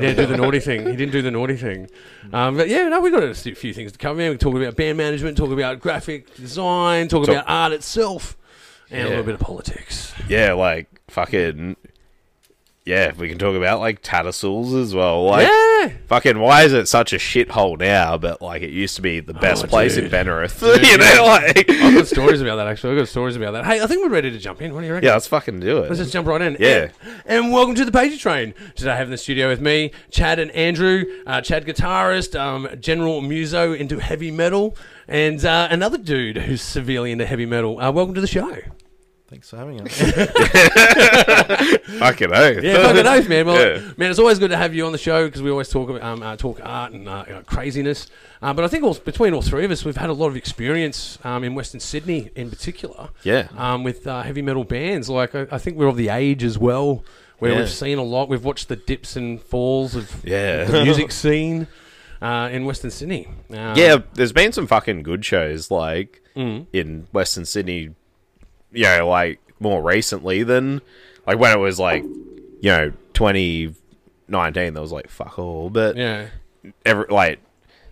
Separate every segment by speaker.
Speaker 1: Yeah, do the naughty thing. He didn't do the naughty thing. Um, but yeah, no, we've got a s- few things to cover. Man, we talk about band management, talk about graphic design, talk,
Speaker 2: Talk-
Speaker 1: about art itself, and a
Speaker 2: Yeah.
Speaker 1: little bit of politics.
Speaker 2: Yeah, like fucking. Yeah, we can talk about like Tattersalls as well. Like,
Speaker 1: yeah.
Speaker 2: fucking, why is it such a shithole now? But like, it used to be the best
Speaker 1: Oh,
Speaker 2: place in
Speaker 1: dude.
Speaker 2: Penrith. you know, like,
Speaker 1: I've got stories about that, actually. I've got stories about that. Hey, I think we're ready to jump in. What do you reckon?
Speaker 2: yeah, let's fucking do
Speaker 1: Let's
Speaker 2: it.
Speaker 1: just jump right in.
Speaker 2: Yeah.
Speaker 1: And, and welcome to the Pager Train. Today I have in the studio with me Chad and Andrew, uh, Chad guitarist, um, General Muso into heavy metal, and uh, another dude who's severely into heavy metal. Uh, welcome to the show.
Speaker 3: Thanks for having us.
Speaker 2: Fucking oath.
Speaker 1: Yeah, fucking oath, man. Well,
Speaker 2: Yeah.
Speaker 1: man, it's always good to have you on the show because we always talk about, um, uh, talk art and uh, uh, craziness. Uh, but I think all, between all three of us, we've had a lot of experience um, in Western Sydney, in particular.
Speaker 2: Yeah.
Speaker 1: Um, with uh, heavy metal bands, like I, I think we're of the age as well where
Speaker 2: Yeah.
Speaker 1: we've seen a lot. We've watched the dips and falls of
Speaker 2: Yeah.
Speaker 1: the music scene uh, in Western Sydney. Um,
Speaker 2: yeah, there's been some fucking good shows like
Speaker 1: Mm.
Speaker 2: in Western Sydney, you know, like more recently than like when it was like, you know, 2019, there was like fuck all, but
Speaker 1: yeah.
Speaker 2: every like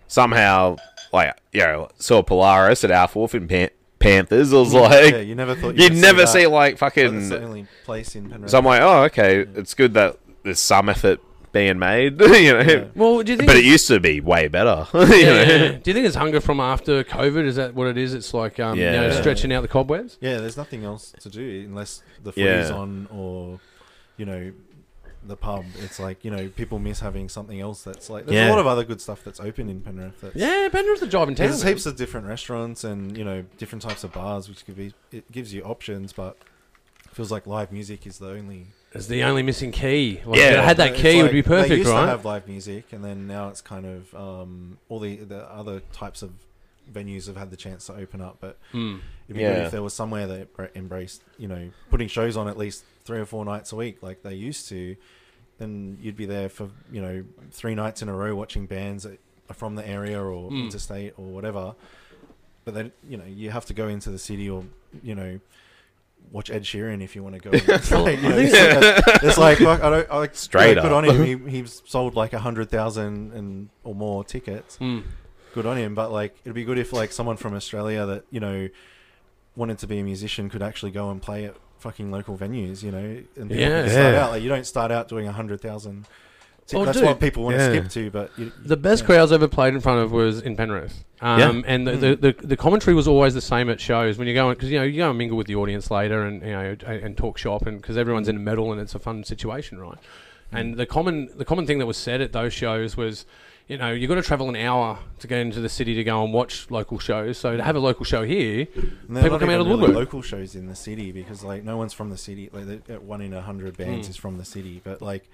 Speaker 2: somehow like you know saw Polaris at Alpha Wolf in Pan- Panthers. I was like,
Speaker 3: yeah, you never thought
Speaker 2: you'd
Speaker 3: would
Speaker 2: never
Speaker 3: that.
Speaker 2: see like
Speaker 3: But it's
Speaker 2: fucking.
Speaker 3: the only place in Penrith.
Speaker 2: so I'm like, oh okay, it's good that there's some effort being made, you know.
Speaker 1: Well, do you think?
Speaker 2: But it
Speaker 1: it's-
Speaker 2: used to be way better. you
Speaker 1: yeah,
Speaker 2: know?
Speaker 1: yeah, yeah. Do you think it's hunger from after COVID? Is that what it is? It's like um, you know,
Speaker 2: Yeah.
Speaker 1: stretching out the cobwebs.
Speaker 3: yeah, there's nothing else to do unless the
Speaker 2: Yeah.
Speaker 3: footy's on or you know the pub. It's like you know people miss having something else. That's like there's
Speaker 2: Yeah.
Speaker 3: a lot of other good stuff that's open in Penrith. That's,
Speaker 1: Yeah, Penrith's a driving town.
Speaker 3: There's heaps of different restaurants and you know different types of bars, which could be it gives you options, but it feels like live music is the only.
Speaker 1: It's the only missing key. Like,
Speaker 2: Yeah.
Speaker 1: if it had that
Speaker 3: It's
Speaker 1: key, it would
Speaker 3: like
Speaker 1: be
Speaker 3: They
Speaker 1: perfect,
Speaker 3: used to
Speaker 1: right?
Speaker 3: have live music, and then now it's kind of um, all the the other types of venues have had the chance to open up, but
Speaker 1: Mm.
Speaker 3: It'd be
Speaker 2: Yeah.
Speaker 3: good if there was somewhere that embra- embraced, you know, putting shows on at least three or four nights a week like they used to. Then you'd be there for, you know, three nights in a row watching bands that are from the area or
Speaker 1: Mm.
Speaker 3: interstate or whatever. But then, you know, you have to go into the city or, you know, watch Ed Sheeran if you want to go. It's like, you know, it's like- it's like, fuck, I don't, I like,
Speaker 2: Straight
Speaker 3: good
Speaker 2: up.
Speaker 3: on him. He, he's sold like a hundred thousand and or more tickets
Speaker 1: Mm.
Speaker 3: good on him. But like, it'd be good if like someone from Australia that you know wanted to be a musician could actually go and play at fucking local venues, you know, and people
Speaker 1: Yeah.
Speaker 3: could start
Speaker 2: Yeah.
Speaker 3: out. Like, you don't start out doing a hundred thousand.
Speaker 1: Oh,
Speaker 3: That's
Speaker 1: dude.
Speaker 3: what people want
Speaker 2: Yeah.
Speaker 3: to skip to, but you,
Speaker 1: The best
Speaker 3: yeah.
Speaker 1: crowds I ever played in front of was in Penrith, um, and the, the, the the commentary was always the same at shows when you go because you know you go and mingle with the audience later and you know and, and talk shop and because everyone's in metal and it's a fun situation, right? And the common the common thing that was said at those shows was. You know, you've got to travel an hour to get into the city to go and watch local shows. So to have a local show here,
Speaker 3: And they're
Speaker 1: people
Speaker 3: not
Speaker 1: come out
Speaker 3: even
Speaker 1: of the
Speaker 3: really
Speaker 1: woodwork.
Speaker 3: Local shows in the city because like no one's from the city. Like they- at one in a hundred bands
Speaker 1: Mm.
Speaker 3: is from the city, but like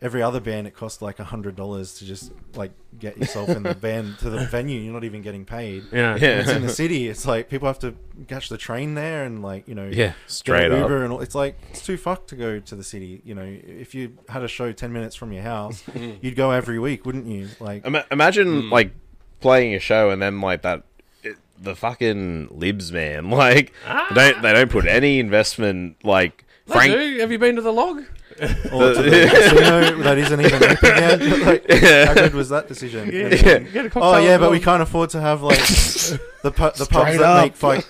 Speaker 3: every other band, it costs like a hundred dollars to just like get yourself in the band to the venue. You're not even getting paid.
Speaker 1: yeah,
Speaker 2: Yeah.
Speaker 3: It's in the city. It's like people have to catch the train there and like you know
Speaker 2: Yeah,
Speaker 3: get an
Speaker 2: straight up.
Speaker 3: Uber and all. It's like it's too fucked to go to the city. You know, if you had a show ten minutes from your house,
Speaker 2: Mm.
Speaker 3: you'd go every week, wouldn't you? Like
Speaker 2: Ima-
Speaker 1: Mm.
Speaker 2: imagine like playing a show and then like that it, the fucking libs man like they don't they don't put any investment like
Speaker 1: They
Speaker 2: Frank
Speaker 1: do. Have you been to the log?
Speaker 3: or to the casino that isn't even open yet. Like, How good was that decision? And then-
Speaker 1: Get a cocktail
Speaker 3: Oh yeah,
Speaker 1: and
Speaker 3: but
Speaker 1: go-
Speaker 3: we can't afford to have like the pu- the pubs
Speaker 2: Straight
Speaker 3: that
Speaker 2: up.
Speaker 3: make like f-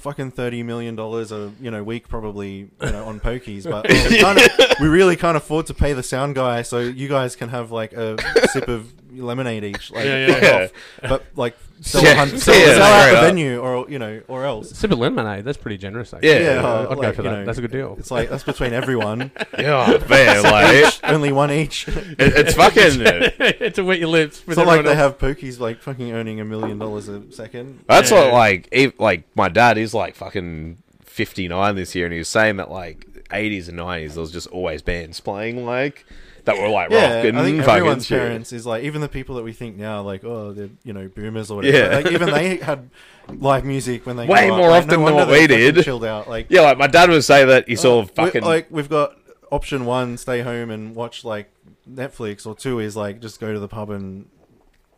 Speaker 3: fucking thirty million dollars a you know week probably you know on pokies, but oh, we, can't, we really can't afford to pay the sound guy. So you guys can have like a sip of lemonade each, like
Speaker 1: Yeah, yeah,
Speaker 3: fuck
Speaker 2: yeah.
Speaker 3: off. But like sell,
Speaker 2: Yeah,
Speaker 3: a hun- sell,
Speaker 2: yeah,
Speaker 3: sell out
Speaker 2: straight
Speaker 3: the
Speaker 2: up.
Speaker 3: venue or you know or else.
Speaker 1: Sip of lemonade. That's pretty generous. Actually.
Speaker 2: Yeah.
Speaker 3: oh,
Speaker 1: I'd go
Speaker 3: like,
Speaker 1: for
Speaker 3: you
Speaker 1: that.
Speaker 3: know,
Speaker 1: That's a good deal.
Speaker 3: It's like that's between everyone.
Speaker 2: yeah man like it,
Speaker 3: Only one each.
Speaker 2: it's fucking
Speaker 1: to wet your lips. With
Speaker 3: It's not like
Speaker 1: everyone
Speaker 3: they
Speaker 1: else.
Speaker 3: have pokies like fucking earning a million dollars a second.
Speaker 2: that's
Speaker 1: Yeah.
Speaker 2: what like ev like my dad is like fucking 59 this year and he was saying that like 80s and 90s there was just always bands playing like that were like
Speaker 3: yeah,
Speaker 2: rock and
Speaker 3: I think
Speaker 2: fucking
Speaker 3: everyone's
Speaker 2: shit.
Speaker 3: parents is like even the people that we think now like oh they're you know boomers or whatever.
Speaker 2: Yeah.
Speaker 3: Like even they had live music when they
Speaker 2: Way
Speaker 3: grew up.
Speaker 2: more
Speaker 3: Like,
Speaker 2: often than
Speaker 3: wonder
Speaker 2: what we
Speaker 3: they fucking
Speaker 2: did.
Speaker 3: Chilled out like
Speaker 2: yeah like my dad would say that he saw
Speaker 3: Uh, we-
Speaker 2: fucking
Speaker 3: like we've got option one stay home and watch like Netflix or two is like just go to the pub and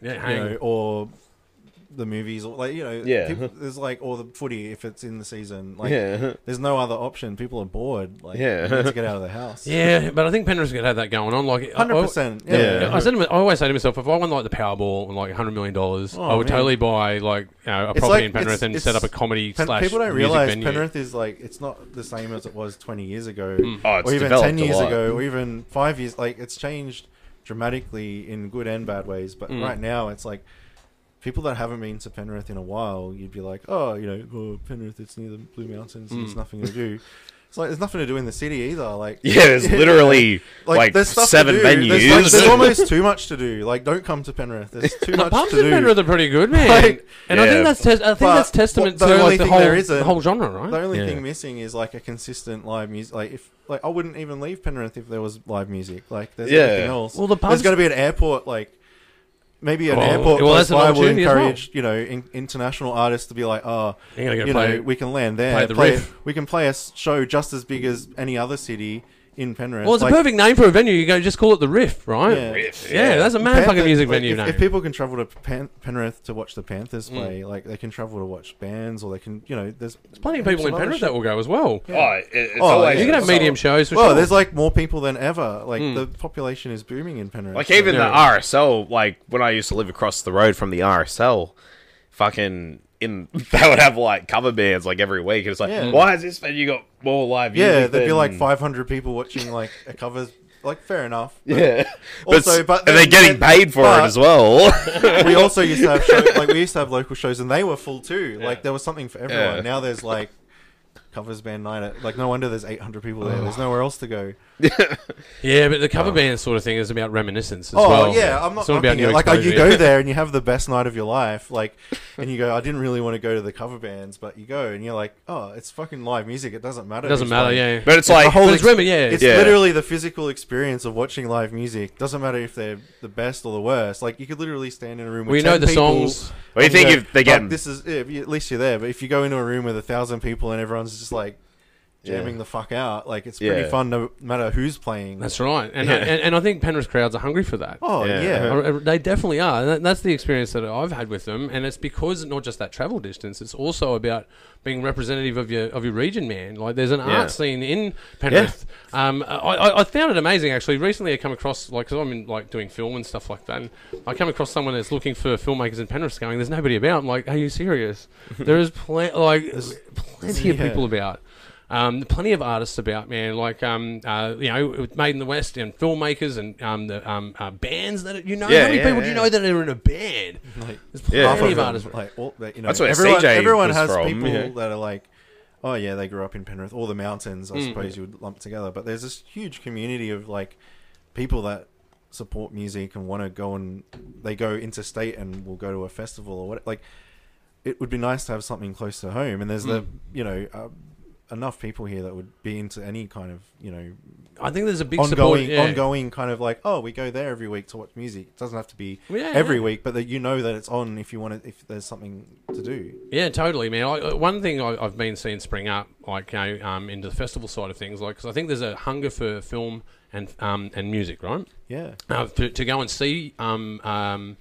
Speaker 1: Yeah,
Speaker 3: you
Speaker 1: hang.
Speaker 3: know or the movies or like you know
Speaker 2: Yeah.
Speaker 3: peop- there's like or the footy if it's in the season like
Speaker 2: yeah.
Speaker 3: there's no other option people are bored like
Speaker 2: Yeah.
Speaker 3: they need to get out of the house
Speaker 1: Yeah, but I think Penrith's going to have that going on. Like, I- I-
Speaker 3: 100% yeah,
Speaker 2: Yeah.
Speaker 1: I, said to my- I always say to myself, if I won like the Powerball and like hundred million dollars,
Speaker 3: Oh,
Speaker 1: I would
Speaker 3: man.
Speaker 1: totally buy like you know, a
Speaker 3: It's
Speaker 1: property
Speaker 3: like-
Speaker 1: in Penrith
Speaker 3: it's-
Speaker 1: and
Speaker 3: it's-
Speaker 1: set up a comedy
Speaker 3: Pen-
Speaker 1: slash
Speaker 3: people don't
Speaker 1: music
Speaker 3: realize
Speaker 1: venue.
Speaker 3: Penrith is like it's not the same as it was 20 years ago,
Speaker 1: Hmm.
Speaker 2: Oh, it's
Speaker 3: or even
Speaker 2: developed
Speaker 3: 10
Speaker 2: a
Speaker 3: years
Speaker 2: lot.
Speaker 3: ago, or even five years. Like it's changed dramatically in good and bad ways. But
Speaker 1: Mm.
Speaker 3: right now, it's like people that haven't been to Penrith in a while, you'd be like, oh, you know, oh, Penrith, it's near the Blue Mountains, and there's
Speaker 1: Mm.
Speaker 3: nothing to do. It's like there's nothing to do in the city either. Like
Speaker 2: Yeah, there's literally like,
Speaker 3: stuff to
Speaker 2: seven
Speaker 3: do.
Speaker 2: venues.
Speaker 3: There's, like, there's almost too much to do. Like don't come to Penrith. There's too
Speaker 1: the
Speaker 3: much
Speaker 1: pubs
Speaker 3: to
Speaker 1: in
Speaker 3: do.
Speaker 1: Penrith are pretty good, man.
Speaker 3: Like-
Speaker 1: and I
Speaker 2: Yeah.
Speaker 1: think that's tes- I think
Speaker 3: But
Speaker 1: that's testament
Speaker 3: what- the
Speaker 1: to
Speaker 3: only
Speaker 1: like, the
Speaker 3: thing
Speaker 1: whole
Speaker 3: there is a-
Speaker 1: the whole genre, right?
Speaker 3: The only
Speaker 2: Yeah.
Speaker 3: thing missing is like a consistent live music. Like if like I wouldn't even leave Penrith if there was live music. Like there's
Speaker 2: Yeah.
Speaker 3: everything else.
Speaker 1: Well, the
Speaker 3: there's
Speaker 1: pubs-
Speaker 3: got to be an airport. Like maybe an
Speaker 1: Well,
Speaker 3: airport.
Speaker 1: well,
Speaker 3: close
Speaker 1: that's an
Speaker 3: by will
Speaker 1: opportunity as well.
Speaker 3: encourage you know in, international artists to be like, oh,
Speaker 1: You're gonna go
Speaker 3: you
Speaker 1: play-
Speaker 3: know, we can land there.
Speaker 1: play the Riff.
Speaker 3: we can play a s- show just as big as any other city in Penrith.
Speaker 1: well, it's
Speaker 3: Like,
Speaker 1: a perfect name for a venue. You go just call it the Riff, right?
Speaker 3: Yeah. Riff,
Speaker 1: yeah,
Speaker 2: yeah.
Speaker 1: that's a mad
Speaker 3: Panther-
Speaker 1: fucking music
Speaker 3: like,
Speaker 1: venue
Speaker 3: if,
Speaker 1: name.
Speaker 3: If people can travel to Pan- Penrith to watch the Panthers
Speaker 1: Mm.
Speaker 3: play, like they can travel to watch bands, or they can, you know, there's
Speaker 1: Plenty of people in Penrith that will go as well.
Speaker 2: Oh, it, it's
Speaker 3: Oh,
Speaker 2: always
Speaker 1: You can have
Speaker 3: So-
Speaker 1: medium shows for
Speaker 3: well,
Speaker 1: sure.
Speaker 3: there's like more people than ever. Like the population is booming in Penrith.
Speaker 2: Like even
Speaker 1: Yeah.
Speaker 2: the RSL, like when I used to live across the road from the RSL, fucking in they would have like cover bands like every week. It's like,
Speaker 3: Yeah.
Speaker 2: why has this venue got more live?
Speaker 3: yeah,
Speaker 2: music
Speaker 3: there'd be
Speaker 2: than-
Speaker 3: like 500 people watching like a cover. Like fair enough. But
Speaker 2: Yeah,
Speaker 3: Also, but
Speaker 2: and they're
Speaker 3: then-
Speaker 2: getting
Speaker 3: then-
Speaker 2: paid for
Speaker 3: but-
Speaker 2: it as well.
Speaker 3: we also used to have show, like we used to have local shows, and they were full too. Like there was something for everyone.
Speaker 2: Yeah.
Speaker 3: Now there's like covers band night. At, like no wonder there's 800 people there. There's nowhere else to go.
Speaker 1: Yeah, but the cover band sort of thing is about reminiscence as
Speaker 3: Oh
Speaker 1: well.
Speaker 3: yeah, I'm not
Speaker 1: It's all about
Speaker 3: knocking
Speaker 1: new
Speaker 3: it. Like uh, you
Speaker 1: exposure.
Speaker 3: go there and you have the best night of your life. Like, and you go, I didn't really want to go to the cover bands, but you go and you're like, oh, it's fucking live music. It doesn't matter.
Speaker 1: It doesn't
Speaker 3: who's
Speaker 1: matter,
Speaker 3: playing.
Speaker 1: yeah.
Speaker 2: but it's
Speaker 3: It's
Speaker 2: like
Speaker 3: the whole
Speaker 1: But it's
Speaker 3: ex-
Speaker 1: women, yeah.
Speaker 3: It's
Speaker 2: Yeah.
Speaker 3: literally the physical experience of watching live music. Doesn't matter if they're the best or the worst. Like you could literally stand in a room. With
Speaker 1: We know
Speaker 3: 10
Speaker 1: the
Speaker 3: people
Speaker 1: songs.
Speaker 2: Well, you
Speaker 3: and
Speaker 2: think
Speaker 3: go,
Speaker 2: if they
Speaker 3: "Fuck,
Speaker 2: get-
Speaker 3: this is yeah, at least you're there. But if you go into a room with a thousand people and everyone's just like jamming
Speaker 2: Yeah.
Speaker 3: the fuck out, like it's
Speaker 2: Yeah.
Speaker 3: pretty fun. No matter who's playing.
Speaker 1: That's right, and,
Speaker 2: Yeah.
Speaker 1: and and I think Penrith crowds are hungry for that.
Speaker 3: oh
Speaker 2: Yeah.
Speaker 3: yeah.
Speaker 1: I- I- They definitely are. And that- that's the experience that I've had with them, and it's because not just that travel distance. It's also about being representative of your of your region, man. Like there's an
Speaker 2: Yeah.
Speaker 1: art scene in Penrith. Um, I, I, I found it amazing actually. Recently, I come across like because I'm in like doing film and stuff like that. And I come across someone that's looking for filmmakers in Penrith, going, "There's nobody about." I'm like, "Are you serious? there is plenty like plenty of
Speaker 3: Yeah.
Speaker 1: people about." Um, plenty of artists about man, like um, uh, you know, with Made in the West and filmmakers and um, the um, uh, bands that you know.
Speaker 2: Yeah,
Speaker 1: How many
Speaker 2: yeah,
Speaker 1: people do
Speaker 2: yeah.
Speaker 1: you know that are in a band?
Speaker 3: Like,
Speaker 1: There's
Speaker 2: Yeah.
Speaker 1: plenty
Speaker 3: half of
Speaker 1: of
Speaker 3: them,
Speaker 1: artists.
Speaker 3: Like all, that, you know,
Speaker 2: That's where
Speaker 3: everyone,
Speaker 2: CJ
Speaker 3: everyone
Speaker 2: was
Speaker 3: has
Speaker 2: from,
Speaker 3: people
Speaker 2: yeah.
Speaker 3: that are like, oh yeah, they grew up in Penrith, all the mountains. I
Speaker 2: Mm.
Speaker 3: suppose you would lump together, but there's this huge community of like people that support music and want to go and they go interstate and will go to a festival or what. Like, it would be nice to have something close to home, and there's
Speaker 2: Mm.
Speaker 3: the you know. Uh, Enough people here that would be into any kind of you know
Speaker 1: I think there's a big support.
Speaker 3: ongoing,
Speaker 1: Yeah.
Speaker 3: ongoing kind of like oh we go there every week to watch music. It doesn't have to be
Speaker 1: Yeah,
Speaker 3: every
Speaker 1: yeah.
Speaker 3: week, but that you know that it's on if you want to, if there's something to do.
Speaker 1: Yeah, totally, man. I, uh, one thing I, I've been seeing spring up, like you know, um, into the festival side of things, like because I think there's a hunger for film and um, and music, right?
Speaker 3: Yeah,
Speaker 1: uh, to, to go and see um, um,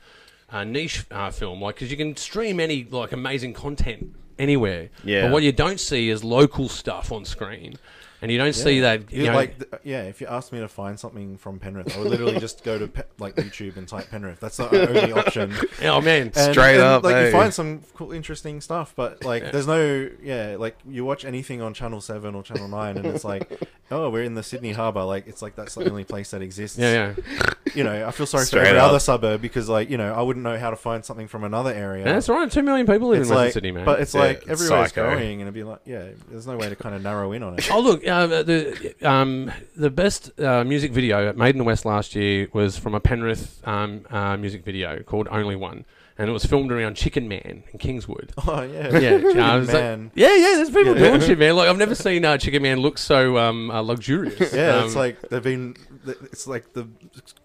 Speaker 1: a niche uh, film, like because you can stream any like amazing content anywhere.
Speaker 2: Yeah.
Speaker 1: But what you don't see is local stuff on screen, and you don't see that. You
Speaker 3: You'd
Speaker 1: know,
Speaker 3: like th- yeah. If you asked me to find something from Penrith, I would literally just go to pe- like YouTube and type Penrith. That's the only option.
Speaker 1: oh man,
Speaker 3: And-
Speaker 2: Straight
Speaker 3: and,
Speaker 2: up,
Speaker 3: like
Speaker 2: hey.
Speaker 3: you find some cool, interesting stuff, but like there's no yeah. Like you watch anything on Channel Seven or Channel Nine, and it's like oh we're in the Sydney Harbour. Like it's like that's the only place that exists.
Speaker 1: yeah, yeah.
Speaker 3: you know, I feel sorry
Speaker 2: Straight
Speaker 3: for every
Speaker 2: up.
Speaker 3: other suburb because, like, you know, I wouldn't know how to find something from another area.
Speaker 1: And that's right. Two million people live
Speaker 3: It's
Speaker 1: in Western
Speaker 3: like-
Speaker 1: Sydney, man.
Speaker 3: But it's
Speaker 2: Yeah,
Speaker 3: like
Speaker 2: it's
Speaker 3: everywhere's
Speaker 2: psycho.
Speaker 3: going, and it'd be like, yeah, there's no way to kind of narrow in on it.
Speaker 1: Oh look, uh, the um, the best uh, music video made in the West last year was from a Penrith um, uh, music video called Only One, and it was filmed around Chicken Man in Kingswood.
Speaker 3: Oh
Speaker 1: Yeah,
Speaker 3: yeah,
Speaker 1: I
Speaker 3: Chicken
Speaker 1: was like-
Speaker 3: man.
Speaker 1: yeah, yeah. There's people
Speaker 3: Yeah.
Speaker 1: doing shit, man. Like I've never seen uh, Chicken Man look so um, uh, luxurious.
Speaker 3: yeah,
Speaker 1: um,
Speaker 3: it's like they've been. It's like the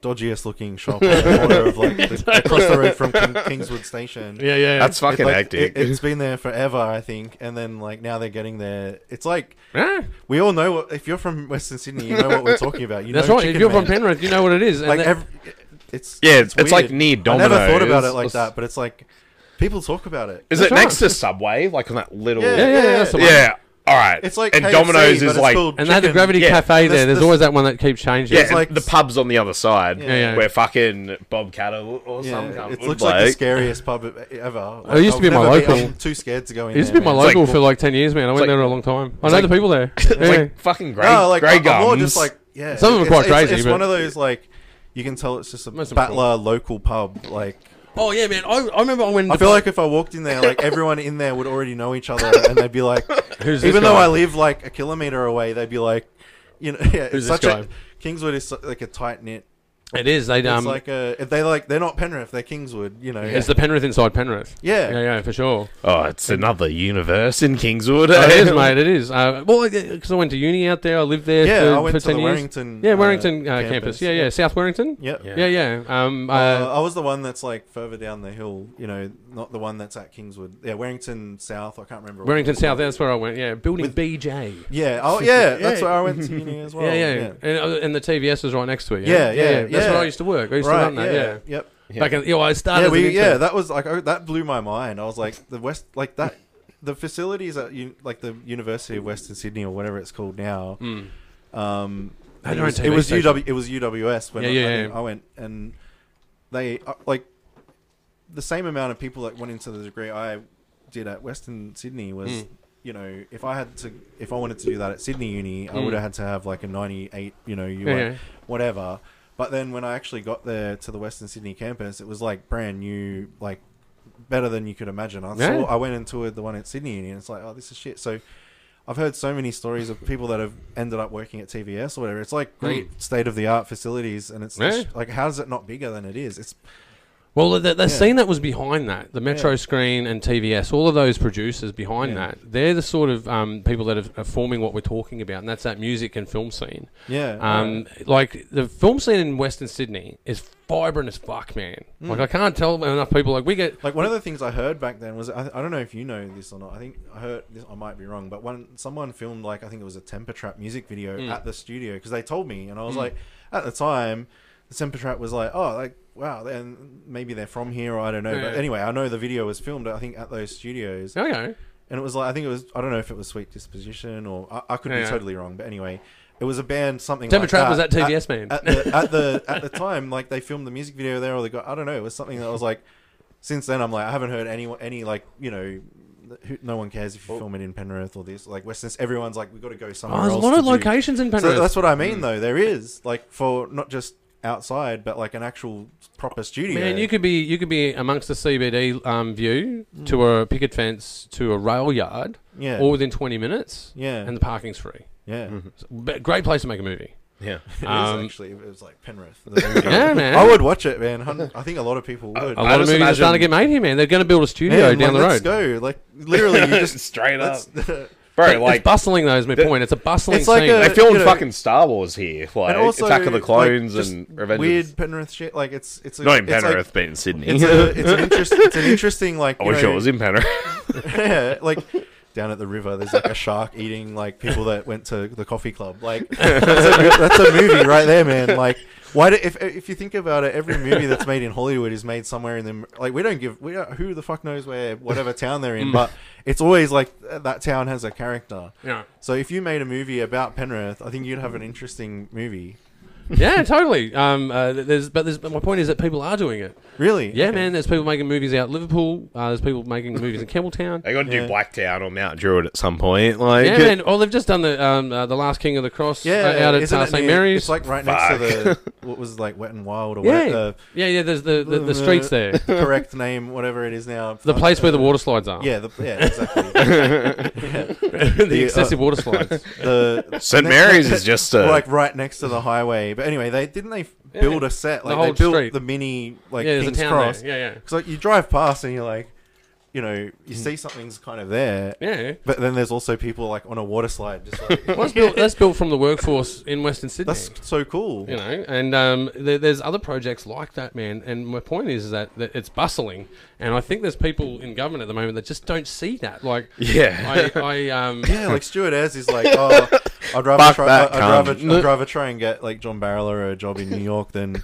Speaker 3: dodgiest looking shop on the corner of like the, across the road from King, Kingswood Station.
Speaker 1: yeah, yeah.
Speaker 2: That's fucking
Speaker 3: like,
Speaker 2: hectic.
Speaker 3: It, has been there forever, I think, and then like now they're getting there. It's like
Speaker 1: Yeah,
Speaker 3: we all know what if you're from Western Sydney, you know what we're talking about. You
Speaker 1: that's
Speaker 3: know
Speaker 1: right. If
Speaker 3: Chicken
Speaker 1: you're
Speaker 3: man.
Speaker 1: from Penrith, you know what it is. And
Speaker 3: like
Speaker 1: that-
Speaker 3: every, it's
Speaker 2: Yeah, it's- it's like
Speaker 3: weird.
Speaker 2: near
Speaker 3: I never thought about
Speaker 2: Domino's.
Speaker 3: it like that, but it's like People talk about it.
Speaker 2: Is
Speaker 1: That's
Speaker 2: it
Speaker 1: right.
Speaker 2: next to Subway? Like on that little.
Speaker 1: Yeah, yeah, yeah. that's the one.
Speaker 2: Yeah, All right.
Speaker 3: It's like
Speaker 2: and
Speaker 3: KFC,
Speaker 2: Domino's
Speaker 3: but
Speaker 2: is
Speaker 3: it's
Speaker 2: like
Speaker 3: called
Speaker 1: And they had the
Speaker 3: chicken.
Speaker 1: Gravity
Speaker 2: Yeah.
Speaker 1: Cafe there.
Speaker 3: That's-
Speaker 1: There's
Speaker 3: that's-
Speaker 1: always that one that keeps changing.
Speaker 2: yeah,
Speaker 1: It's
Speaker 2: and
Speaker 3: like-
Speaker 2: the pubs on the other side
Speaker 3: Yeah,
Speaker 1: yeah.
Speaker 2: where fucking Bob Cattle or
Speaker 3: Yeah,
Speaker 2: something.
Speaker 3: it
Speaker 2: would
Speaker 3: looks like the
Speaker 2: like-
Speaker 3: scariest pub e- ever.
Speaker 1: Oh, It used to be
Speaker 3: I'll
Speaker 1: my
Speaker 3: never
Speaker 1: local.
Speaker 3: I'm too scared to go in.
Speaker 1: It used to
Speaker 3: there,
Speaker 1: be my
Speaker 3: man.
Speaker 2: It's like-
Speaker 1: local for like 10 years, man. I went
Speaker 2: like-
Speaker 1: there a long time. I
Speaker 2: it's
Speaker 1: know
Speaker 2: like-
Speaker 1: the people there.
Speaker 2: It's
Speaker 1: Yeah.
Speaker 2: like fucking grey,
Speaker 3: No, like
Speaker 2: grey
Speaker 3: I'm more
Speaker 2: gums.
Speaker 3: just like yeah.
Speaker 1: Some of them are
Speaker 3: it's-
Speaker 1: quite
Speaker 3: it's-
Speaker 1: crazy,
Speaker 3: It's
Speaker 1: but-
Speaker 3: one of those like you can tell it's just a
Speaker 1: Most of them are
Speaker 3: battler local pub. Like
Speaker 1: oh, yeah, man. I, I remember I went.
Speaker 3: I feel like if I walked in there, like everyone in there would already know each other, and they'd be like,
Speaker 1: Who's this
Speaker 3: even though
Speaker 1: guy?
Speaker 3: I live like a kilometer away, they'd be like, you know, yeah,
Speaker 1: Who's this
Speaker 3: it's such a
Speaker 1: guy?
Speaker 3: Kingswood is su- like a tight knit.
Speaker 1: It is. They,
Speaker 3: It's
Speaker 1: um,
Speaker 3: like a if they like they're not Penrith, they're Kingswood. You know,
Speaker 1: It's the Penrith inside Penrith.
Speaker 3: Yeah.
Speaker 1: Yeah, yeah, for sure.
Speaker 2: oh, it's another universe in Kingswood. eh?
Speaker 1: Oh, it is, mate. It is. Uh, well, because I went to uni out there. I lived there
Speaker 3: Yeah,
Speaker 1: for,
Speaker 3: I went
Speaker 1: for
Speaker 3: to
Speaker 1: 10
Speaker 3: the
Speaker 1: years.
Speaker 3: Warrington,
Speaker 1: Yeah,
Speaker 3: uh,
Speaker 1: Warrington uh, campus.
Speaker 3: campus.
Speaker 1: Yeah, yeah. South Warrington?
Speaker 3: Yep.
Speaker 2: Yeah.
Speaker 1: Yeah, yeah. Um, uh,
Speaker 3: Uh, I was the one that's like further down the hill, you know, not the one that's at Kingswood. Yeah, Warrington South. I can't remember. what-
Speaker 1: Warrington South, that's where I went. Yeah, building
Speaker 3: oh. With-
Speaker 1: BJ.
Speaker 3: Yeah. Oh, yeah. That's
Speaker 2: Yeah.
Speaker 3: where I went to uni as well.
Speaker 1: yeah, yeah, And, uh, and the TVS is right next to it.
Speaker 3: Yeah,
Speaker 1: Yeah,
Speaker 3: yeah,
Speaker 1: That's
Speaker 3: yeah.
Speaker 1: where I used to work. I used to
Speaker 3: Right.
Speaker 1: run that. Yeah,
Speaker 3: Yep.
Speaker 2: Yeah.
Speaker 1: back in. Yeah, well, I started.
Speaker 3: yeah.
Speaker 1: as an
Speaker 3: We, yeah.
Speaker 1: intern.
Speaker 3: That was like oh, that blew my mind. I was like the West, like that, the facilities at un, like the University of Western Sydney or whatever it's called now.
Speaker 1: Mm.
Speaker 3: Um,
Speaker 1: Had
Speaker 3: it
Speaker 1: their own
Speaker 3: was, it
Speaker 1: TV
Speaker 3: was
Speaker 1: station.
Speaker 3: UW. It was UWS when
Speaker 1: Yeah,
Speaker 3: I,
Speaker 1: yeah,
Speaker 3: I, think
Speaker 1: yeah.
Speaker 3: I went and they uh, like the same amount of people that went into the degree I did at Western Sydney was.
Speaker 1: Mm.
Speaker 3: You know, if I had to, if I wanted to do that at Sydney Uni, I
Speaker 1: Mm.
Speaker 3: would have had to have like a ninety-eight. You know, you
Speaker 1: Yeah,
Speaker 3: were-
Speaker 1: yeah.
Speaker 3: whatever. But then when I actually got there to the Western Sydney campus, it was like brand new, like better than you could imagine. I
Speaker 1: Yeah.
Speaker 3: saw, I went and toured the one at Sydney, and it's like, oh, this is shit. So I've heard so many stories of people that have ended up working at TVS or whatever. It's like great state of the art facilities, and it's
Speaker 1: Yeah.
Speaker 3: like, how is it not bigger than it is? It's
Speaker 1: Well, the, the
Speaker 3: Yeah.
Speaker 1: scene that was behind that, the Metro
Speaker 3: Yeah.
Speaker 1: Screen and TVS, all of those producers behind
Speaker 3: Yeah.
Speaker 1: that, they're the sort of um, people that are, are forming what we're talking about, and that's that music and film scene.
Speaker 3: yeah,
Speaker 1: Um, Like the film scene in Western Sydney is vibrant as fuck, man.
Speaker 3: Mm.
Speaker 1: Like I can't tell enough people. Like we get
Speaker 3: Like one of the things I heard back then was I, I don't know if you know this or not. I think I heard this. I might be wrong, but when someone filmed like I think it was a Temper Trap music video
Speaker 1: Hmm.
Speaker 3: at the studio because they told me, and I was like, at the time, the Temper Trap was like, oh, like wow, then maybe they're from here, or I don't know.
Speaker 1: Yeah.
Speaker 3: But anyway, I know the video was filmed. I think at those studios,
Speaker 1: okay.
Speaker 3: and it was like I think it was I don't know if it was Sweet Disposition or I, I could
Speaker 1: Yeah.
Speaker 3: be totally wrong, but anyway. It was a band, something.
Speaker 1: Temper
Speaker 3: like
Speaker 1: Trap was
Speaker 3: that.
Speaker 1: at TVS, man.
Speaker 3: At the, at the at the time, like they filmed the music video there, or they got I don't know. It was something that was like. Since then, I'm like I haven't heard any any like you know, who, no one cares if you film it in Penrith or this like Western. Everyone's like we got to go somewhere
Speaker 1: Oh, there's a
Speaker 3: else
Speaker 1: lot
Speaker 3: to
Speaker 1: of
Speaker 3: do."
Speaker 1: locations in Penrith.
Speaker 3: So that's what I mean though. There is like for not just outside, but like an actual proper studio.
Speaker 1: Man, you could be you could be amongst the CBD um, view to a picket fence to a rail yard,
Speaker 3: yeah
Speaker 1: all within 20 minutes,
Speaker 3: yeah
Speaker 1: and the parking's free.
Speaker 3: yeah.
Speaker 1: It's a b- great place to make a movie.
Speaker 2: yeah.
Speaker 3: It is
Speaker 1: Um,
Speaker 3: actually it was like Penrith.
Speaker 1: Yeah, man.
Speaker 3: I would watch it, man. Hun- I think a lot of people would.
Speaker 1: A
Speaker 2: I
Speaker 1: lot of
Speaker 2: just
Speaker 1: movies are starting to
Speaker 2: imagine-
Speaker 1: get made here, man. They're going to build a
Speaker 3: Man,
Speaker 1: studio down
Speaker 3: like,
Speaker 1: the
Speaker 3: Let's
Speaker 1: road.
Speaker 3: go, like literally, you just
Speaker 2: Straight up,
Speaker 3: That's,
Speaker 2: bro. Like
Speaker 1: it's bustling, though, is my
Speaker 2: The-
Speaker 1: point. It's a bustling
Speaker 3: It's like
Speaker 1: scene.
Speaker 2: they
Speaker 3: a-
Speaker 2: filmed
Speaker 3: you know-
Speaker 2: fucking Star Wars here, like
Speaker 3: and also
Speaker 2: Attack of the
Speaker 3: like,
Speaker 2: Clones
Speaker 3: just
Speaker 2: and Revenge.
Speaker 3: Weird Penrith shit. Like it's it's a,
Speaker 2: Not in
Speaker 3: it's like-
Speaker 2: Penrith, but in Sydney.
Speaker 3: it's, a, it's an interesting. It's an interesting like.
Speaker 2: I
Speaker 3: you
Speaker 2: wish
Speaker 3: know,
Speaker 2: it was in Penrith.
Speaker 3: yeah, like down at the river, there's like a shark eating like people that went to the coffee club. Like that's a, that's a movie right there, man. Like why do, if if you think about it, every movie that's made in Hollywood is made somewhere in them. Like we don't give we don't, who the fuck knows where whatever town they're in, but it's always like th- that town has a character.
Speaker 1: Mm. yeah.
Speaker 3: So if you made a movie about Penrith, I think you'd have an interesting movie.
Speaker 1: yeah, totally. Um, uh, there's, but, there's, but my point is that people are doing it.
Speaker 3: Really?
Speaker 1: Yeah, man. There's people making movies out Liverpool. Uh, there's people making movies in Campbelltown.
Speaker 2: They got to do
Speaker 3: Yeah.
Speaker 2: Blacktown or Mount Druitt at some point. Like,
Speaker 1: Yeah, man. Oh, they've just done the um, uh, the Last King of the Cross uh, out at
Speaker 3: isn't
Speaker 1: uh,
Speaker 3: it
Speaker 1: St
Speaker 3: near-
Speaker 1: Mary's.
Speaker 3: It's like right next to the what was like Wet and Wild or
Speaker 1: yeah,
Speaker 3: what, the
Speaker 1: yeah, yeah. There's the, the, the streets there.
Speaker 3: correct name, whatever it is now.
Speaker 1: The place where the water slides are.
Speaker 3: Yeah, the, yeah, exactly.
Speaker 1: the,
Speaker 3: the, uh,
Speaker 1: excessive water slides.
Speaker 3: the
Speaker 2: St.
Speaker 3: ne-
Speaker 2: Mary's
Speaker 3: ne-
Speaker 2: is just uh, a
Speaker 3: like right next to the highway. But anyway, they didn't they f- build a set like
Speaker 1: whole
Speaker 3: they built
Speaker 1: street.
Speaker 3: the mini like
Speaker 1: yeah, there's a
Speaker 3: King's
Speaker 1: town
Speaker 3: Cross.
Speaker 1: there. Yeah,
Speaker 3: Because like you drive past and you're like, you know, you see something's kind of there.
Speaker 1: Mm. yeah. Yeah.
Speaker 3: But then there's also people like on a water slide, just like
Speaker 1: Well, that's, built, that's built from the workforce in Western Sydney.
Speaker 3: that's so cool.
Speaker 1: you know, and um, there, there's other projects like that, man. And my point is that, that it's bustling, and I think there's people in government at the moment that just don't see that. Like,
Speaker 2: Yeah.
Speaker 1: I, I um,
Speaker 3: Yeah, like Stuart Ayres is like, oh, I'd rather
Speaker 2: Fuck
Speaker 3: try,
Speaker 2: that
Speaker 3: I'd rather,
Speaker 2: cunt.
Speaker 3: I'd rather try and get like John Barilla a job in New York than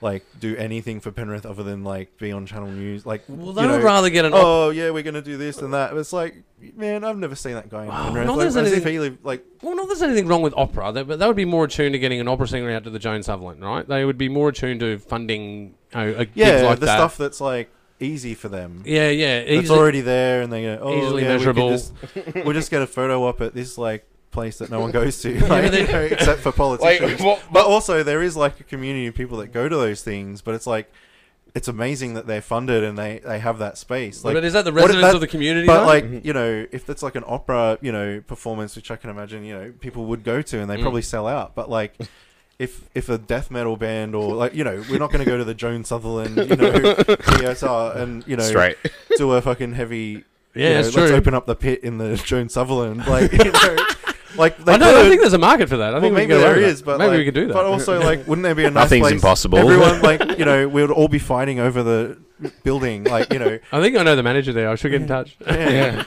Speaker 3: like do anything for Penrith other than like be on Channel News. Like,
Speaker 1: Well,
Speaker 3: you
Speaker 1: they would
Speaker 3: know,
Speaker 1: rather get an. op-
Speaker 3: Oh yeah, we're gonna do this and that. It's like, man, I've never seen that guy in
Speaker 1: Wow,
Speaker 3: Penrith.
Speaker 1: not
Speaker 3: Like,
Speaker 1: there's
Speaker 3: as if
Speaker 1: anything-
Speaker 3: he lived like
Speaker 1: Well, not there's anything wrong with opera, that, but they would be more attuned to getting an opera singer out to the Joan Sutherland, right? They would be more attuned to funding you know, a
Speaker 3: yeah,
Speaker 1: gigs like
Speaker 3: the
Speaker 1: that.
Speaker 3: stuff that's like easy for them.
Speaker 1: Yeah, yeah.
Speaker 3: It's
Speaker 1: E-, easily-
Speaker 3: already there, and they go, oh,
Speaker 1: easily
Speaker 3: yeah,
Speaker 1: measurable.
Speaker 3: We could just, we'll just get a photo op at this like place that no one goes to,
Speaker 1: but
Speaker 3: like,
Speaker 1: they-
Speaker 3: you know, except for
Speaker 2: Like,
Speaker 3: politicians.
Speaker 2: what-
Speaker 3: but also, there is like a community of people that go to those things. But it's like, it's amazing that they're funded and they they have that space. Like,
Speaker 1: but is that the
Speaker 3: what if
Speaker 1: residents
Speaker 3: that-
Speaker 1: of the community?
Speaker 3: But
Speaker 1: though? Mm-hmm.
Speaker 3: like you know, if it's like an opera, you know, performance, which I can imagine, you know, people would go to and they
Speaker 1: Mm.
Speaker 3: probably sell out. But like, if if a death metal band or like you know, we're not going to go to the Joan Sutherland, you know, ESR and you know,
Speaker 2: Straight.
Speaker 3: do a fucking heavy.
Speaker 1: yeah,
Speaker 3: you know,
Speaker 1: it's
Speaker 3: Let's
Speaker 1: true.
Speaker 3: open up the pit in the Joan Sutherland, like you know, like they
Speaker 1: I don't I
Speaker 3: could.
Speaker 1: think there's a market for that. I
Speaker 3: Well,
Speaker 1: think we can
Speaker 3: maybe
Speaker 1: get away
Speaker 3: there
Speaker 1: with
Speaker 3: is,
Speaker 1: that.
Speaker 3: but
Speaker 1: maybe
Speaker 3: like,
Speaker 1: we could do that.
Speaker 3: But also, like, wouldn't there be a nice
Speaker 2: Nothing's
Speaker 3: place?
Speaker 2: impossible.
Speaker 3: Everyone, like, you know, we'd all be fighting over the building, like, you know,
Speaker 1: I think I know the manager there. I should get in touch.
Speaker 3: yeah.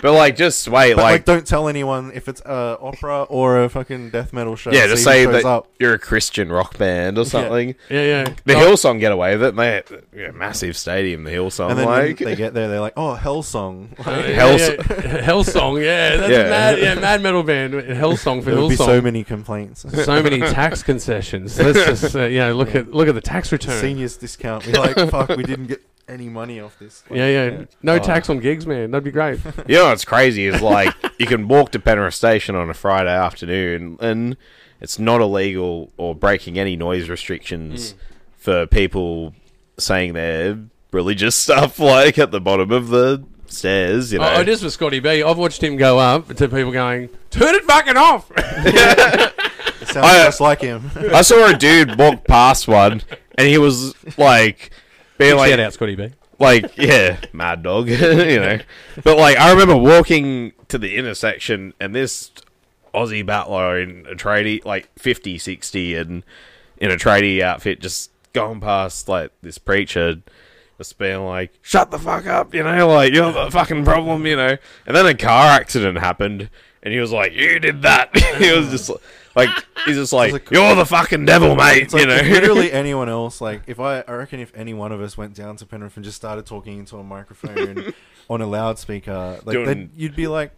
Speaker 2: But like, just wait,
Speaker 3: But like,
Speaker 2: like,
Speaker 3: don't tell anyone if it's a opera or a fucking death metal show.
Speaker 2: yeah,
Speaker 3: so
Speaker 2: just
Speaker 3: he
Speaker 2: say
Speaker 3: shows
Speaker 2: that
Speaker 3: up.
Speaker 2: you're a Christian rock band or something.
Speaker 1: Yeah, yeah.
Speaker 2: The
Speaker 1: Oh,
Speaker 2: Hillsong get away with it. They, yeah, massive stadium, the Hillsong.
Speaker 3: and then
Speaker 2: like,
Speaker 3: when they get there, they're like, "Oh, Hellsong!"
Speaker 1: uh,
Speaker 3: Like,
Speaker 2: Hell-
Speaker 1: yeah, yeah. Hellsong, yeah, that's
Speaker 2: Yeah.
Speaker 1: mad, yeah, mad metal band, Hellsong for
Speaker 3: there would be
Speaker 1: Hillsong.
Speaker 3: so many complaints.
Speaker 1: so many tax concessions. Let's just uh, you know look at look at the tax return.
Speaker 3: Seniors discount. We're like, "Fuck, we didn't get any money off this." Like,
Speaker 1: yeah, yeah, No
Speaker 2: Oh.
Speaker 1: tax on gigs, man. That'd be great.
Speaker 2: you know what's crazy is like you can walk to Penrith Station on a Friday afternoon, and it's not illegal or breaking any noise restrictions for people saying their religious stuff, like at the bottom of the stairs. You know,
Speaker 1: Oh, it is for Scotty B. I've watched him go up to people going, "Turn it fucking off."
Speaker 3: It sounds
Speaker 2: I-
Speaker 3: just like him.
Speaker 2: I saw a dude walk past one, and he was like, being like,
Speaker 1: Shout out, Scotty B.
Speaker 2: like yeah, mad dog, you know. But like, I remember walking to the intersection, and this Aussie battler in a tradie, like 50, 60, and in a tradie outfit, just going past like this preacher. Just being like, shut the fuck up, you know, like you're the fucking problem, you know. And then a car accident happened, and he was like, "You did that." he was just like, he's just like,
Speaker 3: like-
Speaker 2: "You're the fucking devil, mate,"
Speaker 3: It's like
Speaker 2: you know.
Speaker 3: if literally anyone else. Like, if I, I reckon, if any one of us went down to Penrith and just started talking into a microphone on a loudspeaker, like,
Speaker 2: Doing-
Speaker 3: then you'd be like,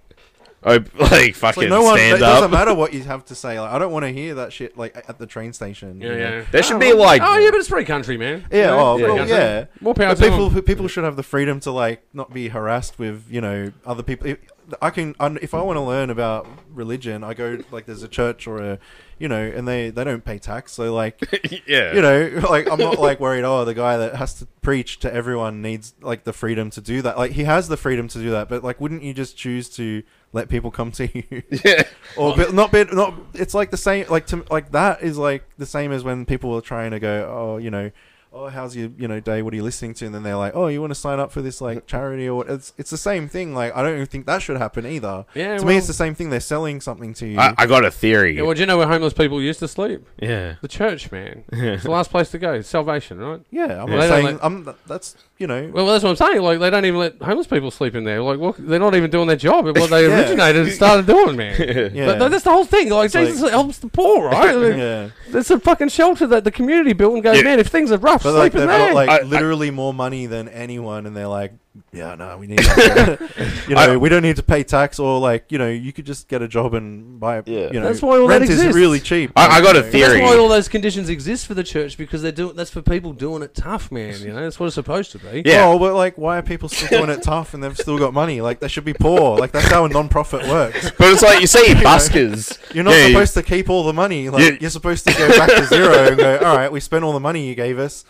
Speaker 2: Oh, like fucking
Speaker 3: like no one. It
Speaker 2: stand
Speaker 3: doesn't
Speaker 2: up.
Speaker 3: matter what you have to say. Like, I don't want to hear that shit. Like at the train station.
Speaker 1: Yeah,
Speaker 3: you know?
Speaker 1: yeah.
Speaker 2: There should be like,
Speaker 1: Oh yeah, but it's free country, man.
Speaker 3: Yeah,
Speaker 1: You know,
Speaker 3: oh,
Speaker 1: free
Speaker 3: well,
Speaker 1: country.
Speaker 3: yeah.
Speaker 1: More power
Speaker 3: But
Speaker 1: to
Speaker 3: people,
Speaker 1: them.
Speaker 3: people should have the freedom to like not be harassed with you know other people. If- I can un- if I want to learn about religion, I go like there's a church or a you know, and they they don't pay tax, so like
Speaker 2: yeah,
Speaker 3: you know, like I'm not like worried. Oh, the guy that has to preach to everyone needs like the freedom to do that. Like he has the freedom to do that, but like wouldn't you just choose to let people come to you?
Speaker 2: yeah,
Speaker 3: or but not bit not it's like the same like to like that is like the same as when people are trying to go oh you know oh how's your you know day what are you listening to and then they're like oh you want to sign up for this like charity or what it's it's the same thing like i don't even think that should happen either
Speaker 1: Yeah,
Speaker 3: to me it's
Speaker 1: well-
Speaker 3: the same thing they're selling something to you
Speaker 2: I, I got a theory.
Speaker 1: Yeah, well, do you know where homeless people used to sleep?
Speaker 2: yeah,
Speaker 1: The church, man. It's the last place to go. It's salvation, right?
Speaker 3: yeah i'm
Speaker 1: Yeah.
Speaker 3: not
Speaker 1: They don't
Speaker 3: saying
Speaker 1: like-
Speaker 3: i'm that's you know
Speaker 1: Well, that's what I'm saying. Like, they don't even let homeless people sleep in there. Like, what, they're not even doing their job at what they
Speaker 3: Yeah.
Speaker 1: originated and started doing, man.
Speaker 3: yeah
Speaker 1: But that's the whole thing. Like,
Speaker 3: like-
Speaker 1: Jesus helps the poor, right? I mean,
Speaker 3: yeah
Speaker 1: It's a fucking shelter that the community built and goes,
Speaker 2: Yeah.
Speaker 1: man, if things are rough,
Speaker 3: but
Speaker 1: sleep
Speaker 3: like
Speaker 1: in
Speaker 3: they've
Speaker 1: there.
Speaker 3: got like
Speaker 2: I- I-
Speaker 3: literally more money than anyone, and they're like, yeah, no, we need, that." you know,
Speaker 2: I-
Speaker 3: we don't need to pay tax, or like, you know, you could just get a job and buy,
Speaker 2: Yeah.
Speaker 3: you know,
Speaker 1: That's why all that
Speaker 3: rent is
Speaker 1: exists.
Speaker 3: really cheap.
Speaker 2: I- I got a
Speaker 3: you know.
Speaker 1: And that's
Speaker 2: theory.
Speaker 1: why all those conditions exist for the church because they're doing. That's for people doing it tough, man. You know, that's what it's supposed to be.
Speaker 2: Yeah.
Speaker 3: Oh, but like, why are people still doing it tough and they've still got money? Like, they should be poor. Like, that's how a non-profit works.
Speaker 2: but it's like you see buskers.
Speaker 3: You're not
Speaker 2: yeah, you-
Speaker 3: supposed to keep all the money. Like,
Speaker 2: Yeah.
Speaker 3: you're supposed to go back to zero and go, all right, we spent all the money you gave us.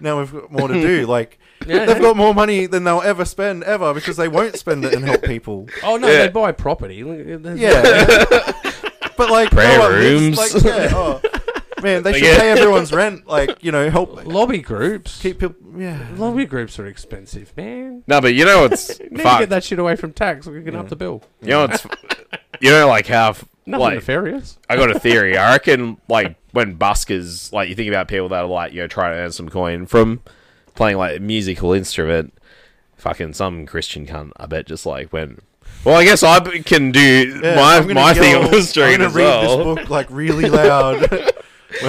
Speaker 3: Now we've got more to do. Like,
Speaker 1: Yeah,
Speaker 3: they've
Speaker 1: yeah.
Speaker 3: got more money than they'll ever spend ever because they won't spend it and help people.
Speaker 1: Oh no,
Speaker 2: Yeah.
Speaker 1: they buy property. Yeah,
Speaker 3: Yeah. but like
Speaker 2: Prayer
Speaker 3: one lives-
Speaker 2: rooms.
Speaker 3: like, yeah, oh. man, they should
Speaker 2: Yeah.
Speaker 3: pay everyone's rent. Like you know, help
Speaker 1: lobby groups.
Speaker 3: keep people. Yeah,
Speaker 1: lobby groups are expensive, man.
Speaker 2: No, but you know it's
Speaker 1: Need to
Speaker 2: fuck.
Speaker 1: get that shit away from tax. We can up the bill.
Speaker 2: You know it's you know like how f-
Speaker 1: Nothing
Speaker 2: like
Speaker 1: nefarious.
Speaker 2: I got a theory. I reckon like when buskers like you think about people that are like you know trying to earn some coin from playing like a musical instrument. Fucking some Christian cunt, I bet. Just like went. Well, I guess I b- can do
Speaker 3: yeah,
Speaker 2: my
Speaker 3: I'm gonna
Speaker 2: my thing
Speaker 3: yell-
Speaker 2: on the street
Speaker 3: I'm gonna
Speaker 2: as
Speaker 3: read
Speaker 2: well.
Speaker 3: this book like really loud. Whether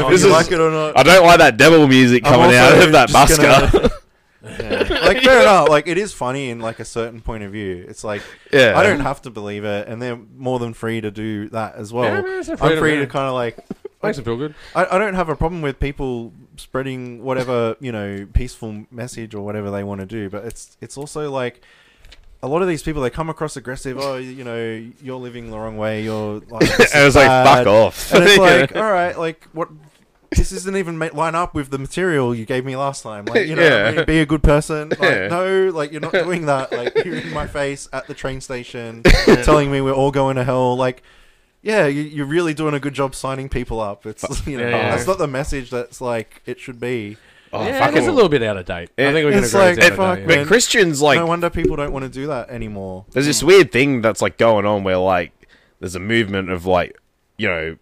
Speaker 2: This is-
Speaker 3: you like it or not.
Speaker 2: I don't like that devil music
Speaker 3: I'm
Speaker 2: coming
Speaker 3: also
Speaker 2: out of that
Speaker 3: just
Speaker 2: busker.
Speaker 3: gonna- Yeah. Like fair enough. Like it is funny in like a certain point of view. It's like
Speaker 2: yeah,
Speaker 3: I don't have to believe it, and they're more than free to do that as well.
Speaker 1: Yeah, no, it's their
Speaker 3: I'm
Speaker 1: freedom,
Speaker 3: free
Speaker 1: yeah.
Speaker 3: to kind of like
Speaker 1: Makes them feel good.
Speaker 3: I, I don't have a problem with people spreading whatever you know peaceful message or whatever they want to do, but it's it's also like a lot of these people they come across aggressive. Oh, you know, you're living the wrong way. You're like, this
Speaker 2: and
Speaker 3: is
Speaker 2: it's like
Speaker 3: bad."
Speaker 2: fuck off.
Speaker 3: And it's like,
Speaker 2: Yeah.
Speaker 3: all right, like what? This isn't even ma- line up with the material you gave me last time. Like, you know,
Speaker 2: Yeah.
Speaker 3: I mean, be a good person. Like,
Speaker 2: Yeah.
Speaker 3: no, like you're not doing that. Like, you're in my face at the train station, telling me we're all going to hell. Like, yeah, you, you're really doing a good job signing people up. It's
Speaker 2: Uh,
Speaker 3: you know,
Speaker 1: Yeah, yeah.
Speaker 3: that's not the message that's like it should be.
Speaker 2: oh,
Speaker 1: yeah,
Speaker 2: fuck
Speaker 1: it's a
Speaker 2: all.
Speaker 1: little bit out of date. I
Speaker 2: Yeah.
Speaker 1: think we can
Speaker 3: It's
Speaker 1: agree
Speaker 3: like,
Speaker 1: it's out of
Speaker 3: fuck,
Speaker 1: date.
Speaker 3: man.
Speaker 1: yeah.
Speaker 2: But Christians like
Speaker 3: no wonder people don't want to do that anymore.
Speaker 2: there's this weird thing that's like going on where like there's a movement of like you know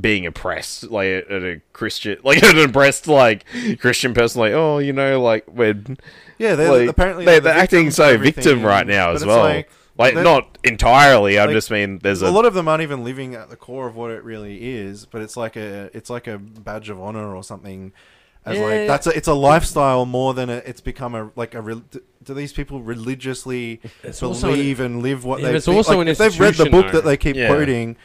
Speaker 2: being oppressed like at a christian like an oppressed like christian person like oh you know like we're
Speaker 3: Yeah, they're
Speaker 2: like,
Speaker 3: apparently
Speaker 2: they,
Speaker 3: like,
Speaker 2: they're
Speaker 3: the
Speaker 2: acting
Speaker 3: victims of
Speaker 2: so
Speaker 3: everything,
Speaker 2: victim right
Speaker 3: and-
Speaker 2: now
Speaker 3: but
Speaker 2: as
Speaker 3: it's
Speaker 2: well like,
Speaker 3: like, they're-
Speaker 2: not entirely i'm
Speaker 3: like,
Speaker 2: just mean there's a,
Speaker 3: a lot of them aren't even living at the core of what it really is, but it's like a it's like a badge of honor or something. As
Speaker 1: Yeah.
Speaker 3: like that's a, it's a lifestyle more than a, it's become a like a re- do- do these people religiously
Speaker 1: It's also an-
Speaker 3: believe and live what
Speaker 1: Yeah,
Speaker 3: they
Speaker 1: but it's
Speaker 3: think?
Speaker 1: also
Speaker 3: Like,
Speaker 1: an
Speaker 3: if they've read the
Speaker 1: institution,
Speaker 3: book
Speaker 1: though.
Speaker 3: that they keep
Speaker 2: Yeah.
Speaker 3: quoting,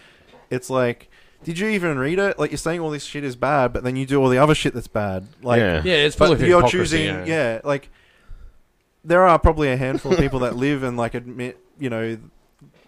Speaker 3: it's like did you even read it? Like you're saying all this shit is bad, but then you do all the other shit that's bad. Like
Speaker 2: Yeah.
Speaker 1: yeah, it's full
Speaker 3: but
Speaker 1: of
Speaker 3: you're
Speaker 1: hypocrisy,
Speaker 3: choosing
Speaker 1: yeah.
Speaker 3: yeah. like there are probably a handful of people that live and like admit you know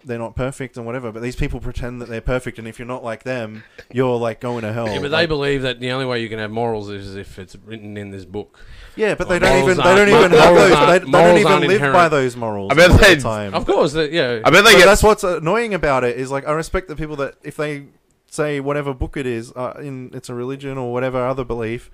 Speaker 3: they're not perfect and whatever but these people pretend that they're perfect and if you're not like them you're like going to hell
Speaker 1: Yeah, but they
Speaker 3: Like,
Speaker 1: believe that the only way you can have morals is if it's written in this book.
Speaker 3: yeah, but
Speaker 1: Well,
Speaker 3: they don't
Speaker 1: morals
Speaker 3: even they
Speaker 1: aren't-
Speaker 3: don't even have
Speaker 1: morals
Speaker 3: those they,
Speaker 1: aren't-
Speaker 3: they
Speaker 1: morals
Speaker 3: don't even
Speaker 1: aren't
Speaker 3: live
Speaker 1: inherent.
Speaker 3: by those morals
Speaker 2: I bet
Speaker 3: all
Speaker 2: they-
Speaker 3: the time
Speaker 1: Of course, that, yeah.
Speaker 2: i bet they
Speaker 3: So
Speaker 2: get
Speaker 3: that's what's annoying about it is like I respect the people that if they say whatever book it is uh, in it's a religion or whatever other belief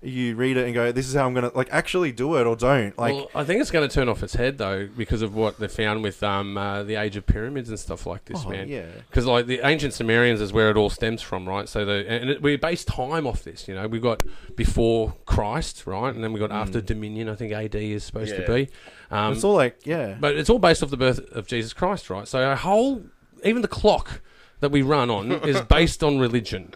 Speaker 3: you read it and go this is how I'm going to like actually do it or don't like
Speaker 1: well, I think it's going to turn off its head though because of what they found with um, uh, the age of pyramids and stuff like this,
Speaker 3: oh,
Speaker 1: man.
Speaker 3: yeah
Speaker 1: Because like the ancient Sumerians is where it all stems from, right? So the and it, we base time off this. You know, we've got before Christ, right, and then we have got
Speaker 3: Mm.
Speaker 1: after Dominion. I think AD is supposed
Speaker 2: Yeah.
Speaker 1: to be. Um,
Speaker 3: it's all like yeah
Speaker 1: But it's all based off the birth of Jesus Christ, right? So our whole, even the clock that we run on is based on religion.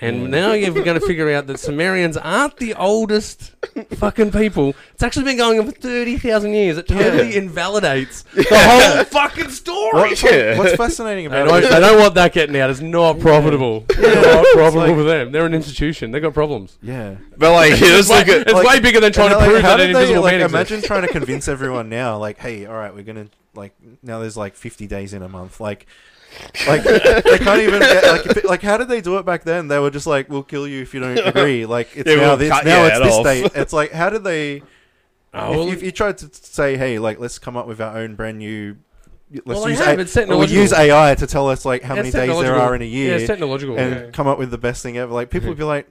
Speaker 1: And now you're going to figure out that Sumerians aren't the oldest fucking people. It's actually been going on for 30,0and years. It totally invalidates the whole fucking story.
Speaker 3: What's,
Speaker 2: Yeah.
Speaker 3: what's fascinating
Speaker 1: They
Speaker 3: about
Speaker 1: don't,
Speaker 3: it?
Speaker 1: they don't want that getting out. It's not profitable. It's not profitable
Speaker 3: like-
Speaker 1: for them. They're an institution. They've got problems.
Speaker 3: yeah.
Speaker 2: but like you just look
Speaker 1: it's
Speaker 2: at
Speaker 3: like-
Speaker 1: way bigger than trying to
Speaker 3: And, like,
Speaker 1: prove
Speaker 3: how
Speaker 1: that an
Speaker 3: did they,
Speaker 1: invisible
Speaker 3: like,
Speaker 1: man exists.
Speaker 3: imagine trying to convince everyone now, like, hey, all right, we're gonna like now there's like 50 days in a month, like. like they can't even get, like if it- like how did they do it back then? They were just like, "We'll kill you if you don't agree." Like it's
Speaker 2: Yeah,
Speaker 3: now
Speaker 2: we'll
Speaker 3: this
Speaker 2: cut
Speaker 3: now
Speaker 2: your
Speaker 3: it's
Speaker 2: head
Speaker 3: this
Speaker 2: off.
Speaker 3: date. It's like how did they?
Speaker 1: Oh,
Speaker 3: if-
Speaker 1: well-
Speaker 3: if, you tried to say, "Hey, like let's come up with our own brand new," let's
Speaker 1: Well, they
Speaker 3: use
Speaker 1: have,
Speaker 3: A-
Speaker 1: it's
Speaker 3: we'll use
Speaker 1: technological.
Speaker 3: AI to tell us like how
Speaker 1: Yeah,
Speaker 3: many
Speaker 1: it's
Speaker 3: days there
Speaker 1: technological.
Speaker 3: are in a year
Speaker 1: Yeah, it's technological.
Speaker 3: and
Speaker 1: yeah.
Speaker 3: come up with the best thing ever. Like people would be like,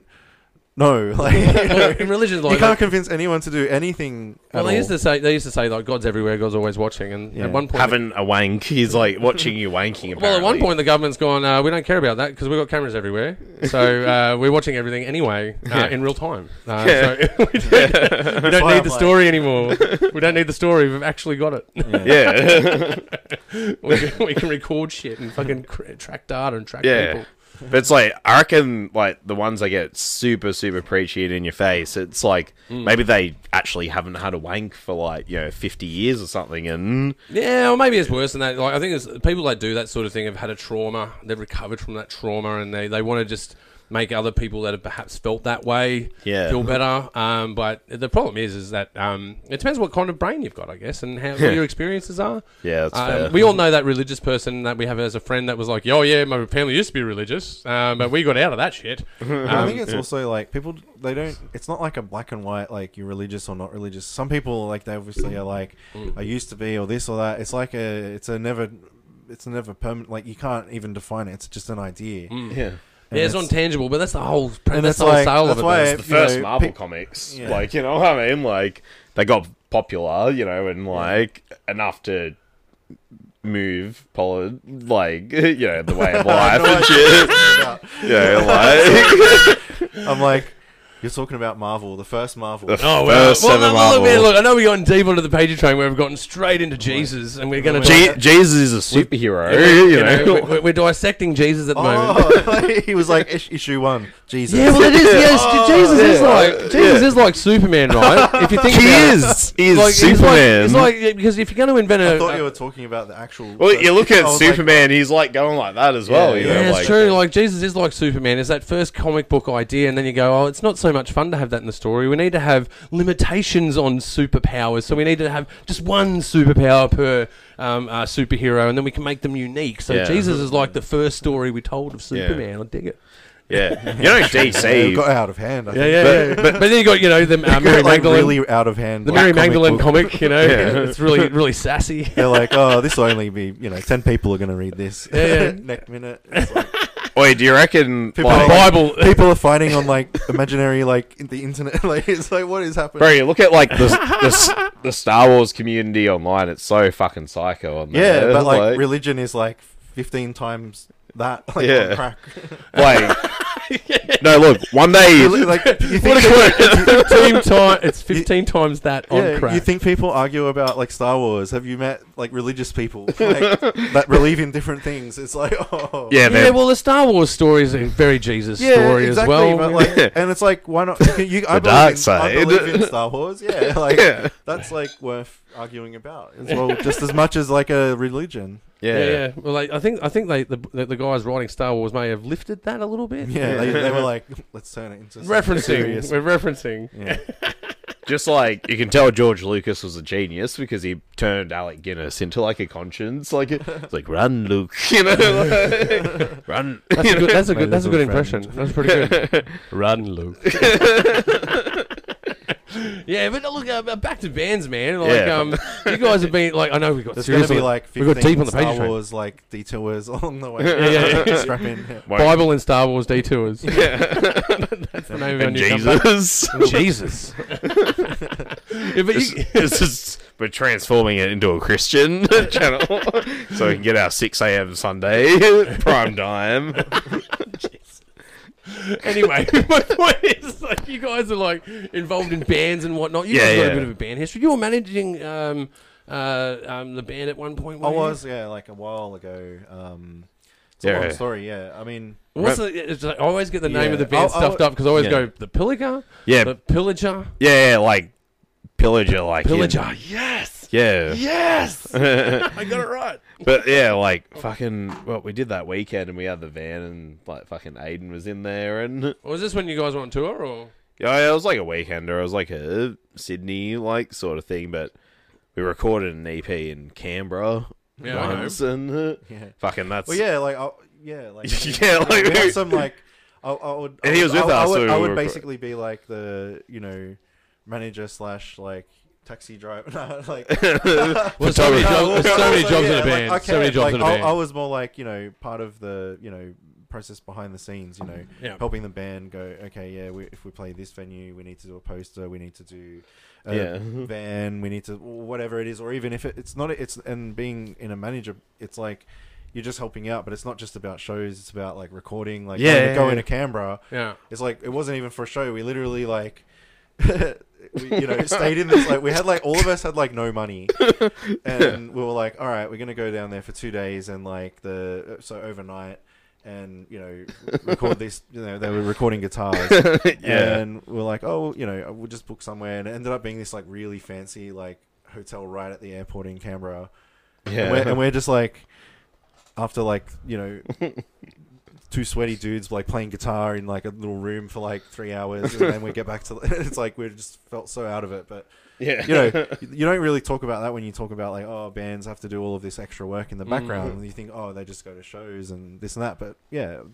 Speaker 3: "No, like you,
Speaker 1: Well, in religion, Mm-hmm. like that-
Speaker 3: can't convince anyone to do anything."
Speaker 1: Well,
Speaker 3: at
Speaker 1: they
Speaker 3: all.
Speaker 1: used to say they used to say like God's everywhere, God's always watching, and
Speaker 3: Yeah.
Speaker 1: at one point,
Speaker 2: having a wank he's like watching you wanking apparently.
Speaker 1: well, at one point the government's gone. Uh, we don't care about that because we've got cameras everywhere, so uh, we're watching everything anyway uh,
Speaker 2: Yeah.
Speaker 1: in real time. Uh,
Speaker 2: Yeah.
Speaker 1: So we don't, we don't
Speaker 3: why
Speaker 1: need
Speaker 3: I'm
Speaker 1: the
Speaker 3: like-
Speaker 1: story anymore. we don't need the story. We've actually got it.
Speaker 2: yeah
Speaker 1: we, can, we can record shit and fucking cr- track data and track
Speaker 2: Yeah.
Speaker 1: people.
Speaker 2: But it's like I reckon like the ones that get super super preachy and in your face. It's like maybe they actually haven't had a wank for like you know fifty years or something, and
Speaker 1: Yeah, or maybe it's worse than that. Like I think it's, people that do that sort of thing have had a trauma. They've recovered from that trauma, and they, they want to just make other people that have perhaps felt that way
Speaker 2: Yeah.
Speaker 1: feel better. Um, but the problem is, is that um, it depends what kind of brain you've got, I guess, and how what your experiences are.
Speaker 2: yeah, that's
Speaker 1: Um,
Speaker 2: fair.
Speaker 1: We all know that religious person that we have as a friend that was like, "Oh yeah, my family used to be religious, um, but we got out of that shit." Um,
Speaker 3: I think it's also like people they don't. It's not like a black and white like you're religious or not religious. Some people like they obviously are like
Speaker 1: Mm.
Speaker 3: I used to be or this or that. It's like a it's a never it's a never permanent. Like you can't even define it. It's just an idea.
Speaker 1: Mm.
Speaker 2: yeah,
Speaker 1: yeah, it's,
Speaker 3: it's-
Speaker 1: non-tangible, but that's the whole. That's,
Speaker 3: And that's
Speaker 1: the whole
Speaker 3: like-
Speaker 1: sale of
Speaker 3: that's
Speaker 1: it.
Speaker 3: why
Speaker 1: though.
Speaker 3: it-
Speaker 2: the
Speaker 3: You know,
Speaker 2: first Marvel
Speaker 3: pe-
Speaker 2: comics,
Speaker 3: Yeah.
Speaker 2: like you know what I mean. Like they got popular, you know, and like enough to move pollard like you know the way of
Speaker 3: I
Speaker 2: life
Speaker 3: know
Speaker 2: and
Speaker 3: what
Speaker 2: shit.
Speaker 3: you're talking
Speaker 2: Yeah, like
Speaker 3: about. I'm like. You're talking about Marvel, the first Marvel.
Speaker 2: The f-
Speaker 1: Oh, well,
Speaker 2: First
Speaker 1: well,
Speaker 2: ever
Speaker 1: no, well, look,
Speaker 2: Marvel.
Speaker 1: man, look, I know we've gotten deep onto the pager train where we've gotten straight into Jesus, and we're going to.
Speaker 2: Je- Jesus is a superhero.
Speaker 1: you
Speaker 2: you know.
Speaker 1: know, we're, we're dissecting Jesus at the moment.
Speaker 3: oh, he was like "Ish- issue one, Jesus.
Speaker 1: Yeah, well, it is. Yes,
Speaker 2: Oh,
Speaker 1: Jesus is
Speaker 2: yeah.
Speaker 1: like
Speaker 2: Uh,
Speaker 1: Jesus
Speaker 2: yeah.
Speaker 1: is like Superman, right? If you think
Speaker 2: he
Speaker 1: about it,
Speaker 2: is. He is
Speaker 1: like, he's like-
Speaker 2: Superman.
Speaker 1: It's like, because if you're going to invent
Speaker 3: I
Speaker 1: a,
Speaker 3: thought you were talking about the actual.
Speaker 2: well, you look
Speaker 3: I
Speaker 2: at
Speaker 3: was like,
Speaker 2: Superman. he's like going like that as well.
Speaker 3: Yeah,
Speaker 2: you
Speaker 1: yeah,
Speaker 2: know,
Speaker 1: it's
Speaker 2: like,
Speaker 1: true. Like Jesus is like Superman. It's that first comic book idea, and then you go, oh, it's not so much fun to have that in the story. We need to have limitations on superpowers, so we need to have just one superpower per um, uh, superhero, and then we can make them unique. So
Speaker 2: Yeah.
Speaker 1: Jesus is like the first story we told of
Speaker 2: Yeah.
Speaker 1: Superman. I dig it.
Speaker 2: Yeah, you know
Speaker 3: yeah, it
Speaker 2: DC.
Speaker 3: got out of hand. I think.
Speaker 1: but, But, then you got you know the uh,
Speaker 3: It got,
Speaker 1: Mary
Speaker 3: like
Speaker 1: Magdalene.
Speaker 3: really out of hand.
Speaker 1: the
Speaker 3: like,
Speaker 1: Mary
Speaker 3: comic
Speaker 1: Magdalene
Speaker 3: book.
Speaker 1: comic, you know,
Speaker 2: Yeah.
Speaker 1: it's really really sassy.
Speaker 3: They're like, oh, this will only be you know ten people are going to read this.
Speaker 1: Yeah, yeah.
Speaker 3: Next minute, it's like,
Speaker 2: Wait, do you reckon?
Speaker 3: People
Speaker 2: like-
Speaker 3: are like-
Speaker 1: Bible.
Speaker 3: people are fighting on like imaginary like in the internet. Like it's like what is happening?
Speaker 2: Bro, you look at like the, the the Star Wars community online. It's so fucking psycho on there.
Speaker 3: yeah, but like, religion is like fifteen times that. Like,
Speaker 2: Yeah.
Speaker 3: on crack.
Speaker 2: like no, look. One day,
Speaker 3: like you think
Speaker 1: What a fifteen times. It's fifteen times that on
Speaker 3: yeah,
Speaker 1: crack.
Speaker 3: you think people argue about like Star Wars? Have you met like religious people like, that believe in different things? It's like oh
Speaker 2: yeah,
Speaker 1: yeah,
Speaker 2: man.
Speaker 1: well, the Star Wars story is a very Jesus
Speaker 3: Yeah,
Speaker 1: story
Speaker 3: exactly,
Speaker 1: as well.
Speaker 3: But like, and it's like, why not? You, you, I,
Speaker 2: The
Speaker 3: believe
Speaker 2: dark
Speaker 3: in,
Speaker 2: side.
Speaker 3: I believe in Star Wars. Yeah, like
Speaker 2: Yeah.
Speaker 3: that's like worth arguing about as well, just as much as like a religion.
Speaker 2: yeah,
Speaker 1: yeah, yeah. Well, like, I think I think they, the, the the guys writing Star Wars may have lifted that a little bit.
Speaker 3: Yeah, They, they were like, let's turn it into something
Speaker 1: Referencing,
Speaker 3: serious.
Speaker 1: we're referencing.
Speaker 3: Yeah.
Speaker 2: Just like you can tell George Lucas was a genius because he turned Alec Guinness into like a conscience. Like it's like run, Luke. You know, like, run.
Speaker 1: That's a good. That's a
Speaker 3: My
Speaker 1: good. That's a good
Speaker 3: little
Speaker 1: impression.
Speaker 3: friend.
Speaker 1: That's pretty good. Run, Luke. yeah, but look, uh, back to bands, man. Like,
Speaker 2: Yeah.
Speaker 1: um, you guys have been like, I know we got
Speaker 3: There's going to
Speaker 1: seriously
Speaker 3: be like
Speaker 1: we got
Speaker 3: 15
Speaker 1: deep on the page.
Speaker 3: Star
Speaker 1: train.
Speaker 3: Wars like detours along the way.
Speaker 1: Yeah, yeah, yeah.
Speaker 3: Strap in. Yeah.
Speaker 2: Won't-
Speaker 1: Bible and Star Wars detours. That's the name of our
Speaker 2: and
Speaker 1: new company.
Speaker 2: Jesus.
Speaker 1: Jesus. yeah, but
Speaker 2: This,
Speaker 1: you,
Speaker 2: this is we're transforming it into a Christian channel, so we can get our six a.m. Sunday prime time.
Speaker 1: anyway, my point is, like, you guys are like involved in bands and whatnot. You
Speaker 2: Yeah,
Speaker 1: guys got
Speaker 2: yeah.
Speaker 1: a bit of a band history. You were managing um, uh, um, the band at one point.
Speaker 3: I
Speaker 1: weren't you?
Speaker 3: was, yeah, like a while ago. Um, it's a
Speaker 2: Yeah.
Speaker 3: long story, yeah. I mean,
Speaker 1: What's the, it's like, I always get the name of the
Speaker 3: Yeah.
Speaker 1: band
Speaker 3: I'll-
Speaker 1: stuffed
Speaker 3: I'll-
Speaker 1: up because I always
Speaker 2: Yeah.
Speaker 1: go the Pillager,
Speaker 2: Yeah,
Speaker 1: the Pillager,
Speaker 2: yeah, yeah, like pillager, like in-
Speaker 1: Pillager. Yes,
Speaker 2: yeah,
Speaker 1: yes, I got it right.
Speaker 2: But yeah, like fucking. Well, we did that weekend, and we had the van, and like fucking Aiden was in there, and oh,
Speaker 1: Was this when you guys were on tour or?
Speaker 2: yeah, it was like a weekender. It was like a Sydney like sort of thing, but we recorded an EP in Canberra
Speaker 1: Yeah, I know.
Speaker 2: once, and uh,
Speaker 3: yeah.
Speaker 2: fucking that's
Speaker 3: Well, yeah, like, I, yeah, like, I mean,
Speaker 2: yeah, like
Speaker 3: we had some like I, I would.
Speaker 2: And
Speaker 3: I
Speaker 2: he
Speaker 3: would-
Speaker 2: was with
Speaker 3: I,
Speaker 2: us,
Speaker 3: I would,
Speaker 2: so
Speaker 3: I
Speaker 2: we
Speaker 3: would
Speaker 2: were-
Speaker 3: basically be like the you know manager slash like taxi driver. No, like
Speaker 1: There's so many,
Speaker 3: No,
Speaker 1: jobs-
Speaker 3: well,
Speaker 1: there's so many
Speaker 3: also,
Speaker 1: jobs in
Speaker 3: yeah,
Speaker 1: a band.
Speaker 3: Like, I
Speaker 1: so many
Speaker 3: cared,
Speaker 1: jobs
Speaker 3: like,
Speaker 1: in a band.
Speaker 3: I, I was more like you know part of the you know process behind the scenes. You know
Speaker 1: yeah.
Speaker 3: helping the band go. Okay, yeah, we, if we play this venue, we need to do a poster. We need to do. A
Speaker 2: Yeah.
Speaker 3: van we need to whatever it is or even if it, it's not it's and being in a manager it's like you're just helping out but it's not just about shows it's about like recording like
Speaker 2: Yeah,
Speaker 3: going,
Speaker 2: yeah,
Speaker 3: to, going
Speaker 2: yeah.
Speaker 3: to canberra
Speaker 1: yeah.
Speaker 3: it's like it wasn't even for a show. We literally like, we, you know, stayed in this like we had like all of us had like no money, and we were like, all right, we're gonna go down there for two days and like the uh, so overnight. And you know, record this. You know, they were recording guitars,
Speaker 2: Yeah.
Speaker 3: and we're like, oh, you know, we'll just book somewhere. And it ended up being this like really fancy like hotel right at the airport in Canberra.
Speaker 2: yeah,
Speaker 3: And, we're, and we're just like, after like you know, two sweaty dudes like playing guitar in like a little room for like three hours, and then we get back to it's like we just felt so out of it. But
Speaker 2: yeah,
Speaker 3: you know, you don't really talk about that when you talk about like oh bands have to do all of this extra work in the background,
Speaker 1: Mm.
Speaker 3: and you think oh they just go to shows and this and that. But yeah, um,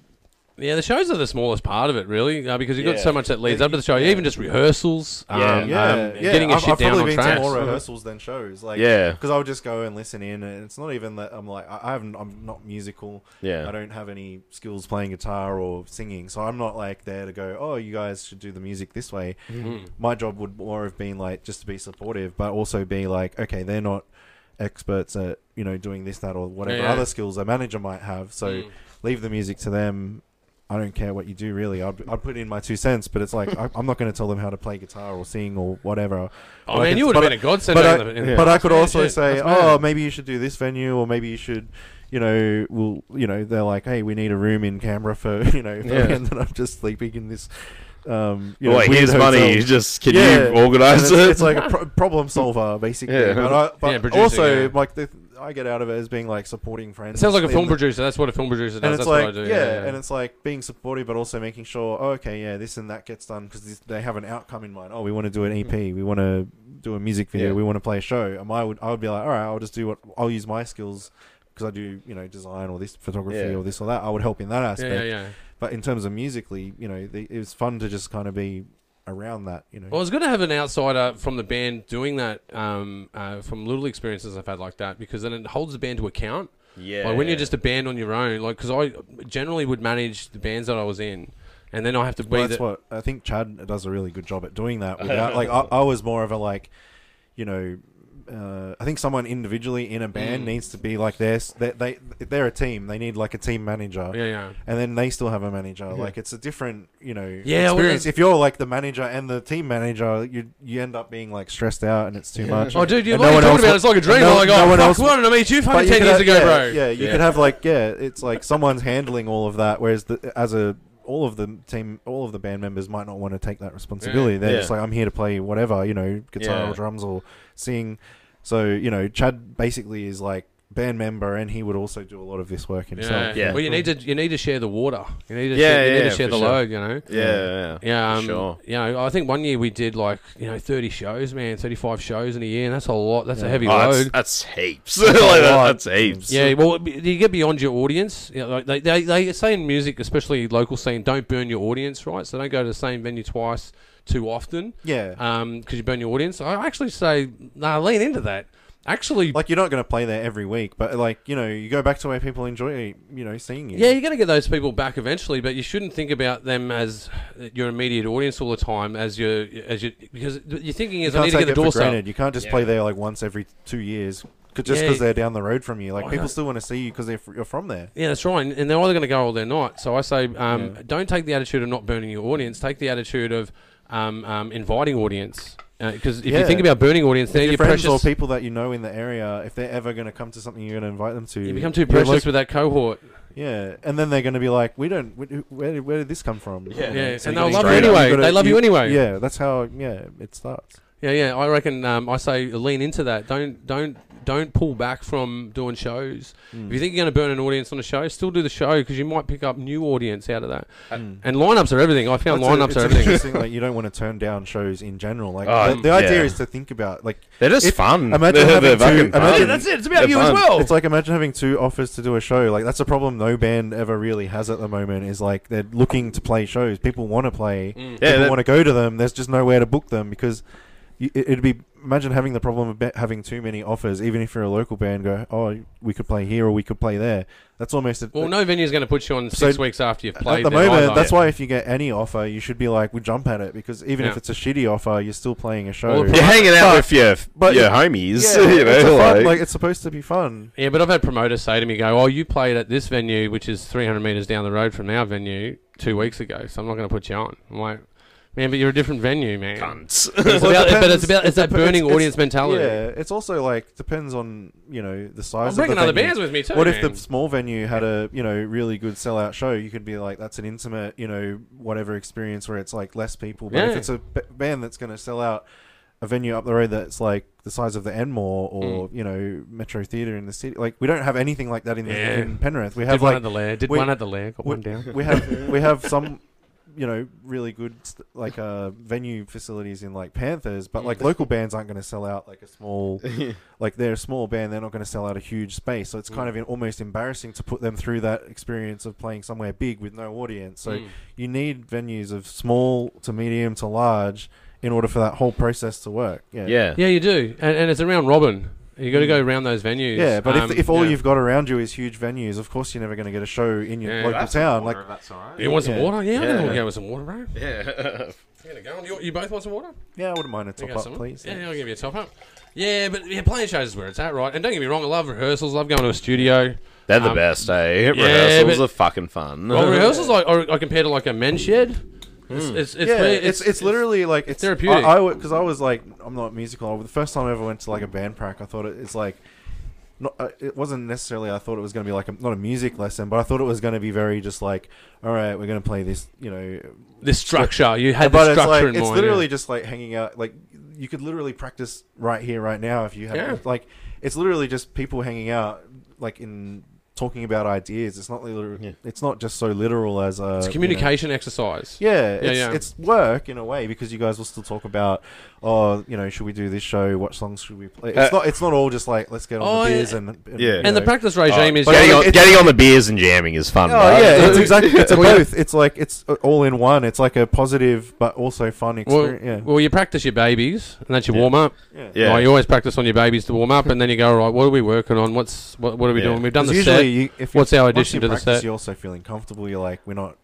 Speaker 1: Yeah, the shows are the smallest part of it, really, uh, because you've got
Speaker 2: Yeah.
Speaker 1: so much that leads up to the show. Even just rehearsals, um,
Speaker 2: Yeah.
Speaker 1: um,
Speaker 3: yeah, yeah.
Speaker 1: getting a
Speaker 3: I've,
Speaker 1: shit
Speaker 3: I've
Speaker 1: down
Speaker 3: probably
Speaker 1: on
Speaker 3: been
Speaker 1: tracks.
Speaker 3: to more rehearsals than shows. Like
Speaker 2: yeah,
Speaker 3: Because I would just go and listen in, and it's not even that I'm like I, I haven't I'm not musical.
Speaker 2: yeah.
Speaker 3: I don't have any skills playing guitar or singing, so I'm not like there to go, oh, you guys should do the music this way.
Speaker 1: Mm.
Speaker 3: My job would more have been like just to be supportive, but also be like, okay, they're not experts at you know doing this, that, or whatever
Speaker 1: Yeah, Mm. yeah.
Speaker 3: other skills a manager might have, so leave the music to them. I don't care what you do, really. I'd, I'd put in my two cents, but it's like, I, I'm not going to tell them how to play guitar or sing or whatever.
Speaker 1: Oh,
Speaker 3: But I
Speaker 1: man,
Speaker 3: can-
Speaker 1: you would
Speaker 3: but
Speaker 1: have
Speaker 3: I-
Speaker 1: been a godsend.
Speaker 3: but I,
Speaker 1: in the- in the
Speaker 3: but I
Speaker 1: past.
Speaker 3: could
Speaker 1: Yeah,
Speaker 3: also
Speaker 1: shit,
Speaker 3: say,
Speaker 1: that's mad.
Speaker 3: oh, maybe you should do this venue, or maybe you should, you know, we'll, you know, they're like, hey, we need a room in Canberra for, you know,
Speaker 2: Yeah.
Speaker 3: and then I'm just sleeping in this, um, you know,
Speaker 2: Like,
Speaker 3: weird
Speaker 2: here's
Speaker 3: hotel.
Speaker 2: money. You just can
Speaker 3: Yeah,
Speaker 2: you organize
Speaker 3: and it's,
Speaker 2: it?
Speaker 3: It's like a pro- problem solver, basically.
Speaker 2: Yeah.
Speaker 3: But, I, but
Speaker 1: Yeah, producing,
Speaker 3: also,
Speaker 1: yeah.
Speaker 3: like, the, I get out of it as being like supporting friends.
Speaker 1: It sounds like a
Speaker 3: in
Speaker 1: film
Speaker 3: the-
Speaker 1: producer. That's what a film producer does.
Speaker 3: and it's
Speaker 1: that's
Speaker 3: like,
Speaker 1: what I do.
Speaker 3: yeah, and it's like being supportive, but also making sure, oh, okay, yeah, this and that gets done because they have an outcome in mind. Oh, we want to do an EP, we want to do a music video,
Speaker 2: Yeah.
Speaker 3: we want to play a show. And I would, I would be like, all right, I'll just do what I'll use my skills because I do, you know, design or this photography
Speaker 2: Yeah.
Speaker 3: or this or that. I would help in that
Speaker 1: yeah,
Speaker 3: aspect.
Speaker 1: yeah, yeah.
Speaker 3: But in terms of musically, you know, the, it was fun to just kind of be around that. You know,
Speaker 1: Well, I was going to have an outsider from the band doing that um, uh, from little experiences I've had like that because then it holds the band to account.
Speaker 2: yeah.
Speaker 1: Like when you're just a band on your own, like because I generally would manage the bands that I was in, and then I have to be
Speaker 3: Well,
Speaker 1: the,
Speaker 3: that's what I think. Chad does a really good job at doing that. Without, like I, I was more of a like, you know, uh, I think someone individually in a band
Speaker 1: Mm.
Speaker 3: needs to be like they're s- they, they they're a team. They need like a team manager,
Speaker 1: yeah, yeah.
Speaker 3: and then they still have a manager. Like it's a different you know
Speaker 1: Yeah, well,
Speaker 3: experience.
Speaker 1: that's-
Speaker 3: if you're like the manager and the team manager, you you end up being like stressed out and it's too much.
Speaker 1: Oh, dude, you
Speaker 3: And
Speaker 1: like
Speaker 3: no
Speaker 1: you're
Speaker 3: one
Speaker 1: talking
Speaker 3: else
Speaker 1: about
Speaker 3: wa-
Speaker 1: it's like a dream.
Speaker 3: and no-
Speaker 1: I'm like,
Speaker 3: no
Speaker 1: oh,
Speaker 3: one
Speaker 1: fuck,
Speaker 3: else-
Speaker 1: why didn't I meet you
Speaker 3: But
Speaker 1: fucking
Speaker 3: you
Speaker 1: ten
Speaker 3: could
Speaker 1: years
Speaker 3: have-
Speaker 1: ago,
Speaker 3: yeah,
Speaker 1: bro?
Speaker 3: Yeah, you
Speaker 2: Yeah.
Speaker 3: could have like yeah, it's like someone's handling all of that, whereas the, as a all of the team, all of the band members might not want to take that responsibility. They're just
Speaker 2: Yeah.
Speaker 3: like, I'm here to play whatever, you know, guitar
Speaker 2: Yeah.
Speaker 3: or drums or sing. So you know, Chad basically is like band member, and he would also do a lot of this work
Speaker 1: Yeah.
Speaker 3: himself.
Speaker 2: Yeah.
Speaker 1: Well, you need to you need to share the water. You need to
Speaker 2: Yeah,
Speaker 1: share, you
Speaker 2: yeah,
Speaker 1: need
Speaker 2: yeah,
Speaker 1: to share
Speaker 2: for
Speaker 1: the
Speaker 2: sure.
Speaker 1: load. You know.
Speaker 2: yeah, yeah,
Speaker 1: Yeah, um,
Speaker 2: sure.
Speaker 1: You know, I think one year we did like you know thirty shows, man, thirty five shows in a year, and that's a lot. That's a
Speaker 3: Yeah.
Speaker 1: heavy
Speaker 2: Oh,
Speaker 1: load.
Speaker 2: that's, that's heaps. like that, that's heaps.
Speaker 1: Yeah, well, it be- you get beyond your audience. You know, like they, they, they say in music, especially local scene, don't burn your audience, right? So don't go to the same venue twice too often
Speaker 3: yeah.
Speaker 1: because you burn your audience. I actually say, nah, lean into that. Actually,
Speaker 3: like you're not going to play there every week, but like you know, you go back to where people enjoy, you know, seeing you.
Speaker 1: yeah, you're going to get those people back eventually, but you shouldn't think about them as uh, your immediate audience all the time as your as your because you're thinking
Speaker 3: You
Speaker 1: is I
Speaker 3: can't
Speaker 1: need to get
Speaker 3: take
Speaker 1: the
Speaker 3: it for
Speaker 1: door set.
Speaker 3: granted. You can't just
Speaker 1: Yeah.
Speaker 3: play there like once every two years, 'cause- just
Speaker 1: Yeah.
Speaker 3: because they're down the road from you. Like
Speaker 1: I
Speaker 3: people
Speaker 1: know.
Speaker 3: still want to see you because you're from there.
Speaker 1: Yeah, that's right. And- And they're either going to go or they're not. So I say, um,
Speaker 3: Yeah.
Speaker 1: don't take the attitude of not burning your audience. Take the attitude of um, um, inviting audience. Because if you
Speaker 3: Yeah.
Speaker 1: think about burning audience,
Speaker 3: If
Speaker 1: then
Speaker 3: your
Speaker 1: you're
Speaker 3: friends
Speaker 1: precious.
Speaker 3: or people that you know in the area, if they're ever going to come to something, you're going to invite them to.
Speaker 1: you become too
Speaker 3: You're
Speaker 1: precious
Speaker 3: like-
Speaker 1: with that cohort.
Speaker 3: yeah, and then they're going to be like, "We don't. Where, where, did- where did this come from?"
Speaker 2: Yeah.
Speaker 1: Yeah,
Speaker 3: so
Speaker 1: and they'll
Speaker 3: you're gonna-
Speaker 1: love you
Speaker 2: straight up.
Speaker 1: anyway.
Speaker 3: you're gonna-
Speaker 1: they love you, anyway.
Speaker 3: Yeah, that's how. Yeah, it starts.
Speaker 1: yeah, yeah. I reckon um, I say lean into that. Don't, don't, don't pull back from doing shows.
Speaker 3: Hmm.
Speaker 1: If you think you're going to burn an audience on a show, still do the show because you might pick up new audience out of that.
Speaker 3: Mm.
Speaker 1: And lineups are everything. I found
Speaker 3: That's a-
Speaker 1: lineups
Speaker 3: it's
Speaker 1: are
Speaker 3: an
Speaker 1: everything.
Speaker 3: interesting. Like you don't want to turn down shows in general. Like
Speaker 2: Oh,
Speaker 3: the, the idea
Speaker 2: yeah.
Speaker 3: is to think about like
Speaker 2: They're just
Speaker 3: If-
Speaker 2: fun. they're,
Speaker 3: imagine
Speaker 2: they're
Speaker 3: having to-
Speaker 2: fucking fun.
Speaker 3: imagine-
Speaker 1: it. It's about
Speaker 2: They're fun.
Speaker 3: It's like imagine having two offers to do a show. Like that's a problem no band ever really has at the moment. Is like they're looking to play shows. People want to play.
Speaker 1: Mm.
Speaker 2: Yeah,
Speaker 3: people
Speaker 2: that-
Speaker 3: want to go to them. There's just nowhere to book them because you, it, it'd be imagine having the problem of be- having too many offers. Even if you're a local band, go oh we could play here or we could play there. That's almost a,
Speaker 1: Well, no venue's going to put you on six
Speaker 3: So,
Speaker 1: weeks after you've played.
Speaker 3: at the
Speaker 1: there
Speaker 3: moment.
Speaker 1: either.
Speaker 3: That's why if you get any offer, you should be like we jump at it because even
Speaker 1: Yeah.
Speaker 3: if it's a shitty offer, you're still playing a show.
Speaker 1: Well, the
Speaker 2: You're hanging out
Speaker 3: But-
Speaker 2: with your
Speaker 3: but-
Speaker 2: your homies.
Speaker 3: Yeah,
Speaker 2: you know,
Speaker 3: it's a fun-
Speaker 2: like,
Speaker 3: like it's supposed to be fun.
Speaker 1: Yeah, but I've had promoters say to me, "Go, oh, you played at this venue, which is 300 meters down the road from our venue two weeks ago, so I'm not going to put you on." I'm like, "Man, but you're a different venue, man."
Speaker 2: cunts.
Speaker 1: But it's
Speaker 3: Well, it
Speaker 1: about, but it's
Speaker 3: depends.
Speaker 1: about it's
Speaker 3: It
Speaker 1: that
Speaker 3: dep-
Speaker 1: burning
Speaker 3: it's-
Speaker 1: audience
Speaker 3: it's-
Speaker 1: mentality.
Speaker 3: Yeah, it's also like depends on you know the
Speaker 1: I'm
Speaker 3: size. of
Speaker 1: bringing
Speaker 3: the
Speaker 1: other
Speaker 3: venue.
Speaker 1: bands with me too.
Speaker 3: What
Speaker 1: man.
Speaker 3: if the small venue had a you know really good sellout show? You could be like, that's an intimate you know whatever experience where it's like less people. But
Speaker 1: Yeah.
Speaker 3: if it's a b- band that's going to sell out a venue up the road that's like the size of the Enmore or
Speaker 1: Mm.
Speaker 3: you know Metro Theatre in the city, like we don't have anything like that in, the,
Speaker 1: Yeah.
Speaker 3: in Penrith. We
Speaker 1: did
Speaker 3: have
Speaker 1: one
Speaker 3: like
Speaker 1: at the lair? Did
Speaker 3: we-
Speaker 1: one at the lair? Got
Speaker 3: we-
Speaker 1: one down.
Speaker 3: we have we have some you know really good st- like uh venue facilities in like panthers but like local bands aren't going to sell out like a small like they're a small band they're not going to sell out a huge space so it's kind of in, almost embarrassing to put them through that experience of playing somewhere big with no audience so
Speaker 1: Mm.
Speaker 3: you need venues of small to medium to large in order for that whole process to work yeah
Speaker 2: yeah.
Speaker 1: Yeah, you do, and, and it's around Robin. You got to go around those venues.
Speaker 3: yeah, but
Speaker 1: Um,
Speaker 3: if, if all
Speaker 1: yeah.
Speaker 3: you've got around you is huge venues, of course you're never going to get a show in your
Speaker 1: Yeah,
Speaker 3: local town. Like,
Speaker 2: that's alright.
Speaker 1: you want some
Speaker 3: Yeah.
Speaker 1: water, yeah,
Speaker 2: Yeah.
Speaker 1: I'm gonna go with some water, bro.
Speaker 2: Yeah.
Speaker 1: You're gonna go on. You, you both want some water?
Speaker 3: yeah, I wouldn't mind a
Speaker 1: You
Speaker 3: top
Speaker 1: got
Speaker 3: up,
Speaker 1: some?
Speaker 3: please.
Speaker 1: Yeah, I'll give you a top up. Yeah, but yeah, playing shows is where it's at, right? And don't get me wrong, I love rehearsals. Love going to a studio.
Speaker 2: They're the
Speaker 1: Um,
Speaker 2: best, eh?
Speaker 1: yeah,
Speaker 2: Rehearsals
Speaker 1: but-
Speaker 2: are fucking fun.
Speaker 1: Well, rehearsals like are, are compared to like a men's shed. It's, it's, it's,
Speaker 3: Hmm. yeah,
Speaker 1: where-
Speaker 3: it's, it's literally like it's
Speaker 1: therapeutic.
Speaker 3: I because I, was like, I'm not musical. The first time I ever went to like a band prac, I thought it, it's like, not, uh, it wasn't necessarily. I thought it was going to be like a, not a music lesson, but I thought it was going to be very just like, all right, we're going to play this, you know.
Speaker 1: the structure. You had
Speaker 3: but
Speaker 1: the
Speaker 3: it's
Speaker 1: structure
Speaker 3: like
Speaker 1: in
Speaker 3: it's
Speaker 1: mind.
Speaker 3: literally
Speaker 1: yeah.
Speaker 3: just like hanging out. Like you could literally practice right here, right now, if you had
Speaker 1: Yeah.
Speaker 3: like it's literally just people hanging out, like in talking about ideas. It's not literal.
Speaker 2: Yeah.
Speaker 3: It's not just so literal as a
Speaker 1: it's
Speaker 3: you know,
Speaker 1: communication exercise.
Speaker 3: yeah, it's,
Speaker 1: yeah.
Speaker 3: it's work in a way because you guys will still talk about, oh, you know, should we do this show? What songs should we play? It's
Speaker 2: Uh,
Speaker 3: not. It's not all just like let's get on
Speaker 1: Oh,
Speaker 3: the beers
Speaker 1: yeah.
Speaker 3: and, and
Speaker 2: Yeah.
Speaker 3: you
Speaker 1: And the
Speaker 3: know.
Speaker 1: practice regime is
Speaker 2: But getting,
Speaker 3: yeah,
Speaker 2: on,
Speaker 3: it's-
Speaker 2: getting on the beers and jamming is fun.
Speaker 3: Oh
Speaker 2: right?
Speaker 3: yeah, it's exactly. It's a
Speaker 1: Well, yeah.
Speaker 3: both. It's like it's all in one. It's like a positive but also fun
Speaker 1: well,
Speaker 3: experience. yeah.
Speaker 1: well, you practice your babies, and that's your warm up.
Speaker 3: yeah.
Speaker 2: Yeah.
Speaker 1: Like, you always practice on your babies to warm up, and then you go, right, what are we working on? What's what, what are we
Speaker 2: Yeah.
Speaker 1: doing? We've done
Speaker 3: 'Cause
Speaker 1: the
Speaker 3: usually
Speaker 1: set.
Speaker 3: You, if
Speaker 1: What's our
Speaker 3: once
Speaker 1: addition
Speaker 3: you
Speaker 1: to the
Speaker 3: practice,
Speaker 1: set?
Speaker 3: You're also feeling comfortable. You're like we're not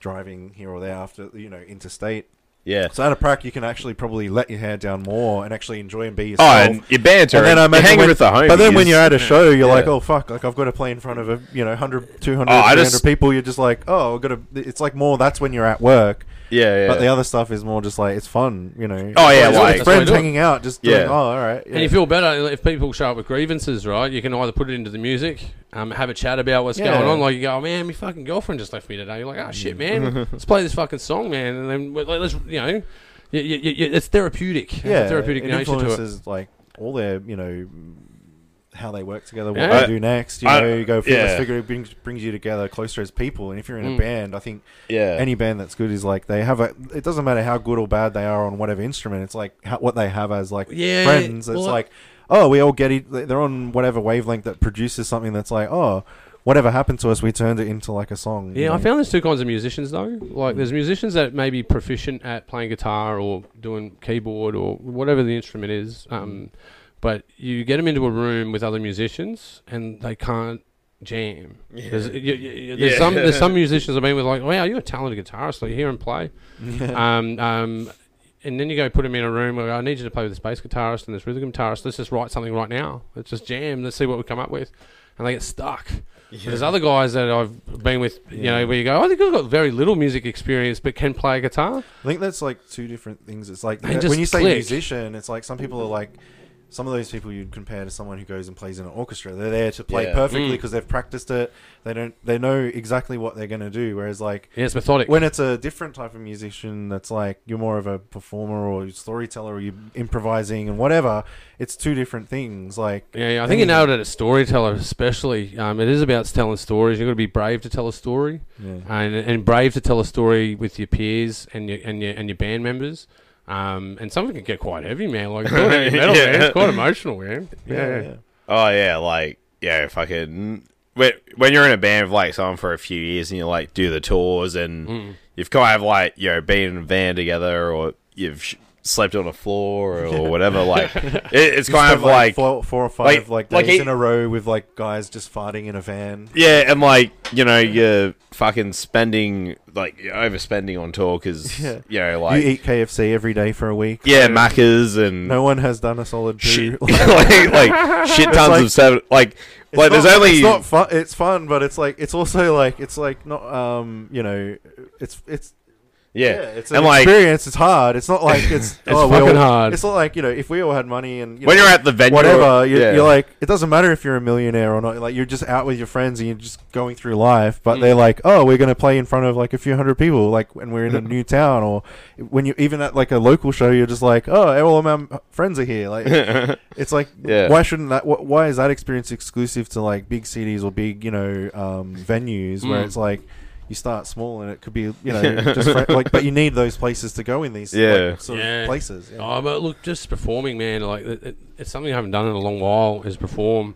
Speaker 3: driving here or there after you know interstate.
Speaker 2: yeah.
Speaker 3: So at a prac, you can actually probably let your hair down more and actually enjoy and be
Speaker 2: Oh,
Speaker 3: yourself.
Speaker 2: and you banter.
Speaker 3: And then I
Speaker 2: you're
Speaker 3: imagine
Speaker 2: hanging
Speaker 3: when-
Speaker 2: with the homies.
Speaker 3: But then when you're at a show, you're like,
Speaker 2: Yeah.
Speaker 3: oh fuck, like I've got to play in front of a you know 100, 200,
Speaker 2: Oh, I
Speaker 3: 300
Speaker 2: just-
Speaker 3: people. You're just like, oh, I've got to. It's like more. That's when you're at work.
Speaker 2: yeah, yeah.
Speaker 3: But the other stuff is more just like it's fun, you know.
Speaker 2: Oh, yeah, like-
Speaker 3: It's with
Speaker 1: That's why I
Speaker 3: friends
Speaker 1: do it.
Speaker 3: hanging out, just
Speaker 2: Yeah.
Speaker 3: doing. Oh, all right. Yeah.
Speaker 1: And you feel better if people show up with grievances, right? You can either put it into the music, um, have a chat about what's
Speaker 3: Yeah.
Speaker 1: going on. Like you go, oh, man, my fucking girlfriend just left me today. You're like, oh shit,
Speaker 3: Mm.
Speaker 1: man, let's play this fucking song, man, and then we- like, let's you know, y y y y- it's therapeutic. It has a
Speaker 3: yeah,
Speaker 1: therapeutic
Speaker 3: it
Speaker 1: nature to it.
Speaker 3: influences like all their you know how they work together, what
Speaker 1: Yeah.
Speaker 3: they do next. You
Speaker 2: I-
Speaker 3: know, you go feel
Speaker 2: yeah.
Speaker 3: this figure it brings brings you together closer as people. And if you're in
Speaker 1: Mm.
Speaker 3: a band, I think
Speaker 2: yeah.
Speaker 3: any band that's good is like they have a. It doesn't matter how good or bad they are on whatever instrument. It's like how, what they have as like
Speaker 1: Yeah,
Speaker 3: friends. It's
Speaker 1: well, I-
Speaker 3: like oh, we all get it. They're on whatever wavelength that produces something that's like oh, whatever happened to us, we turned it into like a song. you
Speaker 1: Yeah, I
Speaker 3: know?
Speaker 1: found there's two kinds of musicians though. Like there's musicians that may be proficient at playing guitar or doing keyboard or whatever the instrument is, um, but you get them into a room with other musicians and they can't jam. There's, y- y- y- there's
Speaker 2: Yeah.
Speaker 1: some there's some musicians I've been with like, wow, you're a talented guitarist. Like, hear him play. um, um, and then you go put them in a room where I need you to play with this bass guitarist and this rhythm guitarist. Let's just write something right now. Let's just jam. Let's see what we come up with. And they get stuck. There's other guys that I've been with, you know, where you go, I think I've got very little music experience, but can play a guitar.
Speaker 3: I think that's like two different things. It's like
Speaker 1: They
Speaker 3: that-
Speaker 1: just
Speaker 3: when you say
Speaker 1: click.
Speaker 3: musician, it's like some people are like some of those people you'd compare to someone who goes and plays in an orchestra. They're there to play
Speaker 2: Yeah.
Speaker 3: perfectly
Speaker 1: Mm.
Speaker 3: because they've practiced it. They don't. They know exactly what they're going to do. Whereas like
Speaker 1: Yeah, it's methodic.
Speaker 3: when it's a different type of musician, that's like you're more of a performer or you're storyteller or you're improvising and whatever. It's two different things. Like
Speaker 1: yeah, yeah, I think you
Speaker 3: anything.
Speaker 1: nailed it as storyteller, especially. Um, it is about telling stories. You've got to be brave to tell a story.
Speaker 3: Yeah.
Speaker 1: and, and brave to tell a story with your peers and your and your and your band members. Um, and some of it can get quite heavy, man. Like it's not heavy metal,
Speaker 2: Yeah.
Speaker 1: man. It's quite emotional, man. Yeah.
Speaker 3: Yeah,
Speaker 1: yeah.
Speaker 3: yeah.
Speaker 2: Oh yeah, like yeah, fucking. When when you're in a band with like someone for a few years and you like do the tours and
Speaker 3: Mm.
Speaker 2: you've kind of like you know been in a van together or you've sh- slept on a floor or whatever, like it, it's
Speaker 3: You
Speaker 2: kind
Speaker 3: spent,
Speaker 2: of like,
Speaker 3: four, four or five
Speaker 2: like-
Speaker 3: like,
Speaker 2: like
Speaker 3: days
Speaker 2: eight-
Speaker 3: in a row with like guys just farting in a van.
Speaker 2: yeah, and like you know you're fucking spending like you're overspending on tour because
Speaker 3: Yeah.
Speaker 2: you know like
Speaker 3: you eat KFC every day for a week.
Speaker 2: yeah macas and
Speaker 3: No one has done a solid poo.
Speaker 2: shit like, like shit tons
Speaker 3: like-
Speaker 2: of seven like
Speaker 3: It's
Speaker 2: like
Speaker 3: not-
Speaker 2: there's only
Speaker 3: it's not fun. It's fun, but it's like it's also like it's like not um you know it's it's
Speaker 2: yeah,
Speaker 3: yeah, it's an
Speaker 2: and like
Speaker 3: experience. It's hard. It's not like it's oh, we
Speaker 1: fucking
Speaker 3: all-
Speaker 1: hard.
Speaker 3: It's not like you know if we all had money and you
Speaker 2: when
Speaker 3: know,
Speaker 2: you're at the venue
Speaker 3: whatever you're,
Speaker 2: yeah.
Speaker 3: you're like it doesn't matter if you're a millionaire or not. Like you're just out with your friends and you're just going through life. But
Speaker 1: Mm.
Speaker 3: they're like oh we're gonna play in front of like a few hundred people like when we're in a new town or when you even at like a local show you're just like oh all of my friends are here like It's like,
Speaker 2: Yeah.
Speaker 3: why shouldn't that? Wh- why is that experience exclusive to like big cities or big, you know, um, venues where
Speaker 1: Mm.
Speaker 3: it's like you start small and it could be, you know, just fr- like, but you need those places to go in these, like,
Speaker 2: Yeah.
Speaker 3: sort
Speaker 1: Yeah.
Speaker 3: of places. Yeah.
Speaker 1: Oh, but look, just performing, man. Like it, it, it's something I haven't done in a long while is perform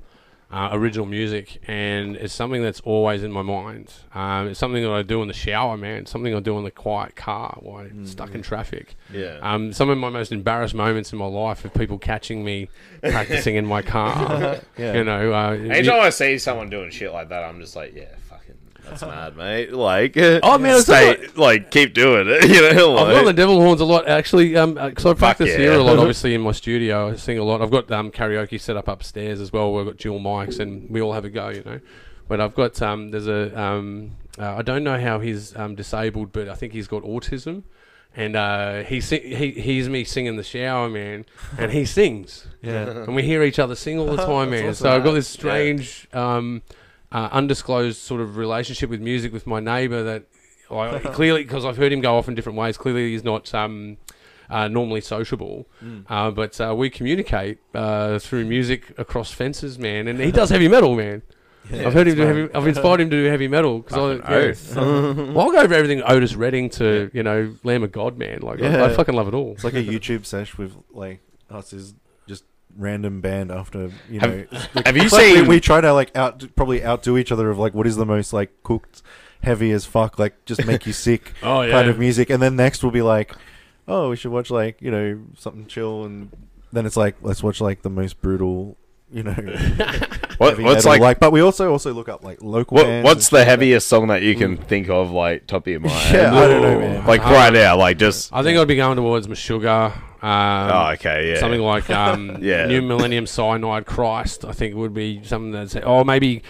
Speaker 1: uh, original music, and it's something that's always in my mind. Um, it's something that I do in the shower, man. It's something I do in the quiet car while I'm stuck in traffic.
Speaker 2: yeah
Speaker 3: Uh,
Speaker 1: Um, some of my most embarrassed moments in my life are people catching me practicing in my car.
Speaker 3: Yeah.
Speaker 1: You know, uh,
Speaker 2: Anytime I see someone doing shit like that, I'm just like, yeah, fucking, that's mad, mate. Like,
Speaker 1: Oh, man, it's
Speaker 2: stay, like, keep doing it. You know,
Speaker 1: I've got
Speaker 2: like,
Speaker 1: the devil horns a lot, actually, um, because I practice
Speaker 2: yeah.
Speaker 1: here a lot, obviously, in my studio. I sing a lot. I've got um, karaoke set up upstairs as well. We've got dual mics, and we all have a go, you know. But I've got um, there's a um, uh, I don't know how he's um, disabled, but I think he's got autism, and uh, he si- he hears me sing in the shower, man, and he sings,
Speaker 3: Yeah.
Speaker 1: and we hear each other sing all the time,
Speaker 3: That's
Speaker 1: man.
Speaker 3: awesome.
Speaker 1: So I've got this strange, um, uh, undisclosed sort of relationship with music with my neighbour that I, clearly, because I've heard him go off in different ways, clearly he's not um, uh, normally sociable.
Speaker 3: Mm.
Speaker 1: Uh, but uh, we communicate uh, through music across fences, man. And he does heavy metal, man. I've heard him do heavy. I've inspired him to do heavy metal because I.
Speaker 2: Fucking
Speaker 1: Yeah.
Speaker 2: oath.
Speaker 1: Well, I'll go over everything Otis Redding to you know Lamb of God, man. Like
Speaker 3: Yeah.
Speaker 1: I, I fucking love it all.
Speaker 3: It's like a YouTube sesh with like us is just random band after you know.
Speaker 2: Have- Have you seen?
Speaker 3: we try to like out probably outdo each other of like what is the most like cooked, heavy as fuck, like just make you sick
Speaker 1: Oh
Speaker 3: kind of music, and then next will be like, oh, we should watch like you know something chill, and then it's like let's watch like the most brutal, you know,
Speaker 2: what,
Speaker 3: heavy
Speaker 2: what's
Speaker 3: metal,
Speaker 2: like?
Speaker 3: But we also also look up like local.
Speaker 2: What,
Speaker 3: bands and
Speaker 2: what's
Speaker 3: shit
Speaker 2: the
Speaker 3: like that.
Speaker 2: heaviest song that you can think of, like top of your mind?
Speaker 3: Yeah, I don't know, man.
Speaker 2: Like
Speaker 1: Um,
Speaker 2: right now, like just.
Speaker 1: I think I'd be going towards Meshuggah. Um,
Speaker 2: oh, okay, yeah.
Speaker 1: Something like um,
Speaker 2: Yeah.
Speaker 1: New Millennium Cyanide Christ, I think would be something that's. Or maybe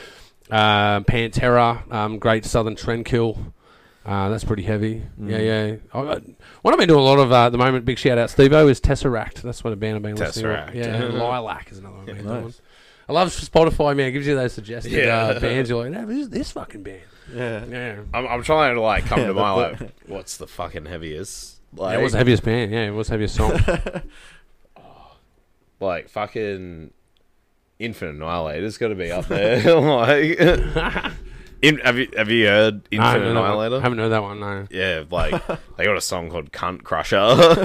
Speaker 1: uh, Pantera, um, Great Southern Trendkill. Uh, that's pretty heavy.
Speaker 2: Mm.
Speaker 1: Yeah, yeah. I, I, what I've been doing a lot of uh, at the moment, big shout out Steve O, is Tesseract. That's what a band I've been listening
Speaker 2: Tesseract.
Speaker 1: to. Yeah, Lilac is another one. man.
Speaker 3: nice.
Speaker 1: I love Spotify, man. It gives you those suggested
Speaker 2: Yeah.
Speaker 1: uh, bands. You're like, no, this, this fucking band.
Speaker 3: Yeah.
Speaker 1: Yeah.
Speaker 2: I'm, I'm trying to like come
Speaker 3: Yeah,
Speaker 2: to my
Speaker 3: but-
Speaker 2: like, what's the fucking heaviest?
Speaker 1: Yeah,
Speaker 2: Like,
Speaker 1: it was the heaviest band. Yeah, it was the heaviest song.
Speaker 2: like fucking Infinite Annihilator's got to be up there. like, in, have you have you heard Infinite
Speaker 1: no, no, no,
Speaker 2: Annihilator?
Speaker 1: I haven't heard that one, no.
Speaker 2: yeah, like they got a song called Cunt Crusher.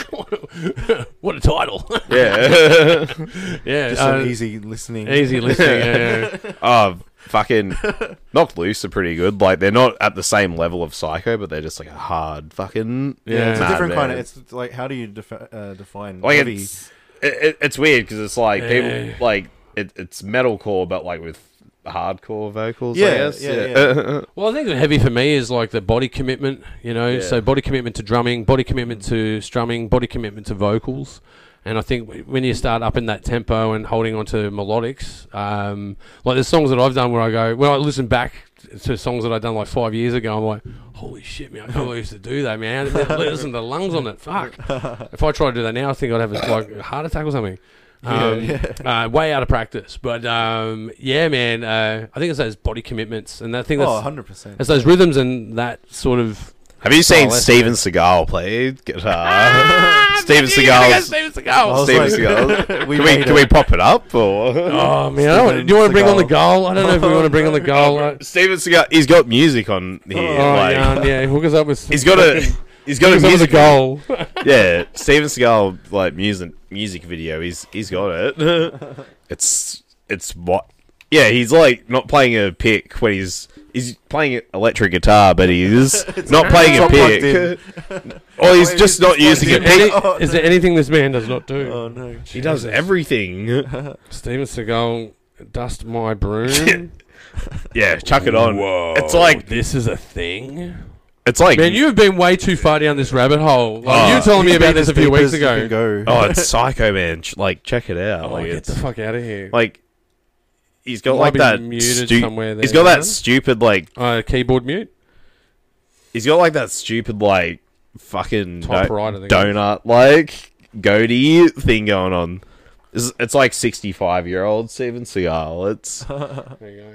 Speaker 1: what a title.
Speaker 2: yeah.
Speaker 1: yeah.
Speaker 3: Just some
Speaker 1: uh,
Speaker 3: easy listening.
Speaker 1: easy listening. Yeah, yeah.
Speaker 2: oh, fucking Knocked Loose are pretty good. Like they're not at the same level of Psycho, but they're just like a hard fucking
Speaker 1: Yeah.
Speaker 3: Yeah, it's a
Speaker 2: mad
Speaker 3: different kind of.
Speaker 2: band.
Speaker 3: It's like how do you defi- uh, define
Speaker 2: like
Speaker 3: heavy?
Speaker 2: it's it, it- it's weird because it's like
Speaker 1: Yeah.
Speaker 2: people like it, it's metalcore, but like with hardcore vocals. I
Speaker 3: Yeah,
Speaker 2: guess.
Speaker 3: yeah, yeah.
Speaker 1: Well, I think the heavy for me is like the body commitment, you know.
Speaker 2: Yeah.
Speaker 1: So body commitment to drumming, body commitment to strumming, body commitment to vocals. And I think w- when you start up in that tempo and holding on to melodics, um, like there's songs that I've done where I go, when I listen back to songs that I've done like five years ago, I'm like, holy shit, man, I can't believe I used to do that, man. I didn't listen to the lungs on it, fuck. If I tried to do that now, I think I'd have a, like, a heart attack or something. Um, Uh, way out of practice. But um, yeah, man, uh, I think it's those body commitments. And I think that's.
Speaker 3: Oh, 100%.
Speaker 1: It's those rhythms and that sort of.
Speaker 2: Have you seen
Speaker 3: Oh, that's-
Speaker 2: Steven Seagal play guitar? Steven Seagal.
Speaker 3: was
Speaker 2: Steven
Speaker 3: like-
Speaker 2: Seagal. Can
Speaker 3: We
Speaker 2: we
Speaker 3: made
Speaker 2: can
Speaker 3: it.
Speaker 2: we pop it up or?
Speaker 1: Oh man, I don't want- do you want to
Speaker 3: Steven
Speaker 1: bring on the
Speaker 3: Seagal.
Speaker 1: goal? I don't know if we want to bring on the goal. Uh,
Speaker 2: Steven Seagal. He's got music on here.
Speaker 1: oh
Speaker 2: like,
Speaker 1: yeah, yeah, hook us up with.
Speaker 2: He's got a. He's got
Speaker 1: hook
Speaker 2: a
Speaker 1: us up with a
Speaker 2: music.
Speaker 1: goal.
Speaker 2: Yeah, Steven Seagal like music music video. He's he's got it. it's it's what. Yeah, he's like not playing a pick when he's he's playing electric guitar, but he's not playing a
Speaker 3: Not plugged
Speaker 2: pick. or he's just not
Speaker 3: He's
Speaker 2: using a
Speaker 3: plugged
Speaker 2: pick.
Speaker 1: Any- is there anything this man does not do?
Speaker 2: Uh,
Speaker 3: oh no.
Speaker 2: He does everything.
Speaker 1: Steven Seagal, dust my broom.
Speaker 2: Yeah, chuck it on.
Speaker 1: Whoa,
Speaker 2: It's like
Speaker 1: this is a thing.
Speaker 2: it's like
Speaker 1: Man, you've been way too far down this rabbit hole. Like,
Speaker 2: Oh.
Speaker 1: you were telling me
Speaker 3: You've
Speaker 1: about
Speaker 3: been
Speaker 1: this a
Speaker 3: as
Speaker 1: few
Speaker 3: deep
Speaker 1: weeks
Speaker 3: as you
Speaker 1: ago.
Speaker 3: can Go.
Speaker 2: oh, it's Psycho Man. Ch- Like check it out.
Speaker 1: Oh,
Speaker 2: like
Speaker 1: get
Speaker 2: it's
Speaker 1: the fuck out of here.
Speaker 2: like he's got
Speaker 1: Might
Speaker 2: like
Speaker 1: be
Speaker 2: that.
Speaker 1: muted
Speaker 2: stu-
Speaker 1: somewhere
Speaker 2: he's
Speaker 1: there,
Speaker 2: got
Speaker 1: huh?
Speaker 2: that stupid like
Speaker 1: uh, keyboard mute.
Speaker 2: He's got like that stupid like fucking
Speaker 1: Top
Speaker 2: do-
Speaker 1: right, I think.
Speaker 2: donut like goatee thing going on. It's, it's like sixty five year old Steven Seagal. It's
Speaker 1: There you go.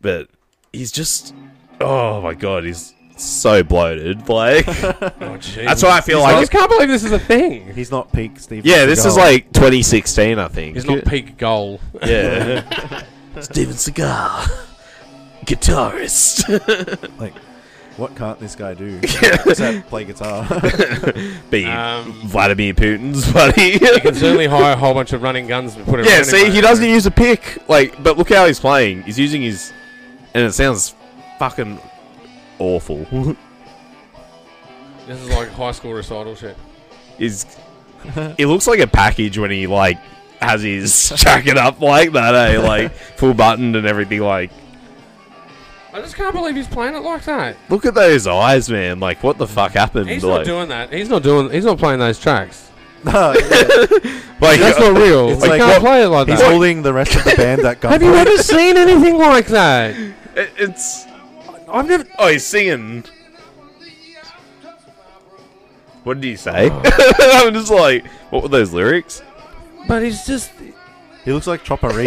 Speaker 2: but he's just oh my god, he's so bloated. Like
Speaker 1: Oh, jeez.
Speaker 2: that's why I feel
Speaker 1: I
Speaker 2: like
Speaker 1: just can't believe this is a thing.
Speaker 3: He's not peak Steve.
Speaker 2: yeah, this is like twenty sixteen. I think
Speaker 1: It's not peak goal.
Speaker 2: yeah. Steven Seagal, guitarist,
Speaker 3: like what can't this guy do except play guitar?
Speaker 2: be
Speaker 1: Um,
Speaker 2: Vladimir Putin's buddy.
Speaker 1: can certainly hire a whole bunch of running guns and put it.
Speaker 2: Yeah,
Speaker 1: around
Speaker 2: see,
Speaker 1: him,
Speaker 2: he
Speaker 1: mate.
Speaker 2: doesn't use a pick. Like, but look how he's playing. He's using his, and it sounds fucking awful.
Speaker 1: This is like high school recital shit.
Speaker 2: He's, he looks like a package when he like has his jacket up like that, eh? Like full buttoned and everything. Like,
Speaker 1: I just can't believe he's playing it like that.
Speaker 2: look at those eyes, man. Like, what the fuck happened?
Speaker 1: He's
Speaker 2: like,
Speaker 1: not doing that. He's not doing. He's not playing those tracks.
Speaker 2: Like,
Speaker 1: That's not real.
Speaker 3: It's
Speaker 1: you
Speaker 3: like-
Speaker 1: can't
Speaker 2: what-
Speaker 1: play it like
Speaker 3: He's
Speaker 1: that.
Speaker 3: holding the rest of the band at
Speaker 1: Have you
Speaker 3: gunpoint.
Speaker 1: ever seen anything like that?
Speaker 2: it- it's
Speaker 1: I've never.
Speaker 2: oh, he's singing. What did he say?
Speaker 1: Oh.
Speaker 2: I'm just like, what were those lyrics?
Speaker 1: But it's just.
Speaker 3: He looks like Chopper Reed.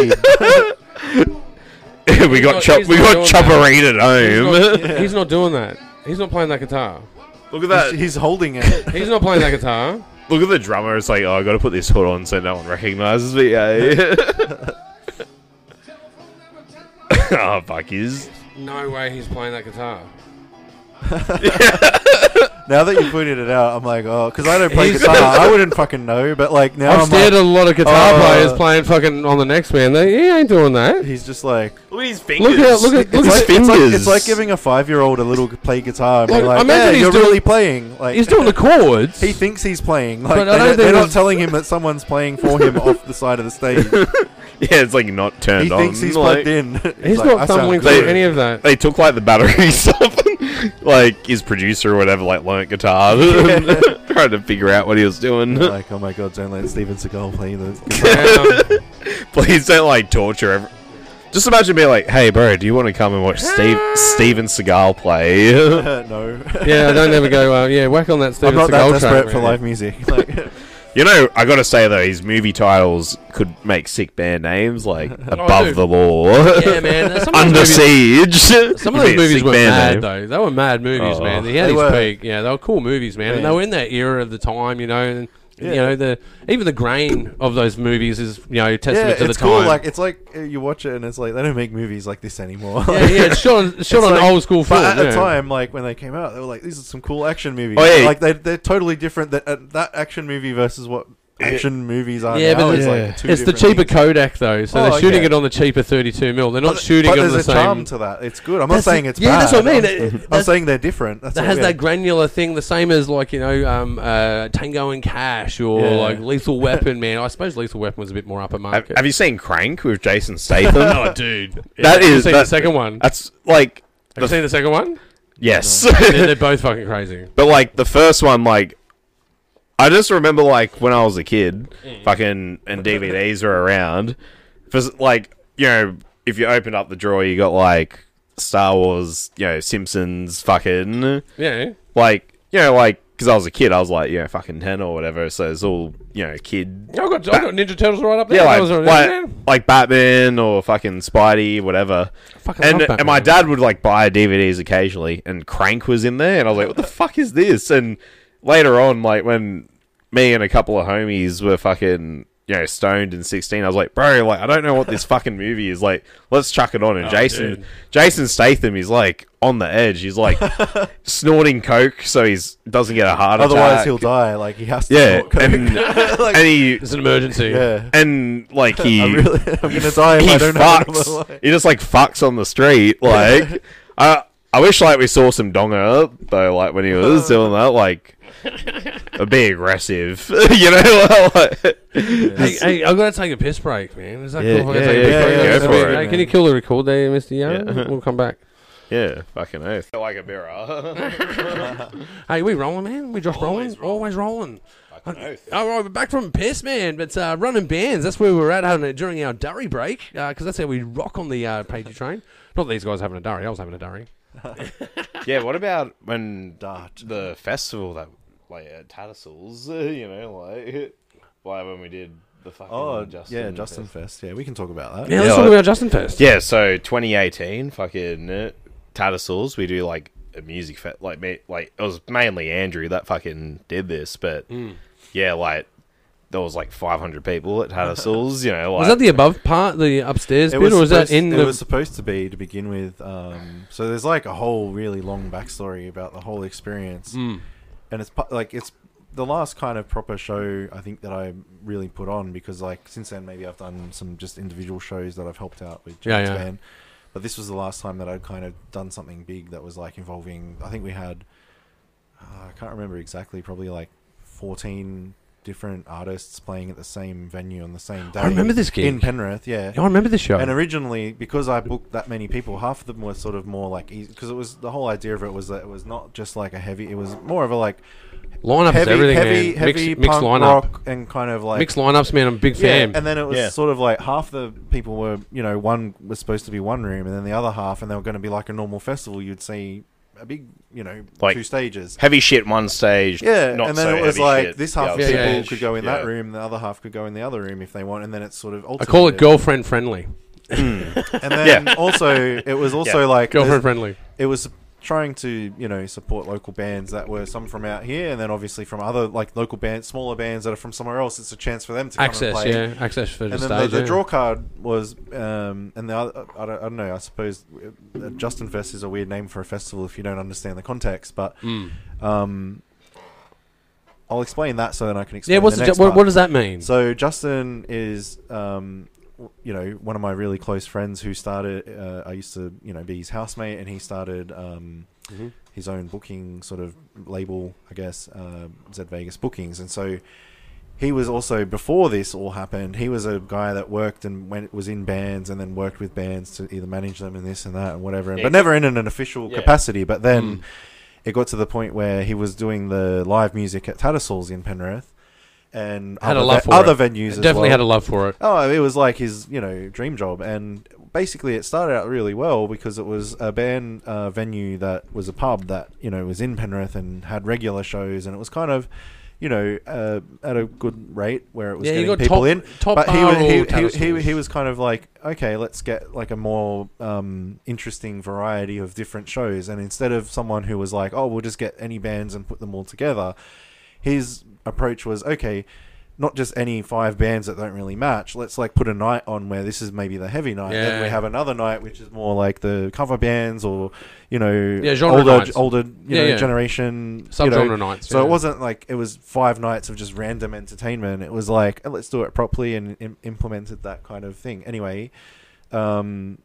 Speaker 2: we got
Speaker 1: not-
Speaker 2: chop,
Speaker 1: he's
Speaker 2: we got
Speaker 1: not doing
Speaker 2: chopperine at
Speaker 1: He's
Speaker 2: home.
Speaker 1: not, he's not doing that. He's not playing that guitar.
Speaker 2: Look at
Speaker 3: he's,
Speaker 2: that.
Speaker 3: he's holding it.
Speaker 1: He's not playing that guitar.
Speaker 2: Look at the drummer. It's like, oh, I got to put this hood on so no one recognizes me. eh? oh, fuck is.
Speaker 1: No way he's playing that guitar.
Speaker 3: Now that you pointed it out, I'm like, oh, because I don't play
Speaker 1: He's-
Speaker 3: guitar, I wouldn't fucking know. But like now,
Speaker 1: I've
Speaker 3: I'm
Speaker 1: stared
Speaker 3: like,
Speaker 1: at a lot of guitar
Speaker 3: uh,
Speaker 1: players playing fucking on the next man. They he ain't doing that.
Speaker 3: he's just like,
Speaker 2: Look at his
Speaker 1: Look
Speaker 2: fingers.
Speaker 1: at look at look
Speaker 2: His
Speaker 1: at.
Speaker 3: like, it's like
Speaker 2: fingers.
Speaker 3: it's like giving a five year old a little g- play guitar. And be
Speaker 1: Like,
Speaker 3: like,
Speaker 1: imagine
Speaker 3: yeah,
Speaker 1: he's
Speaker 3: you're
Speaker 1: doing-
Speaker 3: really playing. Like
Speaker 1: He's doing the chords.
Speaker 3: he thinks he's playing. Like they
Speaker 1: But I don't
Speaker 3: don't,
Speaker 1: think
Speaker 3: they're not
Speaker 1: there's-
Speaker 3: telling him that someone's playing for him off the side of the stage.
Speaker 2: Yeah, it's like not turned
Speaker 3: He
Speaker 2: on.
Speaker 3: thinks he's
Speaker 2: like,
Speaker 3: plugged in.
Speaker 1: He's
Speaker 3: like, "I
Speaker 1: not
Speaker 3: sound
Speaker 1: fumbling
Speaker 3: good."
Speaker 1: through any of that.
Speaker 2: They took like the batteries off, and, like his producer or whatever, like learnt guitar,
Speaker 3: Yeah.
Speaker 2: trying to figure out what he was doing.
Speaker 3: They're like, oh my god, don't let Steven Seagal play this.
Speaker 1: Yeah.
Speaker 2: Please don't like torture. Every- Just imagine being like, "Hey, bro, do you want to come and watch Steve Steven Seagal play?" you
Speaker 3: no.
Speaker 1: yeah, I don't ever go. Uh, yeah, whack on that Steven
Speaker 3: I'm not that
Speaker 1: Seagal
Speaker 3: desperate
Speaker 1: track,
Speaker 3: for
Speaker 1: man.
Speaker 3: live music. Like,
Speaker 2: know, I gotta say though, his movie titles could make sick band names like Above
Speaker 1: dude.
Speaker 2: the Law,
Speaker 1: Oh, Yeah, man. Some of those
Speaker 2: Under
Speaker 1: movies-
Speaker 2: Siege.
Speaker 1: Some
Speaker 2: Could
Speaker 1: of
Speaker 2: be
Speaker 1: those
Speaker 2: a
Speaker 1: movies
Speaker 2: sick
Speaker 1: were
Speaker 2: band
Speaker 1: mad
Speaker 2: name.
Speaker 1: though. They were mad movies,
Speaker 2: Oh.
Speaker 1: man. They had
Speaker 3: They
Speaker 1: his
Speaker 3: were.
Speaker 1: peak. Yeah, they were cool movies, man. And
Speaker 3: Yeah.
Speaker 1: they were in that era of the time, you know. And
Speaker 3: Yeah.
Speaker 1: you know, the even the grain of those movies is you know testament
Speaker 3: yeah,
Speaker 1: to the
Speaker 3: it's cool.
Speaker 1: time.
Speaker 3: Like, it's like uh, you watch it and it's like they don't make movies like this anymore.
Speaker 1: yeah, yeah, it's shot on, it's shot
Speaker 3: It's
Speaker 1: on
Speaker 3: like-
Speaker 1: old school film.
Speaker 3: But at
Speaker 1: yeah.
Speaker 3: the time, like when they came out, they were like, "These are some cool action movies."
Speaker 2: Oh, yeah.
Speaker 3: Like they they're totally different. That uh, that action movie versus what action movies are
Speaker 1: Yeah,
Speaker 3: now
Speaker 1: but
Speaker 3: is
Speaker 2: the-
Speaker 3: like two
Speaker 1: it's the
Speaker 3: different
Speaker 1: cheaper
Speaker 3: things.
Speaker 1: Kodak though, so
Speaker 3: Oh,
Speaker 1: they're shooting
Speaker 3: okay.
Speaker 1: it on the cheaper 32 mil. They're not
Speaker 3: But-
Speaker 1: shooting
Speaker 3: but
Speaker 1: on
Speaker 3: there's
Speaker 1: the
Speaker 3: a charm
Speaker 1: same.
Speaker 3: to that. It's good. I'm not
Speaker 1: That's the-
Speaker 3: saying it's
Speaker 1: yeah,
Speaker 3: bad.
Speaker 1: that's what I mean.
Speaker 3: I'm,
Speaker 1: It-
Speaker 3: I'm
Speaker 1: that's-
Speaker 3: saying they're different. That's
Speaker 1: That
Speaker 3: all,
Speaker 1: has
Speaker 3: yeah.
Speaker 1: that granular thing, the same as like you know um, uh, Tango and Cash or
Speaker 3: Yeah.
Speaker 1: like Lethal Weapon. Man, I suppose Lethal Weapon was a bit more upper
Speaker 2: Have,
Speaker 1: market.
Speaker 2: have you seen Crank with Jason Statham?
Speaker 1: oh, dude,
Speaker 2: That
Speaker 1: Have you
Speaker 2: is-
Speaker 1: seen
Speaker 2: that-
Speaker 1: the second one.
Speaker 2: That's like
Speaker 1: Have you seen the second one?
Speaker 2: yes.
Speaker 1: they're, they're both fucking crazy.
Speaker 2: But like the first one, like I just remember like when I was a kid,
Speaker 1: Mm.
Speaker 2: fucking and DVDs were around. For s- like you know, if you opened up the drawer, you got like Star Wars, you know, Simpsons, fucking
Speaker 1: Yeah.
Speaker 2: like you know, like because I was a kid, I was like you know, fucking ten or whatever. So it's all you know, kid.
Speaker 1: I got, I got Ninja Turtles right up there.
Speaker 2: Yeah,
Speaker 1: That
Speaker 2: like,
Speaker 1: was on-
Speaker 2: like, like Batman or fucking Spidey, whatever.
Speaker 1: fucking
Speaker 2: And, uh,
Speaker 1: love
Speaker 2: and my
Speaker 1: Batman.
Speaker 2: dad would like buy DVDs occasionally, and Crank was in there, and I was like, "What the fuck is this?" And later on, like when me and a couple of homies were fucking, you know, stoned in sixteen, I was like, "Bro, like I don't know what this fucking movie is. Like, let's chuck it on."
Speaker 3: Oh,
Speaker 2: And Jason,
Speaker 1: dude.
Speaker 2: Jason Statham is like on the edge. He's like snorting coke, so he's doesn't get a heart
Speaker 3: Otherwise,
Speaker 2: attack.
Speaker 3: he'll die. Like he has to.
Speaker 2: yeah,
Speaker 3: talk.
Speaker 2: and,
Speaker 3: Like-
Speaker 2: and he
Speaker 1: It's an emergency.
Speaker 3: yeah.
Speaker 2: and like he
Speaker 3: I'm really. I'm gonna die if
Speaker 2: he
Speaker 3: I don't have another
Speaker 2: fucks.
Speaker 3: life.
Speaker 2: He just like fucks on the street. Like, I I wish like we saw some donger though. Like when he was
Speaker 3: Oh.
Speaker 2: doing that, like, it'd be aggressive. you know, like,
Speaker 1: Hey, hey, I've got to take a piss break, man. Is that
Speaker 2: Yeah,
Speaker 1: cool? if I
Speaker 2: yeah,
Speaker 1: take a piss
Speaker 2: yeah,
Speaker 1: break?
Speaker 2: yeah,
Speaker 1: Yes,
Speaker 2: go
Speaker 1: I mean,
Speaker 2: for it,
Speaker 1: hey,
Speaker 3: man.
Speaker 1: Can you kill the record there, Mr. Young?
Speaker 2: Yeah.
Speaker 1: We'll come back.
Speaker 2: yeah, fucking oath. Like a mirror.
Speaker 1: Hey, we rolling, man? We just rolling? Always rolling. All right, we're back from piss, man. But uh, running bands, that's where we were at having it during our durry break, because that's how we rock on the uh, pagey train. Not that these guys having a durry. I was having a durry.
Speaker 2: yeah. What about when
Speaker 3: Dart.
Speaker 2: the festival that like at Tattersalls? You know, like, like when we did the fucking
Speaker 3: Oh, yeah, Justin Fest. Yeah, we can talk about that.
Speaker 1: Yeah, let's
Speaker 2: Yeah,
Speaker 1: talk
Speaker 2: I-
Speaker 1: about Justin first.
Speaker 2: Yeah, so 2018, fucking uh, Tattersalls, we do like a music fe- like ma- like it was mainly Andrew that fucking did this, but
Speaker 4: Hmm.
Speaker 2: yeah, like there was like 500 people at Tattersalls, you know, like
Speaker 1: Was that the above part, the upstairs bit, or was that
Speaker 3: supposed-
Speaker 1: in
Speaker 3: it
Speaker 1: the?
Speaker 3: was supposed to be to begin with. Um, so there's like a whole really long backstory about the whole experience,
Speaker 1: Hmm.
Speaker 3: and it's pu- like it's the last kind of proper show I think that I really put on because like since then maybe I've done some just individual shows that I've helped out with
Speaker 1: Yeah,
Speaker 3: James
Speaker 1: yeah.
Speaker 3: Van, but this was the last time that I'd kind of done something big that was like involving. I think we had uh, I can't remember exactly, probably like 14 different artists playing at the same venue on the same day.
Speaker 1: I remember this gig.
Speaker 3: in Penrith. Yeah,
Speaker 1: I remember the show.
Speaker 3: and originally, because I booked that many people, half of them were sort of more like because it was the whole idea of it was that it was not just like a heavy. It was more of a like
Speaker 1: lineups,
Speaker 3: heavy,
Speaker 1: everything,
Speaker 3: heavy,
Speaker 1: man.
Speaker 3: heavy
Speaker 1: mixed, mixed
Speaker 3: punk
Speaker 1: lineup,
Speaker 3: rock and kind of like
Speaker 1: mixed lineups, man. I'm a big
Speaker 3: yeah.
Speaker 1: fan.
Speaker 3: And then it was
Speaker 2: Yeah.
Speaker 3: sort of like half the people were you know one was supposed to be one room, and then the other half, and they were going to be like a normal festival. You'd see a big you know
Speaker 2: Like-
Speaker 3: two stages.
Speaker 2: Heavy shit one stage.
Speaker 3: Yeah,
Speaker 2: not
Speaker 3: and then
Speaker 2: so
Speaker 3: it was
Speaker 2: heavy
Speaker 3: like
Speaker 2: shit
Speaker 3: this
Speaker 2: the
Speaker 3: half
Speaker 2: other
Speaker 3: of people
Speaker 1: Yeah, yeah.
Speaker 2: stage.
Speaker 3: could go in
Speaker 2: Yeah.
Speaker 3: that room, the other half could go in the other room if they want, and then it's sort of
Speaker 1: I call it
Speaker 3: alternated.
Speaker 1: girlfriend friendly.
Speaker 3: And then also it was also
Speaker 2: Yeah.
Speaker 3: like
Speaker 1: Girlfriend
Speaker 3: there's-
Speaker 1: friendly.
Speaker 3: it was trying to you know support local bands that were some from out here, and then obviously from other like local bands, smaller bands that are from somewhere else. It's a chance for them to
Speaker 1: Access,
Speaker 3: come and play.
Speaker 1: yeah, access for the
Speaker 3: And then
Speaker 1: stage.
Speaker 3: the, the
Speaker 1: yeah.
Speaker 3: draw card was, um, and the other, I don't, I don't know. I suppose uh, Justin Fest is a weird name for a festival if you don't understand the context. But
Speaker 1: Mm.
Speaker 3: um, I'll explain that so then I can explain.
Speaker 1: Yeah, what's
Speaker 3: the
Speaker 1: the,
Speaker 3: next
Speaker 1: ju- what,
Speaker 3: part.
Speaker 1: what does that mean?
Speaker 3: So Justin is, um, w- you know, one of my really close friends who started. Uh, I used to, you know, be his housemate, and he started um,
Speaker 1: Mhm.
Speaker 3: his own booking sort of label, I guess, uh, Z Vegas Bookings, and so. He was also before this all happened. He was a guy that worked and went was in bands and then worked with bands to either manage them and this and that and whatever,
Speaker 2: Yeah,
Speaker 3: but never in an official
Speaker 2: Yeah.
Speaker 3: capacity. But then
Speaker 1: Mm.
Speaker 3: it got to the point where he was doing the live music at Tattersalls in Penrith, and
Speaker 1: Had a
Speaker 3: other,
Speaker 1: love for
Speaker 3: other
Speaker 1: it.
Speaker 3: venues.
Speaker 1: Definitely had
Speaker 3: as
Speaker 1: a
Speaker 3: well.
Speaker 1: love for it.
Speaker 3: Oh, it was like his you know dream job, and basically it started out really well because it was a band uh, venue that was a pub that you know was in Penrith and had regular shows, and it was kind of. You know, uh, at a good rate where it was
Speaker 1: Yeah, you
Speaker 3: getting
Speaker 1: got
Speaker 3: people
Speaker 1: top-
Speaker 3: in,
Speaker 1: top
Speaker 3: but he
Speaker 1: bar
Speaker 3: was,
Speaker 1: or
Speaker 3: he, he, he,
Speaker 1: Tattersalls?
Speaker 3: he was kind of like, okay, let's get like a more um, interesting variety of different shows, and instead of someone who was like, oh, we'll just get any bands and put them all together, his approach was okay not just any five bands that don't really match let's like put a night on where this is maybe the heavy night then we
Speaker 1: Yeah.
Speaker 3: have another night which is more like the cover bands or you know
Speaker 1: Yeah, genre
Speaker 3: older
Speaker 1: nights.
Speaker 3: older you
Speaker 1: Yeah,
Speaker 3: know
Speaker 1: yeah.
Speaker 3: generation you
Speaker 1: Subgenre
Speaker 3: know.
Speaker 1: nights.
Speaker 3: so
Speaker 1: yeah.
Speaker 3: it wasn't like it was five nights of just random entertainment it was like "Oh, let's do it properly and im- implemented that kind of thing anyway um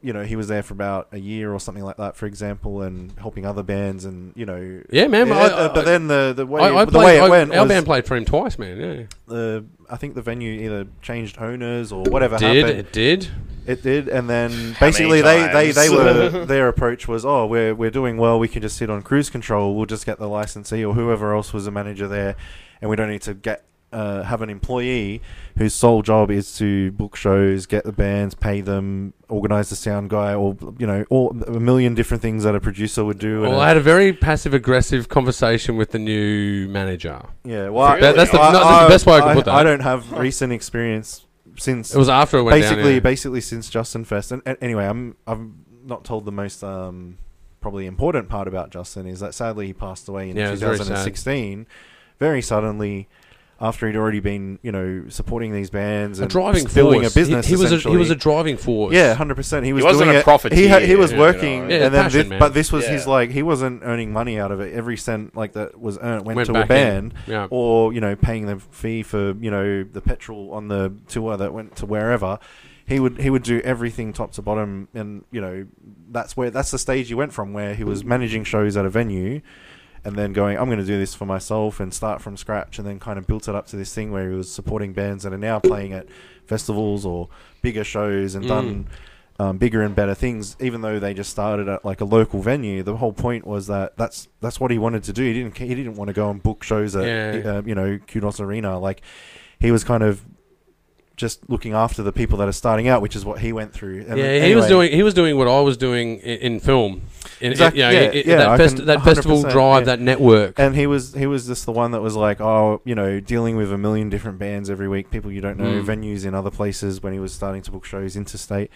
Speaker 3: you know he was there for about a year or something like that for example and helping other bands and you know
Speaker 1: Yeah, man.
Speaker 3: yeah,
Speaker 1: I,
Speaker 3: uh, but
Speaker 1: I,
Speaker 3: then the the way,
Speaker 1: I, I
Speaker 3: the
Speaker 1: played,
Speaker 3: way it
Speaker 1: I-
Speaker 3: went
Speaker 1: our
Speaker 3: was
Speaker 1: band played for him twice, man. Yeah,
Speaker 3: the I think the venue either changed owners or whatever
Speaker 1: did
Speaker 3: happened.
Speaker 1: it did?
Speaker 3: It did, and then basically they, they, they
Speaker 2: times?
Speaker 3: were their approach was oh we're we're doing well we can just sit on cruise control we'll just get the licensee or whoever else was a manager there, and we don't need to get. Uh, have an employee whose sole job is to book shows, get the bands, pay them, organize the sound guy, or you know, all a million different things that a producer would do. and
Speaker 1: Well,
Speaker 3: a-
Speaker 1: I had a very passive aggressive conversation with the new manager.
Speaker 3: Yeah, well,
Speaker 2: That- that's the-
Speaker 3: I-
Speaker 1: no, that's the best way I can
Speaker 3: I,
Speaker 1: put that.
Speaker 3: I don't have recent experience since
Speaker 1: It was after I went down.
Speaker 3: basically
Speaker 1: yeah.
Speaker 3: basically since Justin Fest. And, and anyway, I'm I'm not told the most um, probably important part about Justin is that sadly he passed away in
Speaker 1: Yeah, it was very sad.
Speaker 3: 2016, very suddenly. After he'd already been, you know, supporting these bands
Speaker 1: a
Speaker 3: and
Speaker 1: driving
Speaker 3: building
Speaker 1: force.
Speaker 3: a business.
Speaker 1: He, he was a, he
Speaker 3: essentially.
Speaker 1: was a driving force.
Speaker 3: Yeah, hundred percent. He was
Speaker 2: wasn't
Speaker 3: doing
Speaker 2: a
Speaker 3: it-
Speaker 2: profiteer,
Speaker 3: He had, he was
Speaker 2: you know,
Speaker 3: working,
Speaker 2: yeah.
Speaker 3: and then
Speaker 1: Passion,
Speaker 3: this,
Speaker 1: man.
Speaker 3: but this was his
Speaker 2: Yeah.
Speaker 3: like he wasn't earning money out of it. Every cent like that was earned went,
Speaker 1: Went
Speaker 3: to
Speaker 1: back
Speaker 3: a
Speaker 1: in.
Speaker 3: band,
Speaker 1: Yeah.
Speaker 3: or you know paying the fee for you know the petrol on the tour that went to wherever. He would he would do everything top to bottom, and you know that's where that's the stage he went from where he was managing shows at a venue. And then going, I'm going to do this for myself and start from scratch, and then kind of built it up to this thing where he was supporting bands that are now playing at festivals or bigger shows and
Speaker 1: Mm.
Speaker 3: done um, bigger and better things, even though they just started at like a local venue. The whole point was that that's that's what he wanted to do. He didn't ca- he didn't want to go and book shows at
Speaker 1: Yeah.
Speaker 3: uh, you know Kudos Arena. Like he was kind of just looking after the people that are starting out, which is what he went through. And
Speaker 1: yeah, he
Speaker 3: anyway,
Speaker 1: was doing he was doing what I was doing in, in film. In,
Speaker 3: Exact-
Speaker 1: you know,
Speaker 3: yeah,
Speaker 1: it- it-
Speaker 3: yeah, I
Speaker 1: that, fest-
Speaker 3: can
Speaker 1: that festival
Speaker 3: 100%,
Speaker 1: drive,
Speaker 3: yeah.
Speaker 1: that network.
Speaker 3: And he was he was just the one that was like, oh, you know, dealing with a million different bands every week, people you don't know,
Speaker 1: Mm.
Speaker 3: venues in other places. When he was starting to book shows interstate,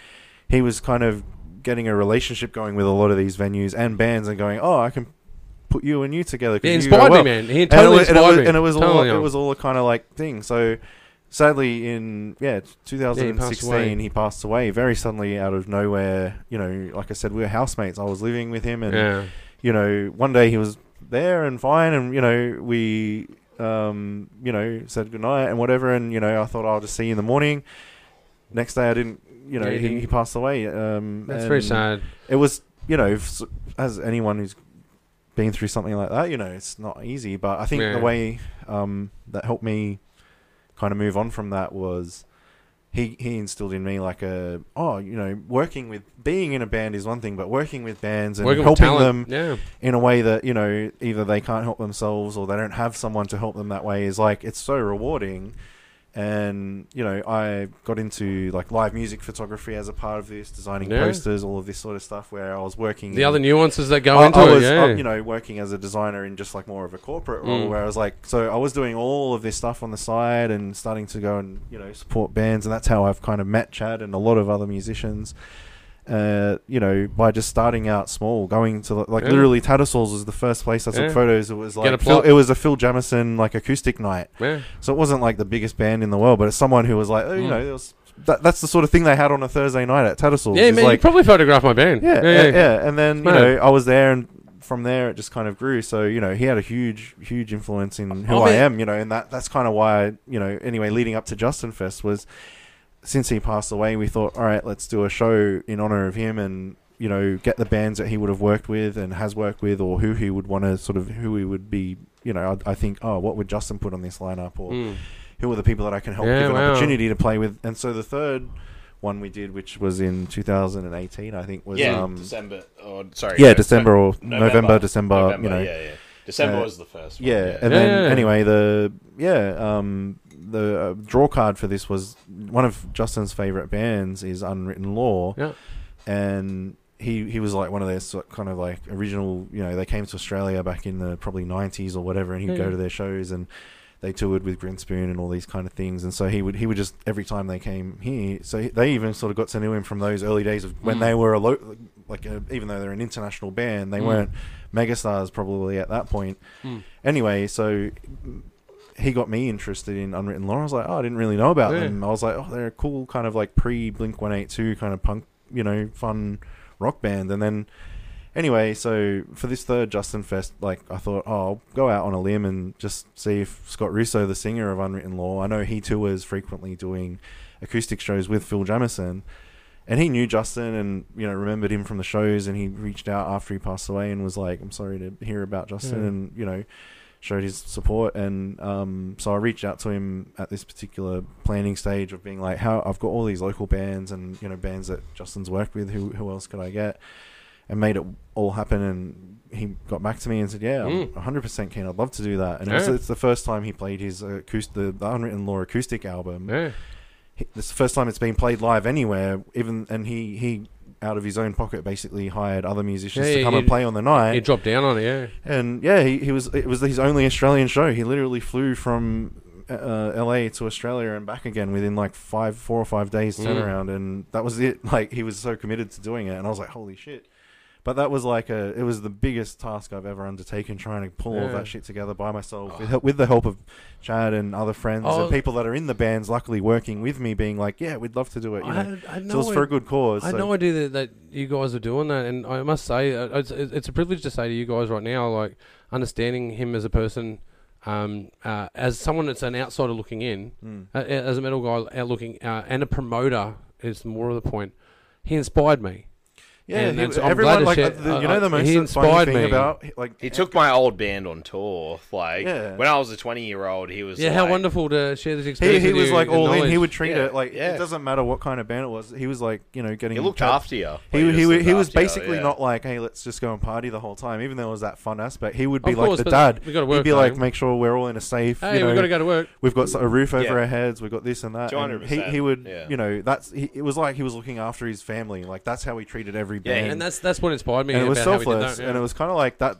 Speaker 3: he was kind of getting a relationship going with a lot of these venues and bands, and going, oh, I can put you and you together. 'cause
Speaker 1: He
Speaker 3: you go
Speaker 1: inspired
Speaker 3: well."
Speaker 1: me, man. He
Speaker 3: And it
Speaker 1: totally
Speaker 3: was- and it
Speaker 1: inspired
Speaker 3: was-
Speaker 1: me.
Speaker 3: and it was
Speaker 1: Totally,
Speaker 3: all
Speaker 1: yeah.
Speaker 3: it was all a kind of like thing. So sadly, in yeah, 2016,
Speaker 1: Yeah, he passed away.
Speaker 3: he passed away very suddenly out of nowhere. You know, like I said, we were housemates. I was living with him, and
Speaker 1: yeah.
Speaker 3: you know, one day he was there and fine, and you know, we, um, you know, said goodnight and whatever, and you know, I thought "Oh, I'll just see you in the morning. Next day, I didn't, you know,
Speaker 1: Yeah, you
Speaker 3: he,
Speaker 1: didn't.
Speaker 3: he passed away. Um,
Speaker 1: That's very
Speaker 3: and
Speaker 1: sad.
Speaker 3: It was, you know, f- as anyone who's been through something like that, you know, it's not easy. But I think
Speaker 1: Yeah.
Speaker 3: the way um, that helped me kind of move on from that was he he instilled in me like a oh you know working with being in a band is one thing, but working with bands and
Speaker 1: Working with
Speaker 3: helping
Speaker 1: talent.
Speaker 3: them
Speaker 1: Yeah.
Speaker 3: in a way that you know either they can't help themselves or they don't have someone to help them that way is like it's so rewarding and you know i got into like live music photography as a part of this designing
Speaker 1: Yeah.
Speaker 3: posters all of this sort of stuff where i was working
Speaker 1: The
Speaker 3: in-
Speaker 1: other nuances that go
Speaker 3: I,
Speaker 1: into
Speaker 3: I was
Speaker 1: it.
Speaker 3: uh,
Speaker 1: Yeah.
Speaker 3: you know working as a designer in just like more of a corporate role
Speaker 1: Mm.
Speaker 3: where i was like so i was doing all of this stuff on the side and starting to go and you know support bands and that's how i've kind of met chad and a lot of other musicians uh, you know, by just starting out small, going to the- like
Speaker 1: Yeah.
Speaker 3: literally Tattersalls was the first place I took
Speaker 1: Yeah.
Speaker 3: photos. It was
Speaker 1: a
Speaker 3: like Phil,
Speaker 1: plot.
Speaker 3: it was a Phil Jamison like acoustic night,
Speaker 1: yeah.
Speaker 3: so it wasn't like the biggest band in the world, but it's someone who was like, oh,
Speaker 1: Mm.
Speaker 3: you know, it was, that, that's the sort of thing they had on a Thursday night at Tattersalls.
Speaker 1: Yeah,
Speaker 3: It's
Speaker 1: man, you
Speaker 3: like,
Speaker 1: probably photograph my band.
Speaker 3: yeah, yeah, yeah. And then you
Speaker 1: Mad.
Speaker 3: know, I was there, and from there it just kind of grew. So you know, he had a huge, huge influence in who
Speaker 1: I
Speaker 3: I,
Speaker 1: mean-
Speaker 3: am. You know, and that that's kind of why I, you know. Anyway, leading up to Justin Fest was since he passed away, we thought, all right, let's do a show in honor of him, and you know, get the bands that he would have worked with and has worked with, or who he would want to sort of who he would be. You know, I, I think, oh, what would Justin put on this lineup, or
Speaker 1: Mm.
Speaker 3: who are the people that I can help
Speaker 1: Yeah,
Speaker 3: give an
Speaker 1: wow.
Speaker 3: opportunity to play with. And so the third one we did, which was in 2018, I think was
Speaker 4: yeah,
Speaker 3: um,
Speaker 4: December or sorry,
Speaker 3: yeah
Speaker 4: no,
Speaker 3: December or
Speaker 4: no-
Speaker 3: November, December, you know, yeah.
Speaker 4: yeah, yeah. December
Speaker 3: uh,
Speaker 4: was the first one.
Speaker 3: And
Speaker 1: Yeah,
Speaker 3: then
Speaker 1: yeah.
Speaker 3: anyway, the yeah um, the uh, draw card for this was one of Justin's favorite bands is Unwritten Law,
Speaker 1: Yeah.
Speaker 3: and. He, he was like one of their sort kind of like original, you know, they came to Australia back in the probably 90s or whatever, and he'd
Speaker 1: Yeah.
Speaker 3: go to their shows and they toured with Grinspoon and all these kind of things, and so he would he would just every time they came here. So he- they even sort of got to know him from those early days of when
Speaker 1: Mm.
Speaker 3: they were a lo- like uh even though they're an international band, they
Speaker 1: Mm.
Speaker 3: weren't megastars probably at that point.
Speaker 1: Mm.
Speaker 3: Anyway, so mm, he got me interested in Unwritten Law. I was like, oh, I didn't really know about
Speaker 1: Yeah.
Speaker 3: them. I was like, oh, they're a cool kind of like pre Blink One Eight Two kind of punk, you know, fun rock band, and then. Anyway, so for this third Justin Fest, like I thought, oh, I'll go out on a limb and just see if Scott Russo, the singer of Unwritten Law, I know he tours frequently doing acoustic shows with Phil Jamison, and he knew Justin and you know remembered him from the shows, and he reached out after he passed away and was like, "I'm sorry to hear about Justin,"
Speaker 1: Yeah.
Speaker 3: and you know showed his support, and um, so I reached out to him at this particular planning stage of being like, "How I've got all these local bands and you know bands that Justin's worked with. Who who else could I get?" and made it all happen. And he got back to me and said, "Yeah, I'm
Speaker 1: Mm.
Speaker 3: 100% keen. I'd love to do that." And it was,
Speaker 1: Yeah.
Speaker 3: it's the first time he played his acoustic, the, the Unwritten Law acoustic album.
Speaker 1: Yeah.
Speaker 3: He- This is the first time it's been played live anywhere. Even and he he out of his own pocket basically hired other musicians
Speaker 1: Yeah,
Speaker 3: to come
Speaker 1: he-
Speaker 3: and play on the night.
Speaker 1: You drop down on it, yeah.
Speaker 3: and yeah, he, he was it was his only Australian show. He literally flew from. Uh, LA to Australia and back again within like five, four or five days
Speaker 1: Mm.
Speaker 3: turnaround, and that was it. Like he was so committed to doing it, and I was like, "Holy shit!" But that was like a it was the biggest task I've ever undertaken trying to pull all
Speaker 1: Yeah. Ah.
Speaker 3: that shit together by myself with, help, with the help of Chad and other friends
Speaker 1: Oh.
Speaker 3: and people that are in the bands luckily working with me being like yeah we'd love to do it you know.
Speaker 1: I, I
Speaker 3: so it was for a good cause
Speaker 1: I had
Speaker 3: so-
Speaker 1: no idea that, that you guys were doing that, and I must say, uh, it's, it's a privilege to say to you guys right now, like understanding him as a person, um, uh, as someone that's an outsider looking in,
Speaker 3: Mm.
Speaker 1: uh, as a metal guy out looking, uh, and a promoter is more of the point. He inspired me.
Speaker 3: yeah
Speaker 1: and
Speaker 3: he-
Speaker 1: it's- I'm glad
Speaker 3: everyone
Speaker 1: to
Speaker 3: like
Speaker 1: share-
Speaker 3: the,
Speaker 1: I-
Speaker 3: you know
Speaker 1: I-
Speaker 3: the most
Speaker 1: he
Speaker 3: funny
Speaker 1: inspired
Speaker 3: thing
Speaker 1: me.
Speaker 3: about like
Speaker 2: He took my old band on tour. Like
Speaker 3: Yeah.
Speaker 2: when I was a twenty-year-old, he was
Speaker 1: Yeah,
Speaker 2: Like,
Speaker 1: how wonderful to share this
Speaker 3: he,
Speaker 1: experience.
Speaker 3: he
Speaker 1: with
Speaker 3: was
Speaker 1: you
Speaker 3: like
Speaker 1: and
Speaker 3: all in. He
Speaker 1: knowledge.
Speaker 3: would treat
Speaker 2: Yeah,
Speaker 3: it like
Speaker 2: yeah.
Speaker 3: it doesn't matter what kind of band it was. He was like you know getting
Speaker 2: He looked
Speaker 3: Chad-
Speaker 2: after you.
Speaker 3: He,
Speaker 2: Like,
Speaker 3: he,
Speaker 2: just
Speaker 3: was,
Speaker 2: looked
Speaker 3: he was
Speaker 2: after you,
Speaker 3: basically
Speaker 2: yeah.
Speaker 3: not like, hey, let's just go and party the whole time. Even though it was that fun aspect, he would be
Speaker 1: Of
Speaker 3: like
Speaker 1: course,
Speaker 3: the
Speaker 1: but
Speaker 3: dad.
Speaker 1: we gotta
Speaker 3: He'd
Speaker 1: work,
Speaker 3: be like,
Speaker 1: though.
Speaker 3: make sure we're all in a safe.
Speaker 1: Hey,
Speaker 3: you know,
Speaker 1: we've got to go to work.
Speaker 3: we've got a roof over
Speaker 2: Yeah.
Speaker 3: our heads, we've got this and that. And he,
Speaker 2: 200%.
Speaker 3: he would,
Speaker 2: Yeah.
Speaker 3: you know, that's he, it was like he was looking after his family. Like that's how he treated every
Speaker 2: Yeah,
Speaker 3: band.
Speaker 1: And that's that's what inspired me.
Speaker 3: And it was
Speaker 1: about how we did
Speaker 3: selfless,
Speaker 1: that,
Speaker 3: and
Speaker 1: yeah.
Speaker 3: it was kind of like that.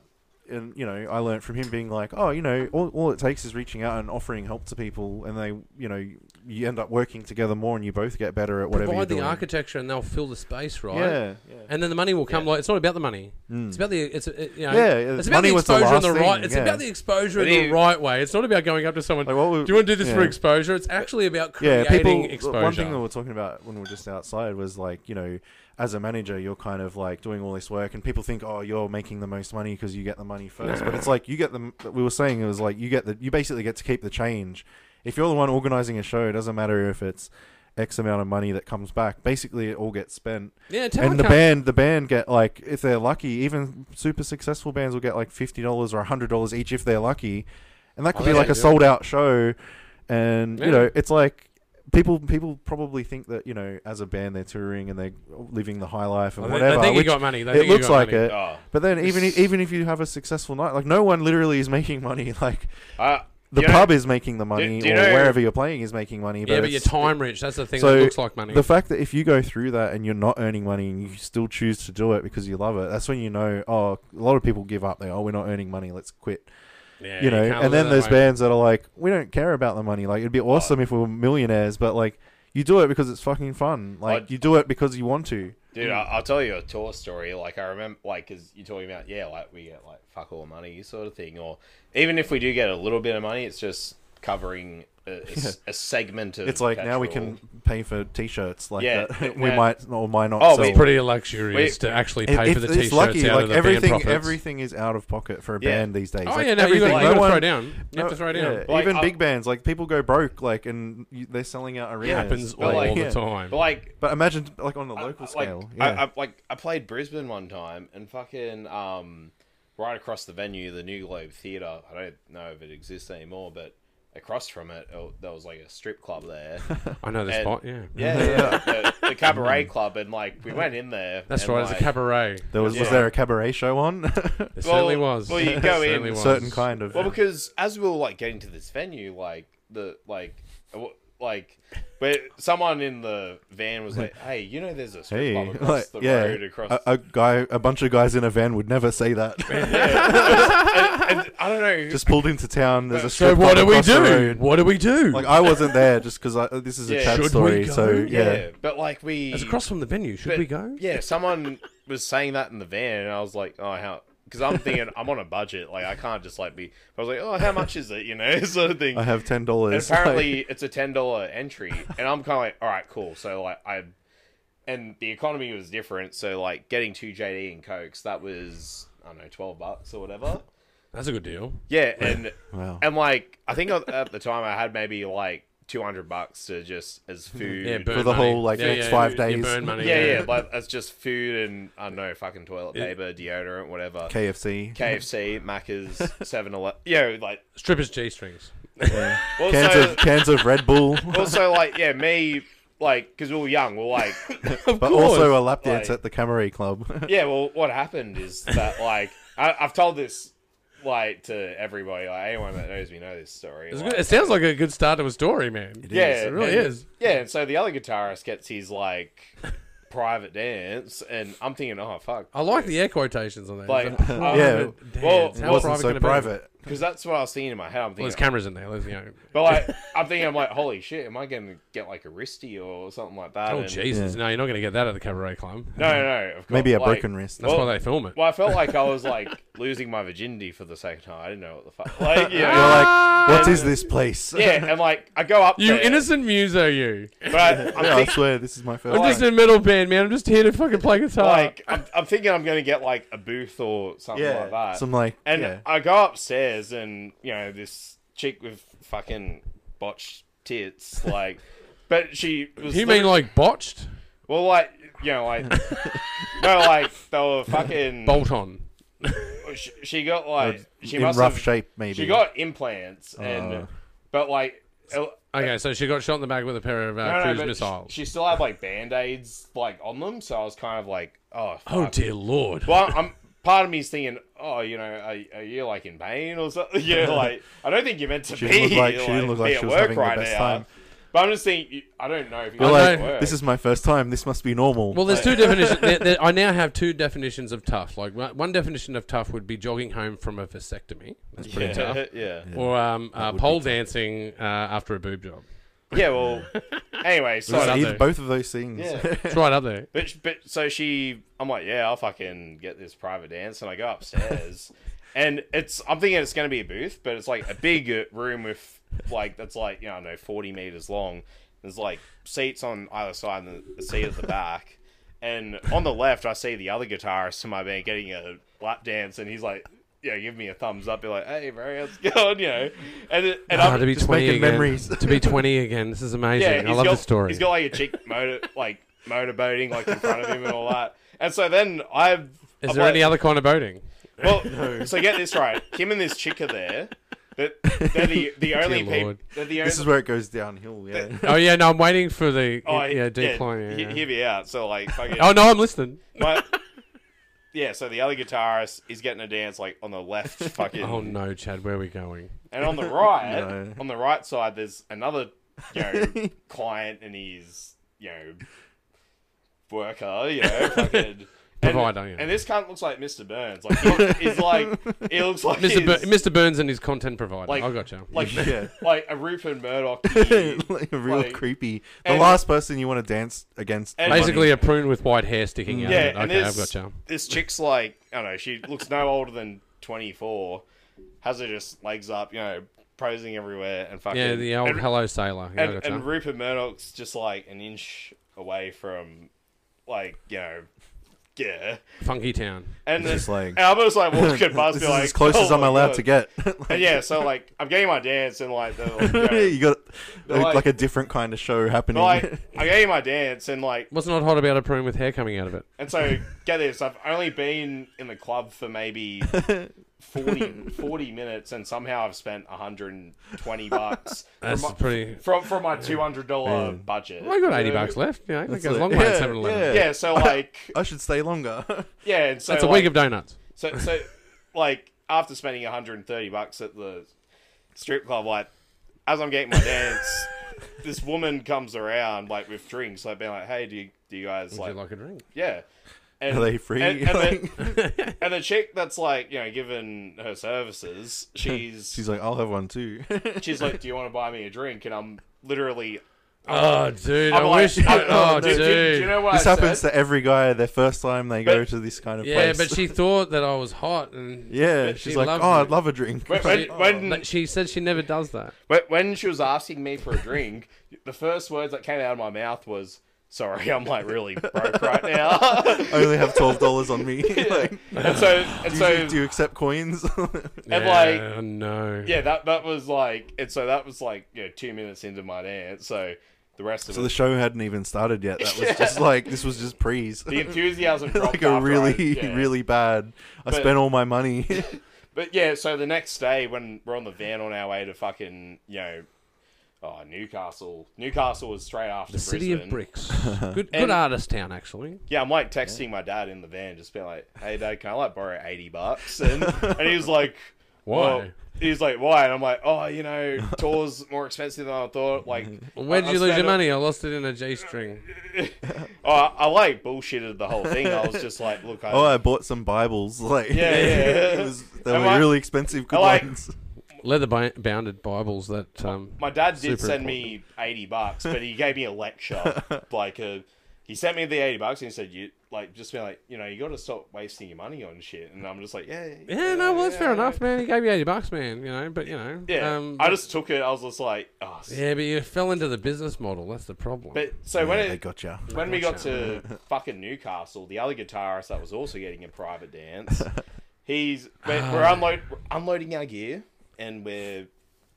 Speaker 3: And you know, I learned from him being like, oh, you know, all, all it takes is reaching out and offering help to people, and they, you know, you end up working together more, and you both get better at whatever
Speaker 1: provide the
Speaker 3: you're doing.
Speaker 1: architecture, and they'll fill the space, right?
Speaker 3: Yeah, yeah. Mm.
Speaker 1: And then the money will come. Like it's not about the money. It's about the it's it, you know,
Speaker 3: Yeah,
Speaker 1: it's about
Speaker 3: yeah, money
Speaker 1: the
Speaker 3: was the
Speaker 1: exposure in
Speaker 3: last
Speaker 1: the right.
Speaker 3: thing,
Speaker 1: It's
Speaker 3: yeah.
Speaker 1: about the exposure in
Speaker 2: But
Speaker 1: the
Speaker 2: he-
Speaker 1: right way. It's not about going up to someone.
Speaker 3: Like, what we-
Speaker 1: do you want to do this for
Speaker 3: yeah.
Speaker 1: exposure? It's actually about
Speaker 3: yeah,
Speaker 1: creating
Speaker 3: people.
Speaker 1: exposure.
Speaker 3: One thing that we were talking about when we were just outside was like, you know, as a manager, you're kind of like doing all this work, and people think, oh, you're making the most money because you get the money first. but it's like you get the. We were saying it was like you get the. You basically get to keep the change. If you're the one organizing a show, it doesn't matter if it's X amount of money that comes back. Basically, it all gets spent.
Speaker 1: Yeah,
Speaker 3: and
Speaker 1: Talon
Speaker 3: the band, the band get like, if they're lucky, even super successful bands will get like fifty dollars or hundred dollars each if they're lucky, and that could
Speaker 1: Oh,
Speaker 3: be
Speaker 1: yeah,
Speaker 3: like a
Speaker 1: yeah.
Speaker 3: sold out show. And
Speaker 1: Yeah.
Speaker 3: you know, it's like people people probably think that you know, as a band, they're touring and they're living the high life and
Speaker 1: They-
Speaker 3: whatever.
Speaker 1: They think
Speaker 3: which
Speaker 1: you got money. They
Speaker 3: it
Speaker 1: think you
Speaker 3: looks
Speaker 1: got
Speaker 3: like
Speaker 1: money.
Speaker 3: it.
Speaker 2: Oh,
Speaker 3: But then even i- even if you have a successful night, like no one literally is making money. Like
Speaker 2: uh,
Speaker 3: the
Speaker 2: you know-
Speaker 3: pub is making the money,
Speaker 2: do you
Speaker 3: or
Speaker 2: know-
Speaker 3: wherever you're playing is making money.
Speaker 1: Yeah, but you're
Speaker 3: it's-
Speaker 1: time rich. That's the thing
Speaker 3: So,
Speaker 1: that looks like money.
Speaker 3: The fact that if you go through that and you're not earning money and you still choose to do it because you love it, that's when you know. Oh, a lot of people give up. They oh, we're not earning money. Let's quit.
Speaker 1: yeah,
Speaker 3: you know.
Speaker 1: can't live
Speaker 3: and then
Speaker 1: that
Speaker 3: there's
Speaker 1: way.
Speaker 3: bands that are like, we don't care about the money. Like it'd be awesome if we were millionaires, but like you do it because it's fucking fun. Like
Speaker 2: I'd-
Speaker 3: you do it because you want to.
Speaker 2: Dude, I- I'll tell you a tour story. Like I remember, like because you're talking about, yeah, like we get like fuck all money sort of thing, or even if we do get a little bit of money, it's just covering a, a s- a segment of.
Speaker 3: It's like now we
Speaker 2: petrol.
Speaker 3: can pay for t-shirts like
Speaker 2: Yeah,
Speaker 3: that.
Speaker 2: it-
Speaker 3: we
Speaker 2: yeah.
Speaker 3: might or might not.
Speaker 2: Oh,
Speaker 3: sell.
Speaker 2: we-
Speaker 1: It's pretty luxurious
Speaker 2: Wait.
Speaker 1: to actually
Speaker 3: It-
Speaker 1: pay
Speaker 3: it's,
Speaker 1: for the
Speaker 3: it's
Speaker 1: t-shirts
Speaker 3: lucky.
Speaker 1: out
Speaker 3: Like
Speaker 1: of the
Speaker 3: everything,
Speaker 1: band profits.
Speaker 3: everything is out of pocket for a
Speaker 2: Yeah.
Speaker 3: band these days.
Speaker 1: Oh
Speaker 3: like,
Speaker 1: yeah, no, you
Speaker 3: everything.
Speaker 1: got,
Speaker 3: no
Speaker 1: you got to
Speaker 3: one-
Speaker 1: throw down. You
Speaker 3: no-
Speaker 1: have to throw down.
Speaker 3: yeah,
Speaker 2: Like,
Speaker 3: even
Speaker 2: I-
Speaker 3: big bands, like people go broke, like, and you, they're selling out arenas.
Speaker 1: It happens
Speaker 3: Like,
Speaker 1: all
Speaker 3: yeah.
Speaker 1: the time.
Speaker 2: But like,
Speaker 3: But imagine, like, on a
Speaker 2: I-
Speaker 3: local
Speaker 2: I- like,
Speaker 3: scale.
Speaker 2: I,
Speaker 3: yeah.
Speaker 2: I, like I played Brisbane one time, and fucking um, right across the venue, the New Globe Theatre. I don't know if it exists anymore, but across from it, oh, there was like a strip club there.
Speaker 1: I know the
Speaker 2: and-
Speaker 1: spot. Yeah,
Speaker 2: yeah, yeah. the, the cabaret club, and like we went in there.
Speaker 1: that's
Speaker 2: and,
Speaker 1: right.
Speaker 2: Like,
Speaker 1: it's a cabaret. There
Speaker 3: there was, was
Speaker 2: yeah.
Speaker 3: there a cabaret show on?
Speaker 1: it certainly
Speaker 2: Well-
Speaker 1: was.
Speaker 2: well, you go
Speaker 1: It
Speaker 2: in-
Speaker 1: certainly was.
Speaker 3: Certain kind of.
Speaker 2: Well, because as we were like getting to this venue, like the like uh, w- like where someone in the van was like, "Hey, Uh, you know, there's a strip
Speaker 3: hey,
Speaker 2: club across
Speaker 3: like,
Speaker 2: the
Speaker 3: yeah,
Speaker 2: road across."
Speaker 3: a, a guy, a bunch of guys in a van would never say that.
Speaker 2: and I don't know.
Speaker 3: Just pulled into town. There's a
Speaker 1: So
Speaker 3: strip
Speaker 1: what do
Speaker 3: club
Speaker 1: we
Speaker 3: across the
Speaker 1: do?
Speaker 3: road.
Speaker 1: What do we do?
Speaker 3: Like I wasn't there just because this is a
Speaker 2: Yeah.
Speaker 3: chat
Speaker 2: Should we
Speaker 3: story.
Speaker 1: go?
Speaker 3: So
Speaker 2: yeah.
Speaker 3: yeah,
Speaker 2: but like we
Speaker 1: it's across from the venue. Should
Speaker 2: but-
Speaker 1: we go?
Speaker 2: Yeah, someone was saying that in the van, and I was like, "Oh, how?" Because I'm thinking I'm on a budget, like I can't just like be. I was like, "Oh, how much is it?" You know, sort of thing.
Speaker 3: I have ten
Speaker 2: And
Speaker 3: dollars.
Speaker 2: apparently it's a ten dollar entry, and I'm kind of like, all right, cool. So like I, and the economy was different. So like getting two JD and cokes, that was I don't know twelve bucks or whatever.
Speaker 1: That's a good deal.
Speaker 2: Yeah, and
Speaker 3: Wow.
Speaker 2: and like I think at- at the time I had maybe like two hundred bucks to just as food.
Speaker 1: Yeah, burn
Speaker 3: For the
Speaker 1: money.
Speaker 3: whole, like,
Speaker 1: Yeah,
Speaker 3: next
Speaker 1: yeah,
Speaker 3: five
Speaker 1: you-
Speaker 3: days.
Speaker 1: You burn money.
Speaker 2: yeah, yeah, like that's just food and I don't know fucking toilet paper, deodorant, whatever.
Speaker 3: KFC.
Speaker 2: KFC, Macca's, Seven Eleven. Yeah, like
Speaker 1: Strippers g-strings.
Speaker 2: also,
Speaker 3: cans of cans of Red Bull,
Speaker 2: also like yeah, me like because we were young, we're like
Speaker 3: but also a lap
Speaker 2: Like-
Speaker 3: dance at the Cabaret Club.
Speaker 2: Yeah, well, what happened is that like I, I've told this like to everybody, like anyone that knows me knows this story.
Speaker 1: It's
Speaker 2: like-
Speaker 1: good. It sounds like a good start to a story, man.
Speaker 2: yeah,
Speaker 1: it really
Speaker 2: and-
Speaker 1: is.
Speaker 2: Yeah, and so the other guitarist gets his like private dance, and I'm thinking, oh fuck,
Speaker 1: I like the air quotations on that.
Speaker 2: like
Speaker 1: Oh,
Speaker 3: Yeah.
Speaker 1: but damn,
Speaker 2: Well,
Speaker 1: it's
Speaker 2: it
Speaker 1: how
Speaker 3: wasn't
Speaker 1: private
Speaker 3: so
Speaker 1: can it be?
Speaker 3: private.
Speaker 2: because that's what I was thinking in my head. I'm
Speaker 1: Well, there's
Speaker 2: thinking,
Speaker 1: cameras in there. There's, you know.
Speaker 2: but like I'm thinking, I'm like, holy shit, am I gonna get like a wristy or something like that?
Speaker 1: Oh
Speaker 2: And-
Speaker 1: Jesus! No, you're not going to get that at the cabaret club.
Speaker 2: No, no, no, of course,
Speaker 3: Maybe a
Speaker 2: like-
Speaker 3: broken wrist.
Speaker 1: That's
Speaker 2: Well-
Speaker 1: why they film it.
Speaker 2: Well, I felt like I was like losing my virginity for the second time. I didn't know what the fuck. Like, you know,
Speaker 3: You're like, what is this place?
Speaker 2: yeah, and like I go up,
Speaker 1: You
Speaker 2: there,
Speaker 1: innocent muse, are you?
Speaker 2: But I'm,
Speaker 3: Yeah, I
Speaker 2: think-
Speaker 3: swear this is my first.
Speaker 1: I'm
Speaker 3: time.
Speaker 1: just a metal band, man. I'm just here to fucking play guitar.
Speaker 2: like I'm, I'm thinking I'm gonna get like a booth or something
Speaker 3: yeah,
Speaker 2: like that.
Speaker 3: some like
Speaker 2: and
Speaker 3: yeah.
Speaker 2: I go upstairs, and you know this chick with fucking botched tits, like, but she was.
Speaker 1: you mean
Speaker 2: literally-
Speaker 1: like botched?
Speaker 2: Well, like you know, like no, like they were fucking.
Speaker 1: Bolt on.
Speaker 2: She, she got like she
Speaker 3: in
Speaker 2: must
Speaker 3: rough
Speaker 2: have,
Speaker 3: shape maybe.
Speaker 2: She got implants, and
Speaker 3: Oh.
Speaker 2: but like. el-
Speaker 1: Okay, so she got shot in the back with a pair of uh,
Speaker 2: No, no,
Speaker 1: cruise
Speaker 2: but
Speaker 1: missiles.
Speaker 2: She, she still had like band aids like on them, so I was kind of like, oh,
Speaker 1: oh
Speaker 2: fuck.
Speaker 1: dear lord.
Speaker 2: Well, I'm part of me's thinking, oh, you know, are, are you like in pain or something? Yeah, like I don't think you're meant to
Speaker 3: She
Speaker 2: be.
Speaker 3: didn't look like- she didn't look like
Speaker 2: be at
Speaker 3: she was
Speaker 2: work
Speaker 3: having the
Speaker 2: right
Speaker 3: best
Speaker 2: now.
Speaker 3: time.
Speaker 2: But I'm just thinking, I don't know if you
Speaker 3: You're
Speaker 1: I
Speaker 3: like,
Speaker 1: know.
Speaker 2: work.
Speaker 3: this is my first time. This must be normal.
Speaker 1: Well, there's two definitions. There, there, I now have two definitions of tough. Like one one definition of tough would be jogging home from a vasectomy. That's pretty tough.
Speaker 2: yeah, yeah,
Speaker 1: Or um, uh, pole dancing uh, after a boob job.
Speaker 2: yeah. Well, anyway, so
Speaker 1: Right
Speaker 3: It's
Speaker 1: up
Speaker 3: either
Speaker 1: there.
Speaker 3: both of those things.
Speaker 2: yeah.
Speaker 1: It's right up there.
Speaker 2: But, but so she, I'm like, yeah, I'll fucking get this private dance, and I go upstairs, and it's I'm thinking it's gonna be a booth, but it's like a big uh, room with like that's like you know I don't know 40 meters long. There's like seats on either side and the seat at the back, and on the left I see the other guitarist to my band getting a lap dance, and he's like you know, give me a thumbs up, be like, "Hey, bro, how's it going?" You know, and it- and
Speaker 1: Ah,
Speaker 2: I'm
Speaker 1: to be
Speaker 3: just
Speaker 1: twenty
Speaker 3: making
Speaker 1: again.
Speaker 3: memories.
Speaker 1: to be twenty again. This is amazing.
Speaker 2: yeah,
Speaker 1: I
Speaker 2: he's
Speaker 1: love
Speaker 2: got,
Speaker 1: the story.
Speaker 2: He's got like a chick motor like motorboating like in front of him and all that. And so then I've
Speaker 1: is
Speaker 2: I'm
Speaker 1: there
Speaker 2: like-
Speaker 1: any other kind of boating?
Speaker 2: Well, so get this right. Him and this chick are there. That they're the the only people.
Speaker 1: Lord.
Speaker 2: They're the only.
Speaker 3: This is where it goes downhill. Yeah.
Speaker 1: Oh yeah, no, I'm waiting for the
Speaker 2: oh,
Speaker 1: yeah decline. Yeah,
Speaker 2: he- Hear me out. So like fucking.
Speaker 1: Oh no, I'm listening.
Speaker 2: my- yeah. So the other guitarist is getting a dance like on the left fucking.
Speaker 1: Oh no, Chad, where are we going?
Speaker 2: And on the right,
Speaker 3: No.
Speaker 2: on the right side, there's another you know client and his you know worker, you know, fucking. And,
Speaker 1: Provider, yeah.
Speaker 2: and this cunt looks like Mr. Burns. Like, he look- he's like, he looks like
Speaker 1: Mr. Bur-
Speaker 2: his-
Speaker 1: Mr. Burns and his content provider.
Speaker 2: Like-
Speaker 1: I gotcha.
Speaker 2: like,
Speaker 3: Yeah.
Speaker 2: like a Rupert Murdoch.
Speaker 3: like, real
Speaker 2: Like-
Speaker 3: creepy. The
Speaker 2: and-
Speaker 3: last person you want to dance against.
Speaker 2: And-
Speaker 3: the
Speaker 1: Basically,
Speaker 3: money.
Speaker 1: a prune with white hair sticking out.
Speaker 2: yeah,
Speaker 1: of it.
Speaker 2: and
Speaker 1: Okay, I've
Speaker 2: this
Speaker 1: gotcha.
Speaker 2: this chick's like, I don't know, she looks no older than twenty four. Has her just legs up, you know, posing everywhere and fucking
Speaker 1: Yeah, the old
Speaker 2: and-
Speaker 1: hello sailor. Yeah, I
Speaker 2: and,
Speaker 1: gotcha.
Speaker 2: and Rupert Murdoch's just like an inch away from, like you know, yeah.
Speaker 1: Funky town.
Speaker 2: And
Speaker 3: Just
Speaker 2: it's like,
Speaker 3: like-
Speaker 2: and I'm just like walking past,
Speaker 3: this
Speaker 2: be
Speaker 3: is
Speaker 2: like
Speaker 3: as close as
Speaker 2: "Oh
Speaker 3: I'm
Speaker 2: my
Speaker 3: allowed
Speaker 2: God."
Speaker 3: to get.
Speaker 2: And yeah, so like I'm getting my dance and like, they're like, you know,
Speaker 3: you got
Speaker 2: They're
Speaker 3: like,
Speaker 2: like-
Speaker 3: a different kind of show happening.
Speaker 2: like I'm getting my dance and like,
Speaker 1: What's not hot about a prune with hair coming out of it?
Speaker 2: and so get this, I've only been in the club for maybe 40, 40 minutes, and somehow I've spent 120 bucks
Speaker 1: That's
Speaker 2: from, my,
Speaker 1: pretty.
Speaker 2: from from my two hundred dollar
Speaker 3: Man.
Speaker 2: budget.
Speaker 1: Well, I got
Speaker 2: You
Speaker 1: eighty
Speaker 2: know?
Speaker 1: bucks left. Yeah, that
Speaker 3: That's
Speaker 1: goes a
Speaker 3: it.
Speaker 1: long way
Speaker 3: Yeah,
Speaker 1: at Seven Eleven.
Speaker 3: yeah.
Speaker 2: Yeah, so like,
Speaker 3: I should stay longer.
Speaker 2: yeah, and so
Speaker 1: That's a
Speaker 2: like,
Speaker 1: week of donuts.
Speaker 2: So, so like after spending 130 bucks at the strip club, like as I'm getting my dance, this woman comes around like with drinks, like being like, "Hey, do you do you guys
Speaker 1: Would you
Speaker 2: like,
Speaker 1: like a drink?
Speaker 2: yeah?" And,
Speaker 3: Are they free?
Speaker 2: And, and,
Speaker 3: Like,
Speaker 2: the, and the chick that's like you know given her services, she's
Speaker 3: she's like, I'll have one too.
Speaker 2: she's like, "Do you want to buy me a drink?" And I'm literally,
Speaker 1: Oh, dude,
Speaker 2: I'm
Speaker 1: I
Speaker 2: like,
Speaker 1: wish. you-
Speaker 2: I'm-
Speaker 1: oh,
Speaker 2: do,
Speaker 1: dude.
Speaker 2: do- do you know what
Speaker 3: this
Speaker 2: I
Speaker 3: happens
Speaker 2: said?
Speaker 3: to every guy their first time they go
Speaker 2: But-
Speaker 3: to this kind of
Speaker 1: yeah,
Speaker 3: place.
Speaker 1: but she thought that I was hot, and
Speaker 3: yeah,
Speaker 1: but
Speaker 3: she's
Speaker 1: she
Speaker 3: like,
Speaker 1: loved
Speaker 3: oh,
Speaker 1: it.
Speaker 3: I'd love a drink.
Speaker 2: Wait,
Speaker 1: She-
Speaker 2: wait, when-
Speaker 1: but she said she never does that.
Speaker 2: But when she was asking me for a drink, the first words that came out of my mouth was, "Sorry, I'm like really broke right now."
Speaker 3: I only have twelve dollars on me. Like,
Speaker 2: and so, and
Speaker 3: do,
Speaker 2: so,
Speaker 3: you, do you accept coins?
Speaker 2: and
Speaker 1: yeah,
Speaker 2: like,
Speaker 1: no.
Speaker 2: yeah, that that was like, and so that was like, you know, two minutes into my dance. So the rest of
Speaker 3: so
Speaker 2: it,
Speaker 3: the
Speaker 2: the,
Speaker 3: show hadn't even started yet. That was just like this was just prees.
Speaker 2: enthusiasm dropped
Speaker 3: like a
Speaker 2: after I-
Speaker 3: really,
Speaker 2: yeah.
Speaker 3: really bad. I
Speaker 2: But-
Speaker 3: spent all my money.
Speaker 2: But yeah, so the next day when we're on the van on our way to fucking, you know, oh Newcastle. Newcastle was straight after
Speaker 1: The city
Speaker 2: Brisbane.
Speaker 1: of bricks. Good, good
Speaker 2: And-
Speaker 1: artist town, actually.
Speaker 2: Yeah, I'm like texting my dad in the van, just being like, "Hey, dad, can I like borrow eighty bucks?" And and he was like,
Speaker 1: Why?
Speaker 2: "Well," He's like, "Why?" And I'm like, "Oh, you know, tours more expensive than I thought." Like,
Speaker 1: Where did
Speaker 2: I- uh, I
Speaker 1: you lose your
Speaker 2: spent-
Speaker 1: money? I lost it in a G string.
Speaker 2: Oh, I, I like bullshitted the whole thing. I was just like, "Look, I,
Speaker 3: oh, I bought some Bibles. Like,
Speaker 2: Yeah, yeah.
Speaker 3: it was, they
Speaker 2: Am
Speaker 3: were
Speaker 2: I-
Speaker 3: really expensive good
Speaker 2: I like-
Speaker 3: ones.
Speaker 1: Leather bi- bounded Bibles that. Um,
Speaker 2: my dad did
Speaker 1: Super
Speaker 2: send me eighty bucks, but he gave me a lecture. like, a, he sent me the eighty bucks and he said, "You like just being like, you know, you got to stop wasting your money on shit." And I'm just like, "Yeah,
Speaker 1: yeah, no, well, that's fair
Speaker 2: yeah,
Speaker 1: enough, man. He gave you 80 bucks, man, you know, but, you know.
Speaker 2: Yeah,
Speaker 1: um,
Speaker 2: I just took it. I was just like, "Oh, s-
Speaker 1: Yeah, but you fell into the business model. That's the problem.
Speaker 2: But so
Speaker 3: Yeah,
Speaker 2: when it,
Speaker 3: they got you.
Speaker 2: when we got to
Speaker 1: Gotcha.
Speaker 2: fucking Newcastle, the other guitarist that was also getting a private dance, he's we're,
Speaker 1: Ah.
Speaker 2: we're unload, we're unloading our gear and we're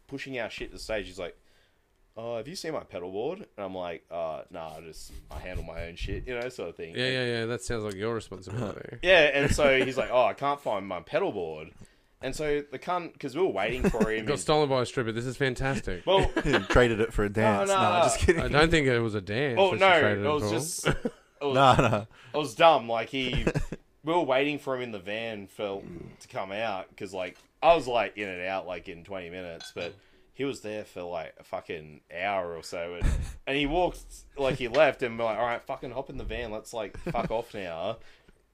Speaker 2: pushing our shit to the stage. He's like, "Oh, have you seen my pedal board?" And I'm like, "Uh, nah, I just I handle my own shit, you know, sort of thing."
Speaker 1: yeah,
Speaker 2: And-
Speaker 1: yeah, yeah. That sounds like your responsibility.
Speaker 2: yeah, and so he's like, "Oh, I can't find my pedal board," and so the cunt because we were waiting for him.
Speaker 1: Got
Speaker 2: and-
Speaker 1: stolen by a stripper. This is fantastic.
Speaker 2: well,
Speaker 3: Traded it for a dance.
Speaker 2: no,
Speaker 3: nah,
Speaker 2: no.
Speaker 3: just kidding.
Speaker 1: I don't think it was a dance.
Speaker 2: oh
Speaker 1: that she
Speaker 2: no,
Speaker 1: traded
Speaker 2: it
Speaker 1: it
Speaker 2: was
Speaker 1: for.
Speaker 2: just it was-
Speaker 3: Nah, nah.
Speaker 2: It was dumb. Like he, we were waiting for him in the van for to come out because like I was like in and out like in twenty minutes, but he was there for like a fucking hour or so, and, and he walked like he left and we're like, all right, fucking hop in the van, let's like fuck off now.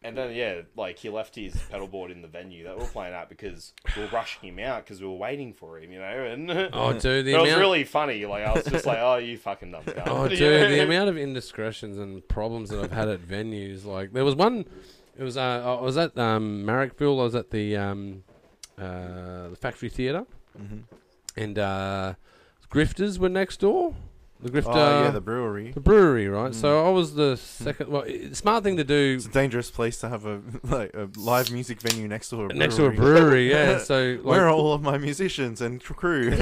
Speaker 2: And then yeah, like he left his pedal board in the venue that we were playing at because we were rushing him out because we were waiting for him, you know. And
Speaker 1: Oh, dude, the
Speaker 2: it was
Speaker 1: amount.
Speaker 2: really funny. Like I was just like, oh, you fucking dumb. cunt."
Speaker 1: Oh, dude, the amount of indiscretions and problems that I've had at venues. Like, there was one. It was uh, I was at um, Marrickville. I was at the um,
Speaker 3: Mm-hmm.
Speaker 1: uh, the Factory theater and uh, grifters were next door. The Grifter.
Speaker 3: Oh yeah, the brewery.
Speaker 1: the brewery, right? So I was the second. Well, i- smart thing to do
Speaker 3: It's a dangerous place to have a like a live music venue next to a brewery.
Speaker 1: next to a brewery, yeah. So like,
Speaker 3: Where are all of my musicians and cr- crew
Speaker 1: I went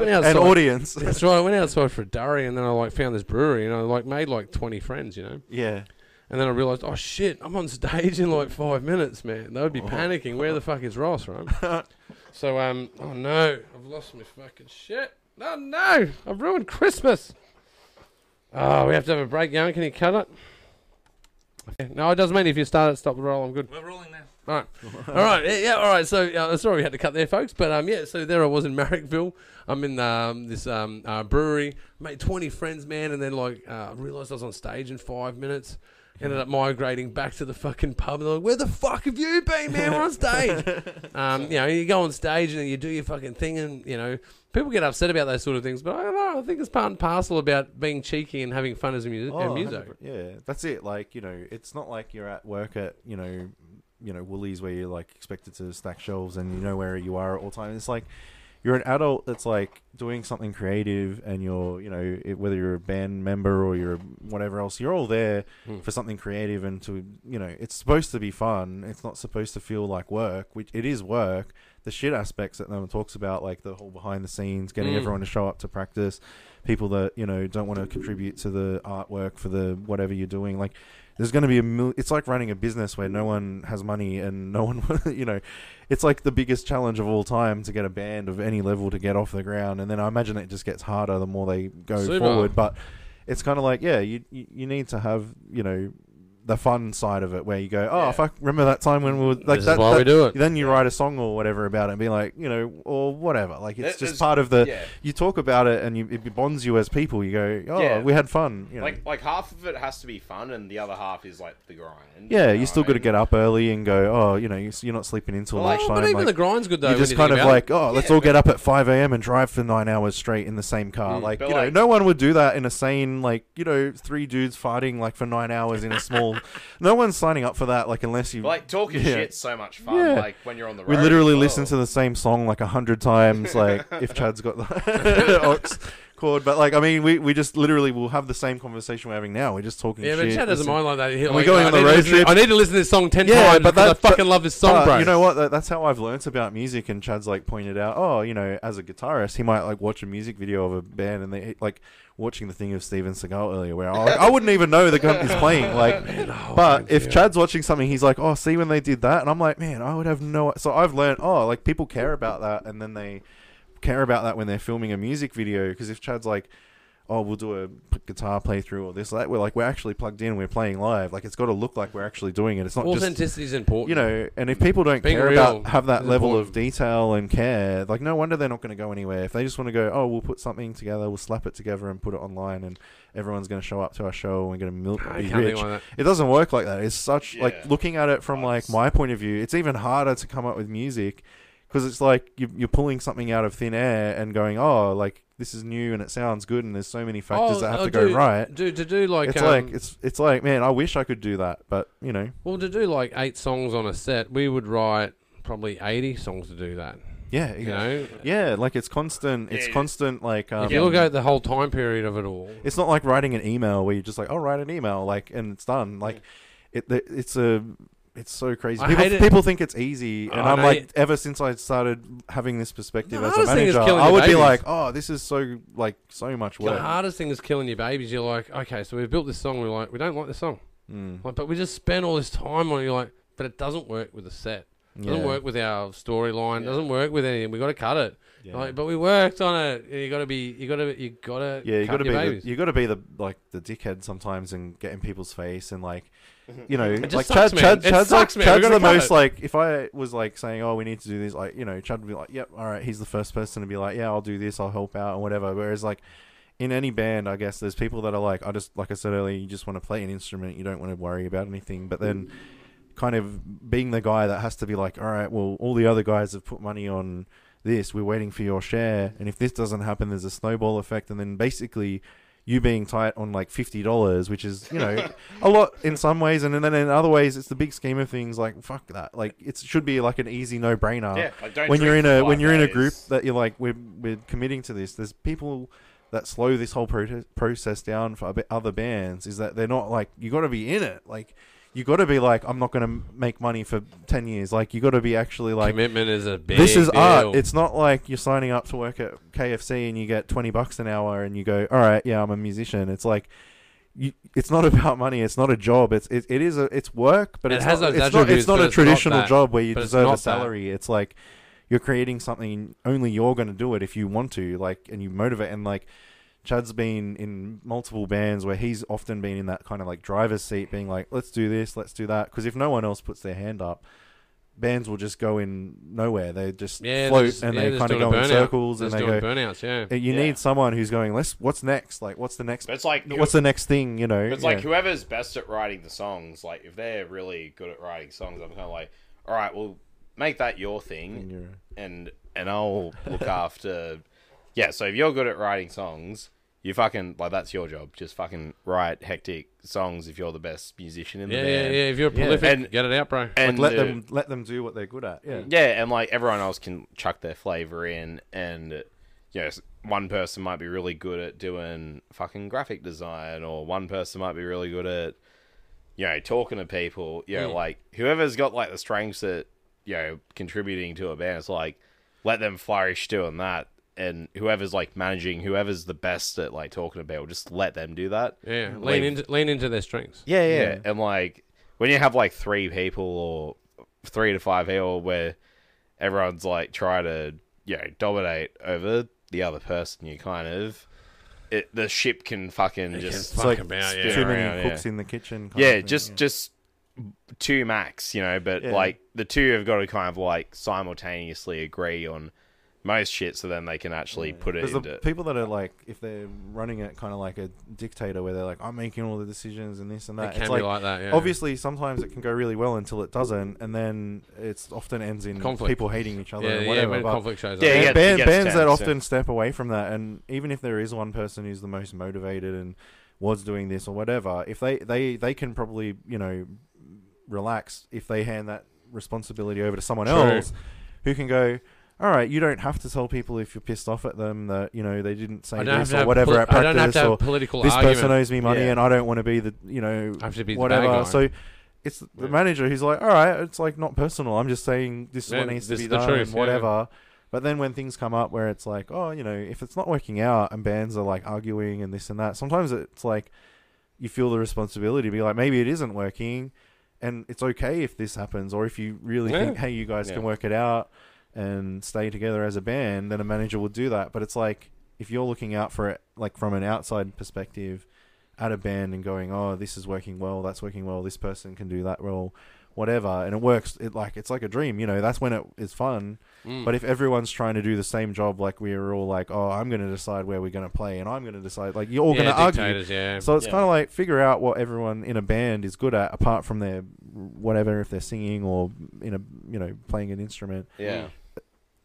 Speaker 3: and
Speaker 1: outside-
Speaker 3: audience?
Speaker 1: That's right. I went outside for a durry, and then I like found this brewery, and I like made like twenty friends, you know.
Speaker 3: yeah,
Speaker 1: And then I realized, oh shit, I'm on stage in like five minutes, man. They would be panicking. Where the fuck is Ross, right? so um, oh no, I've lost my fucking shit. No, no, I've ruined Christmas. Oh, we have to have a break, going. Can you cut it? Okay. No, it doesn't mean if you start it, stop the roll. I'm good.
Speaker 4: We're rolling now.
Speaker 1: All right. all right. Yeah, yeah, all right. So, uh, sorry we had to cut there, folks. But, um, yeah, so there I was in Marrickville. I'm in um, this um, uh, brewery. Made 20 friends, man. And then, like, uh, realised I was on stage in five minutes. Ended up migrating back to the fucking pub. They're like, where the fuck have you been, man? We're on stage. um, you know, you go on stage and you do your fucking thing. And, you know, people get upset about those sort of things. But I don't know. I think it's part and parcel about being cheeky and having fun as a mu-
Speaker 3: Oh,
Speaker 1: and music.
Speaker 3: 100%. Yeah, that's it. Like you know, it's not like you're at work at you know, you know Woolies where you're like expected to stack shelves and you know where you are at all times. It's like you're an adult that's like doing something creative, and you're you know it, whether you're a band member or you're whatever else, you're all there
Speaker 1: Hmm.
Speaker 3: for something creative and to you know it's supposed to be fun. It's not supposed to feel like work, which it is work. The shit aspects that no one talks about, like the whole behind the scenes, getting
Speaker 1: Mm.
Speaker 3: everyone to show up to practice, people that you know don't want to contribute to the artwork for the whatever you're doing like there's going to be a mil- it's like running a business where no one has money and no one you know it's like the biggest challenge of all time to get a band of any level to get off the ground and then i imagine it just gets harder the more they go
Speaker 1: Super.
Speaker 3: forward but it's kind of like yeah you you you need to have you know the fun side of it where you go oh
Speaker 4: Yeah.
Speaker 3: fuck remember that time when we were like
Speaker 1: this is
Speaker 3: that,
Speaker 1: why
Speaker 3: that-
Speaker 1: we do it.
Speaker 3: then you write a song or whatever about it and be like you know or whatever like
Speaker 4: There-
Speaker 3: it's
Speaker 4: there's-
Speaker 3: just part of the
Speaker 2: yeah.
Speaker 3: you talk about it and you, it bonds you as people. You go, oh,
Speaker 2: Yeah.
Speaker 3: we had fun. You know.
Speaker 2: Like, like half of it has to be fun, and the other half is like the grind.
Speaker 3: yeah,
Speaker 2: you
Speaker 3: you still got to get up early and go. Oh, you know, you- you're not sleeping until
Speaker 2: Well, like-
Speaker 1: Oh, but
Speaker 3: lunchtime.
Speaker 1: even
Speaker 3: like,
Speaker 1: the grind's good, though.
Speaker 3: you
Speaker 1: when
Speaker 3: just
Speaker 1: think
Speaker 3: kind of
Speaker 1: about it.
Speaker 3: like, oh, let's
Speaker 2: Yeah,
Speaker 3: all
Speaker 2: but-
Speaker 3: get up at five a.m. and drive for nine hours straight in the same car. like,
Speaker 2: but
Speaker 3: you know,
Speaker 2: like-
Speaker 3: no one would do that in a sane, like, you know, three dudes fighting like for nine hours in a small. no one's signing up for that. Like, unless you
Speaker 2: Like talking
Speaker 3: Yeah.
Speaker 2: shit's so much fun.
Speaker 3: Yeah.
Speaker 2: Like when you're on the road.
Speaker 3: We literally
Speaker 2: as well.
Speaker 1: Oh.
Speaker 3: listen to the same song like a hundred times, like if Chad's got the ox chord. But like, I mean, we, we just literally will have the same conversation we're having now. We're just talking.
Speaker 1: Yeah,
Speaker 3: shit.
Speaker 1: but Chad doesn't
Speaker 3: listen-
Speaker 1: mind like that. He, like,
Speaker 3: And we're going
Speaker 1: I
Speaker 3: on the
Speaker 1: need to
Speaker 3: road
Speaker 1: listen-
Speaker 3: trip.
Speaker 1: I need to listen to this song ten
Speaker 3: Yeah,
Speaker 1: times,
Speaker 3: but
Speaker 1: but I
Speaker 3: that-
Speaker 1: fucking
Speaker 3: but-
Speaker 1: love this song,
Speaker 3: but
Speaker 1: bro.
Speaker 3: You know what? That, that's how I've learnt about music. And Chad's like pointed out, oh, you know, as a guitarist, he might like watch a music video of a band, and they like watching the thing of Steven Seagal earlier, where I, I wouldn't even know the company's playing. Like, but if Chad's watching something, he's like, oh, see when they did that, and I'm like, man, I would have no. So I've learnt, oh, like people care about that, and then they care about that when they're filming a music video because if Chad's like. Oh, we'll do a p- guitar playthrough or this, that. We're like, we're actually plugged in. We're playing live. Like, it's got to look like we're actually doing it. It's not just
Speaker 1: Authenticity is important.
Speaker 3: you know, and if people don't
Speaker 1: Being
Speaker 3: care
Speaker 1: real
Speaker 3: about have that
Speaker 1: is
Speaker 3: level of detail and care, like no wonder they're not going to go anywhere. If they just want to go, oh, we'll put something together, we'll slap it together and put it online, and everyone's going to show up to our show and we're going to milk
Speaker 1: I
Speaker 3: be
Speaker 1: can't think
Speaker 3: rich.
Speaker 1: like that.
Speaker 3: It doesn't work like that. It's such like
Speaker 2: Yeah.
Speaker 3: looking at it from like
Speaker 2: Sucks.
Speaker 3: my point of view. It's even harder to come up with music because it's like you, you're pulling something out of thin air and going, oh, like this is new and it sounds good, and there's so many
Speaker 1: Oh,
Speaker 3: factors that have to go
Speaker 1: do,
Speaker 3: right.
Speaker 1: Do uh, to do like
Speaker 3: it's
Speaker 1: um,
Speaker 3: like it's it's like man, I wish I could do that, but you know,
Speaker 1: well to do like eight songs on a set, we would write probably eighty songs to do that.
Speaker 3: yeah,
Speaker 1: You know,
Speaker 3: Yeah, like it's constant. It's
Speaker 2: Yeah.
Speaker 3: constant. Like um,
Speaker 1: if you look at the whole time period of it all,
Speaker 3: it's not like writing an email where you're just like, oh, write an email, like, and it's done. Like, it, the- it's a, it's so crazy.
Speaker 1: I
Speaker 3: People,
Speaker 1: hate it.
Speaker 3: people think it's easy, and
Speaker 1: Oh,
Speaker 3: I'm
Speaker 1: no,
Speaker 3: like,
Speaker 1: you-
Speaker 3: ever since I started having this perspective
Speaker 1: The
Speaker 3: as a
Speaker 1: hardest thing is
Speaker 3: manager,
Speaker 1: killing
Speaker 3: I
Speaker 1: your
Speaker 3: would be
Speaker 1: babies.
Speaker 3: like, oh, this is so like so much
Speaker 1: the
Speaker 3: work.
Speaker 1: hardest thing is killing your babies. You're like, okay, so we've built this song. We're like, we don't like this song,
Speaker 3: Mm,
Speaker 1: like, but we just spent all this time on. it. You're like, but it doesn't work with the set. Doesn't
Speaker 3: yeah,
Speaker 1: work with our storyline.
Speaker 2: Yeah.
Speaker 1: Doesn't work with anything. We got to cut it.
Speaker 3: Yeah.
Speaker 1: Like, but we worked on it. You got to be. You got to. You got to.
Speaker 3: Yeah, you
Speaker 1: got to
Speaker 3: be the,
Speaker 1: babies.
Speaker 3: you got to be the like the dickhead sometimes and get in people's face and like you know
Speaker 1: just
Speaker 3: like
Speaker 1: sucks,
Speaker 3: Chad, Chad,
Speaker 1: man. It
Speaker 3: Chad's,
Speaker 1: sucks,
Speaker 3: like,
Speaker 1: man. We
Speaker 3: Chad's
Speaker 1: gotta
Speaker 3: the
Speaker 1: cut
Speaker 3: most
Speaker 1: it.
Speaker 3: like if I was like saying oh we need to do this like you know Chad would be like yep all right he's the first person to be like yeah I'll do this I'll help out and whatever whereas like in any band I guess there's people that are like I just like I said earlier you just want to play an instrument you don't want to worry about anything but then kind of being the guy that has to be like, all right, well, all the other guys have put money on this. We're waiting for your share, and if this doesn't happen, there's a snowball effect, and then basically you being tight on like fifty dollars, which is you know a lot in some ways, and then in other ways, it's the big scheme of things. Like fuck that, like it should be like an easy no brainer
Speaker 2: Yeah, like, don't
Speaker 3: when you're
Speaker 2: drink
Speaker 3: in a
Speaker 2: for
Speaker 3: when
Speaker 2: five
Speaker 3: you're in a
Speaker 2: days.
Speaker 3: group that you're like we're we're committing to this. There's people that slow this whole prote- process down for obe- other bands is that they're not like you got to be in it. Like you got to be like I'm not going to make money for ten years. Like you got to be actually like
Speaker 1: Commitment is a big.
Speaker 3: this is
Speaker 1: deal.
Speaker 3: art. It's not like you're signing up to work at KFC and you get 20 bucks an hour and you go, "All right, yeah, I'm a musician." It's like you, it's not about money. It's not a job. It's it, it is a it's work, but
Speaker 1: It
Speaker 3: it's
Speaker 1: has
Speaker 3: not,
Speaker 1: those
Speaker 3: it's not,
Speaker 1: attributes,
Speaker 3: it's not
Speaker 1: but
Speaker 3: a
Speaker 1: it's not
Speaker 3: traditional
Speaker 1: that.
Speaker 3: job where you
Speaker 1: But it's
Speaker 3: deserve
Speaker 1: not
Speaker 3: a
Speaker 1: that.
Speaker 3: salary. It's like you're creating something only you're going to do it if you want to, like and you motivate and like Chad's been in multiple bands where he's often been in that kind of like driver's seat, being like, "Let's do this, let's do that," because if no one else puts their hand up, bands will just go in nowhere. They just
Speaker 1: yeah,
Speaker 3: float
Speaker 1: they're just-
Speaker 3: and
Speaker 1: yeah,
Speaker 3: they
Speaker 1: they're
Speaker 3: kind of
Speaker 1: just doing
Speaker 3: go in
Speaker 1: burnouts.
Speaker 3: circles
Speaker 1: They're
Speaker 3: and
Speaker 1: just doing
Speaker 3: they go.
Speaker 1: burnouts. Yeah.
Speaker 3: You
Speaker 2: Yeah.
Speaker 3: need someone who's going. Let's. What's next? Like, what's the next?
Speaker 5: But it's like
Speaker 3: What's the next thing? You know.
Speaker 2: But it's like
Speaker 3: Yeah.
Speaker 2: whoever's best at writing the songs, like if they're really good at writing songs, I'm kind of like, all right, well, make that your thing, and and I'll look after. Yeah, so if you're good at writing songs, you fucking like that's your job. Just fucking write hectic songs if you're the best musician in the
Speaker 1: Yeah, yeah,
Speaker 2: band.
Speaker 1: yeah. If you're prolific,
Speaker 2: And-
Speaker 1: get it out, bro.
Speaker 2: And
Speaker 3: Like, let
Speaker 2: uh,
Speaker 3: them let them do what they're good at. Yeah.
Speaker 2: Yeah, and like everyone else can chuck their flavor in, and uh, you know, s- one person might be really good at doing fucking graphic design, or one person might be really good at you know talking to people. You know,
Speaker 1: Mm.
Speaker 2: like whoever's got like the strengths that you know contributing to a band, it's like let them flourish doing that. And whoever's like managing, whoever's the best at like talking to people, just let them do that.
Speaker 1: yeah,
Speaker 2: Like,
Speaker 1: lean into lean into their strengths.
Speaker 2: yeah, yeah, And like when you have like three people or three to five people where everyone's like trying to, you know, dominate over the other person, you kind of it, the ship can fucking just
Speaker 1: Fuck
Speaker 3: like
Speaker 1: about, yeah.
Speaker 3: Too many
Speaker 2: around, yeah.
Speaker 3: cooks in the kitchen. kind
Speaker 2: yeah,
Speaker 3: of thing,
Speaker 2: just
Speaker 3: yeah.
Speaker 2: just two max, you know. But
Speaker 3: Yeah.
Speaker 2: like the two have got to kind of like simultaneously agree on most shit, so then they can actually put it
Speaker 3: Because
Speaker 2: into.
Speaker 3: the people that are like, if they're running it kind of like a dictator, where they're like, I'm making all the decisions and this and
Speaker 1: It
Speaker 3: that.
Speaker 1: can
Speaker 3: it's
Speaker 1: be
Speaker 3: like,
Speaker 1: like that. Yeah.
Speaker 3: obviously, sometimes it can go really well until it doesn't, and then it's often ends in
Speaker 1: Conflict.
Speaker 3: people hating each other
Speaker 1: yeah,
Speaker 3: and
Speaker 1: yeah.
Speaker 3: whatever.
Speaker 1: when
Speaker 3: but
Speaker 1: conflict shows
Speaker 2: Yeah,
Speaker 1: up.
Speaker 2: it gets-
Speaker 3: Ban- ban-
Speaker 2: it gets
Speaker 3: bands that
Speaker 2: tense,
Speaker 3: often step away from that, and even if there is one person who's the most motivated and was doing this or whatever, if they they they can probably you know relax if they hand that responsibility over to someone
Speaker 1: True.
Speaker 3: else who can go. All right, you don't have to tell people if you're pissed off at them that you know they didn't say
Speaker 1: I don't have
Speaker 3: this
Speaker 1: to
Speaker 3: or
Speaker 1: have
Speaker 3: whatever
Speaker 1: poli-
Speaker 3: at
Speaker 1: I don't have
Speaker 3: practice
Speaker 1: to
Speaker 3: or
Speaker 1: have political
Speaker 3: this
Speaker 1: argument.
Speaker 3: person owes me money
Speaker 2: Yeah.
Speaker 3: and I don't want to be the you know
Speaker 1: I have to be the bad guy.
Speaker 3: whatever. So it's the manager who's like, all right, it's like not personal. I'm just saying this is
Speaker 1: Yeah,
Speaker 3: what needs to
Speaker 1: this
Speaker 3: be
Speaker 1: is the
Speaker 3: done
Speaker 1: truth,
Speaker 3: and
Speaker 1: yeah.
Speaker 3: whatever. But then when things come up where it's like, oh, you know, if it's not working out and bands are like arguing and this and that, sometimes it's like you feel the responsibility to be like, maybe it isn't working and it's okay if this happens or if you really
Speaker 1: Yeah.
Speaker 3: think, hey, you guys
Speaker 2: Yeah.
Speaker 3: can work it out and stay together as a band, then a manager will do that. But it's like if you're looking out for it, like from an outside perspective, at a band and going, oh, this is working well, that's working well, this person can do that well, whatever, and it works. It like it's like a dream, you know. That's when it is fun.
Speaker 1: Mm.
Speaker 3: But if everyone's trying to do the same job, like we are all like, oh, I'm going to decide where we're going to play, and I'm going to decide, like you're all
Speaker 1: yeah,
Speaker 3: going to argue.
Speaker 1: dictators, yeah.
Speaker 3: So it's
Speaker 2: Yeah.
Speaker 3: kind of like figure out what everyone in a band is good at, apart from their whatever, if they're singing or in a you know playing an instrument.
Speaker 2: yeah,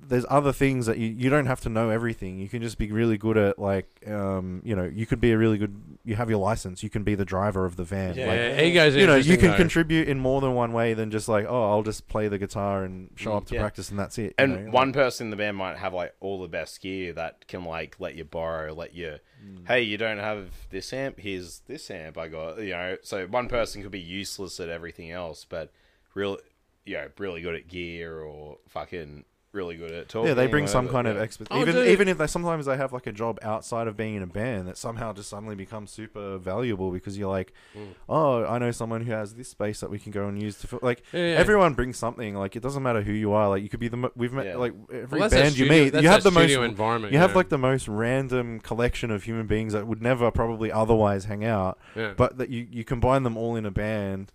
Speaker 3: There's other things that you, you don't have to know everything. You can just be really good at like um, you know you could be a really good. You have your license. You can be the driver of the van.
Speaker 1: yeah,
Speaker 3: like,
Speaker 1: ego's
Speaker 3: you know you
Speaker 1: interesting,
Speaker 3: can
Speaker 1: though.
Speaker 3: contribute in more than one way than just like oh I'll just play the guitar and show up to
Speaker 2: Mm, Yeah.
Speaker 3: practice and that's it. you
Speaker 2: and
Speaker 3: know,
Speaker 2: one
Speaker 3: like-
Speaker 2: person in the band might have like all the best gear that can like let you borrow, let you,
Speaker 3: Mm.
Speaker 2: hey, you don't have this amp, here's this amp I got, you know. So one person could be useless at everything else, but real, you know, really good at gear or fucking really good at talking.
Speaker 3: yeah they bring
Speaker 2: whatever,
Speaker 3: some kind of
Speaker 2: yeah.
Speaker 3: expertise.
Speaker 1: Oh,
Speaker 3: Even
Speaker 1: dude.
Speaker 3: even if they sometimes they have like a job outside of being in a band that somehow just suddenly becomes super valuable because you're like
Speaker 2: Mm.
Speaker 3: oh I know someone who has this space that we can go and use to fill. like
Speaker 1: Yeah, yeah.
Speaker 3: everyone brings something like it doesn't matter who you are like you could be the mo- we've met
Speaker 2: Yeah.
Speaker 3: like every
Speaker 1: Well, that's that
Speaker 3: band you
Speaker 1: studio-
Speaker 3: meet
Speaker 1: that's
Speaker 3: you have
Speaker 1: that
Speaker 3: the most
Speaker 1: studio environment.
Speaker 3: you have
Speaker 1: know.
Speaker 3: like the most random collection of human beings that would never probably otherwise hang out
Speaker 1: yeah.
Speaker 3: but that you, you combine them all in a band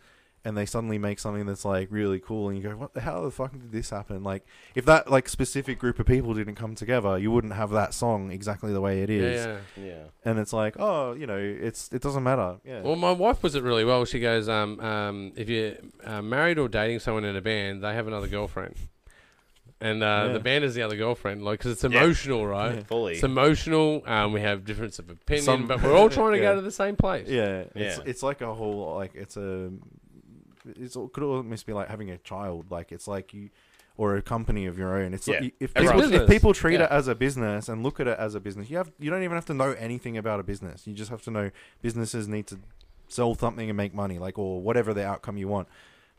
Speaker 3: and they suddenly make something that's like really cool and you go what the hell the fuck did this happen like if that like specific group of people didn't come together you wouldn't have that song exactly the way it
Speaker 1: yeah,
Speaker 3: is
Speaker 1: yeah.
Speaker 2: yeah.
Speaker 3: and it's like oh you know it's it doesn't matter yeah
Speaker 1: Well, my wife puts it really well. She goes, um, um, if you're uh, married or dating someone in a band, they have another girlfriend. And uh,
Speaker 3: Yeah.
Speaker 1: the band is the other girlfriend, like, because it's
Speaker 2: Yeah.
Speaker 1: emotional, right?
Speaker 3: Yeah.
Speaker 2: Fully.
Speaker 1: It's emotional. Um, we have difference of opinion,
Speaker 3: Some-
Speaker 1: but we're all trying to
Speaker 3: Yeah.
Speaker 1: go to the same place.
Speaker 3: yeah
Speaker 2: Yeah.
Speaker 3: it's it's like a whole like it's a it's it could almost be like having a child like it's like you or a company of your own. It's
Speaker 2: Yeah.
Speaker 3: like, if
Speaker 2: It's a
Speaker 3: people, if
Speaker 1: business.
Speaker 3: people treat
Speaker 2: Yeah.
Speaker 3: it as a business and look at it as a business, you have you don't even have to know anything about a business. You just have to know businesses need to sell something and make money, like or whatever the outcome you want.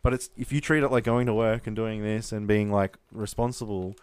Speaker 3: But it's if you treat it like going to work and doing this and being like responsible,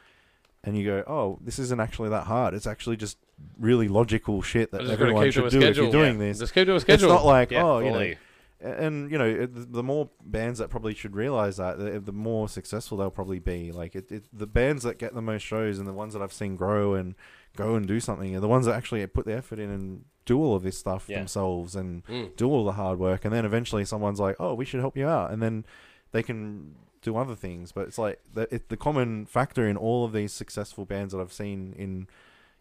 Speaker 3: and you go, oh, this isn't actually that hard. It's actually just really logical shit that
Speaker 1: I just gotta
Speaker 3: everyone
Speaker 1: keep to
Speaker 3: should
Speaker 1: a
Speaker 3: do if
Speaker 1: schedule.
Speaker 3: you're doing this.
Speaker 1: Just keep to a
Speaker 3: It's
Speaker 1: schedule.
Speaker 3: not like
Speaker 2: Yeah,
Speaker 3: oh, you know,
Speaker 2: fully.
Speaker 3: and you know it- the the more bands that probably should realize that the, the more successful they'll probably be like it, it, the bands that get the most shows and the ones that i've seen grow and go and do something are the ones that actually put the effort in and do all of this stuff
Speaker 2: Yeah.
Speaker 3: themselves and
Speaker 1: Mm.
Speaker 3: do all the hard work and then eventually someone's like oh we should help you out and then they can do other things but it's like the, it, the common factor in all of these successful bands that i've seen in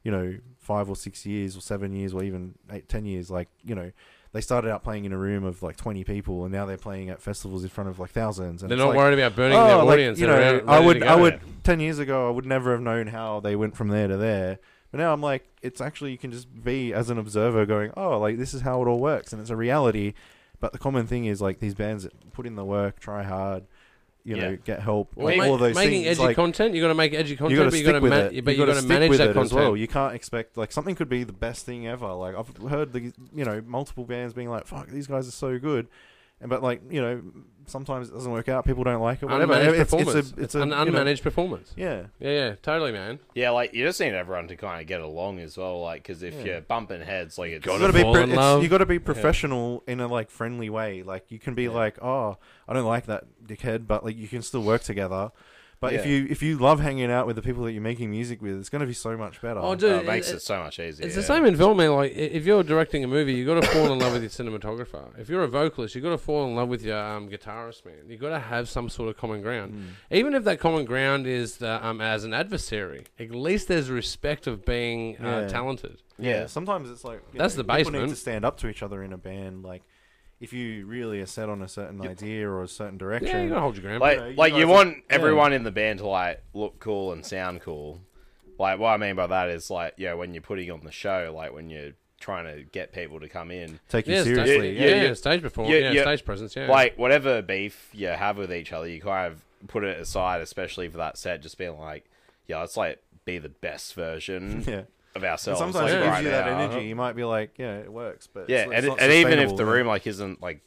Speaker 3: you know five or six years or seven years or even eight ten years like you know they started out playing in a room of like 20 people and now they're playing at festivals in front of like thousands and
Speaker 1: They're
Speaker 3: it's
Speaker 1: not
Speaker 3: like,
Speaker 1: worried about burning their
Speaker 3: oh, like,
Speaker 1: audience.
Speaker 3: you
Speaker 1: They're
Speaker 3: know
Speaker 1: ready
Speaker 3: i
Speaker 1: to
Speaker 3: would
Speaker 1: go.
Speaker 3: i would 10 years ago i would never have known how they went from there to there but now i'm like it's actually you can just be as an observer going oh like this is how it all works and it's a reality but the common thing is like these bands that put in the work try hard you
Speaker 2: Yeah.
Speaker 3: know get help
Speaker 1: Well,
Speaker 3: like
Speaker 1: ma-
Speaker 3: all those
Speaker 1: making
Speaker 3: things
Speaker 1: edgy
Speaker 3: like,
Speaker 1: content, you got to make edgy
Speaker 3: you
Speaker 1: content,
Speaker 3: got to
Speaker 1: but you
Speaker 3: stick
Speaker 1: got to
Speaker 3: with
Speaker 1: ma-
Speaker 3: it.
Speaker 1: but you
Speaker 3: gotta
Speaker 1: got to
Speaker 3: stick
Speaker 1: manage
Speaker 3: with
Speaker 1: that
Speaker 3: it
Speaker 1: content.
Speaker 3: as well. You can't expect like something could be the best thing ever. Like I've heard the you know multiple bands being like, "Fuck, these guys are so good," and but like you know sometimes it doesn't work out. People don't like it. Whatever.
Speaker 1: Unmanaged
Speaker 3: It's, it's
Speaker 1: performance.
Speaker 3: a
Speaker 1: It's,
Speaker 3: it's a
Speaker 1: an
Speaker 3: you know,
Speaker 1: unmanaged performance.
Speaker 3: yeah.
Speaker 1: Yeah, yeah, totally, man.
Speaker 2: Yeah, like you just need everyone to kind of get along as well, like because if you're bumping heads, like it's
Speaker 1: Gotta
Speaker 3: You gotta be
Speaker 1: fall
Speaker 3: pro-
Speaker 1: in
Speaker 3: it's,
Speaker 1: love.
Speaker 3: you gotta be professional in a like friendly way. Like you can be like, oh, I don't like that dickhead, but like you can still work together. But if
Speaker 2: Yeah.
Speaker 3: you if you love hanging out with the people that you're making music with, it's gonna be so much better.
Speaker 1: Oh, dude,
Speaker 2: oh, it makes
Speaker 1: it-
Speaker 2: it so much easier.
Speaker 1: It's the same in film, man. Like i- if you're directing a movie, you got to fall in love with your cinematographer. If you're a vocalist, you got to fall in love with your um, guitarist, man. You got to have some sort of common ground, even if that common ground is the, um, as an adversary. At least there's respect of being uh,
Speaker 3: Yeah.
Speaker 1: talented.
Speaker 3: Yeah, sometimes it's like you
Speaker 1: That's the
Speaker 3: know, People
Speaker 1: basement.
Speaker 3: need to stand up to each other in a band. Like, if you really are set on a certain idea or a certain direction,
Speaker 1: Yeah, you got to hold your ground.
Speaker 2: Like,
Speaker 3: you
Speaker 2: like
Speaker 3: guys
Speaker 2: you
Speaker 3: are-
Speaker 2: want everyone in the band to like look cool and sound cool. Like what I mean by that is like, yeah, when you're putting on the show, like when you're trying to get people to come in,
Speaker 3: take you
Speaker 1: yeah, stage,
Speaker 3: seriously.
Speaker 1: yeah,
Speaker 2: yeah,
Speaker 1: yeah,
Speaker 2: yeah.
Speaker 1: stage performance,
Speaker 2: Yeah,
Speaker 1: yeah,
Speaker 2: yeah.
Speaker 1: stage presence, yeah.
Speaker 2: like whatever beef you have with each other, you kind of put it aside, especially for that set, just being like, yeah, let's like be the best version
Speaker 3: Yeah.
Speaker 2: of ourselves.
Speaker 3: Sometimes
Speaker 2: like,
Speaker 3: it gives
Speaker 2: right
Speaker 3: you that
Speaker 2: now.
Speaker 3: energy. You might be like, yeah, it works, but
Speaker 2: Yeah,
Speaker 3: it's,
Speaker 2: and,
Speaker 3: it's not
Speaker 2: and even if
Speaker 3: sustainable.
Speaker 2: the room like isn't like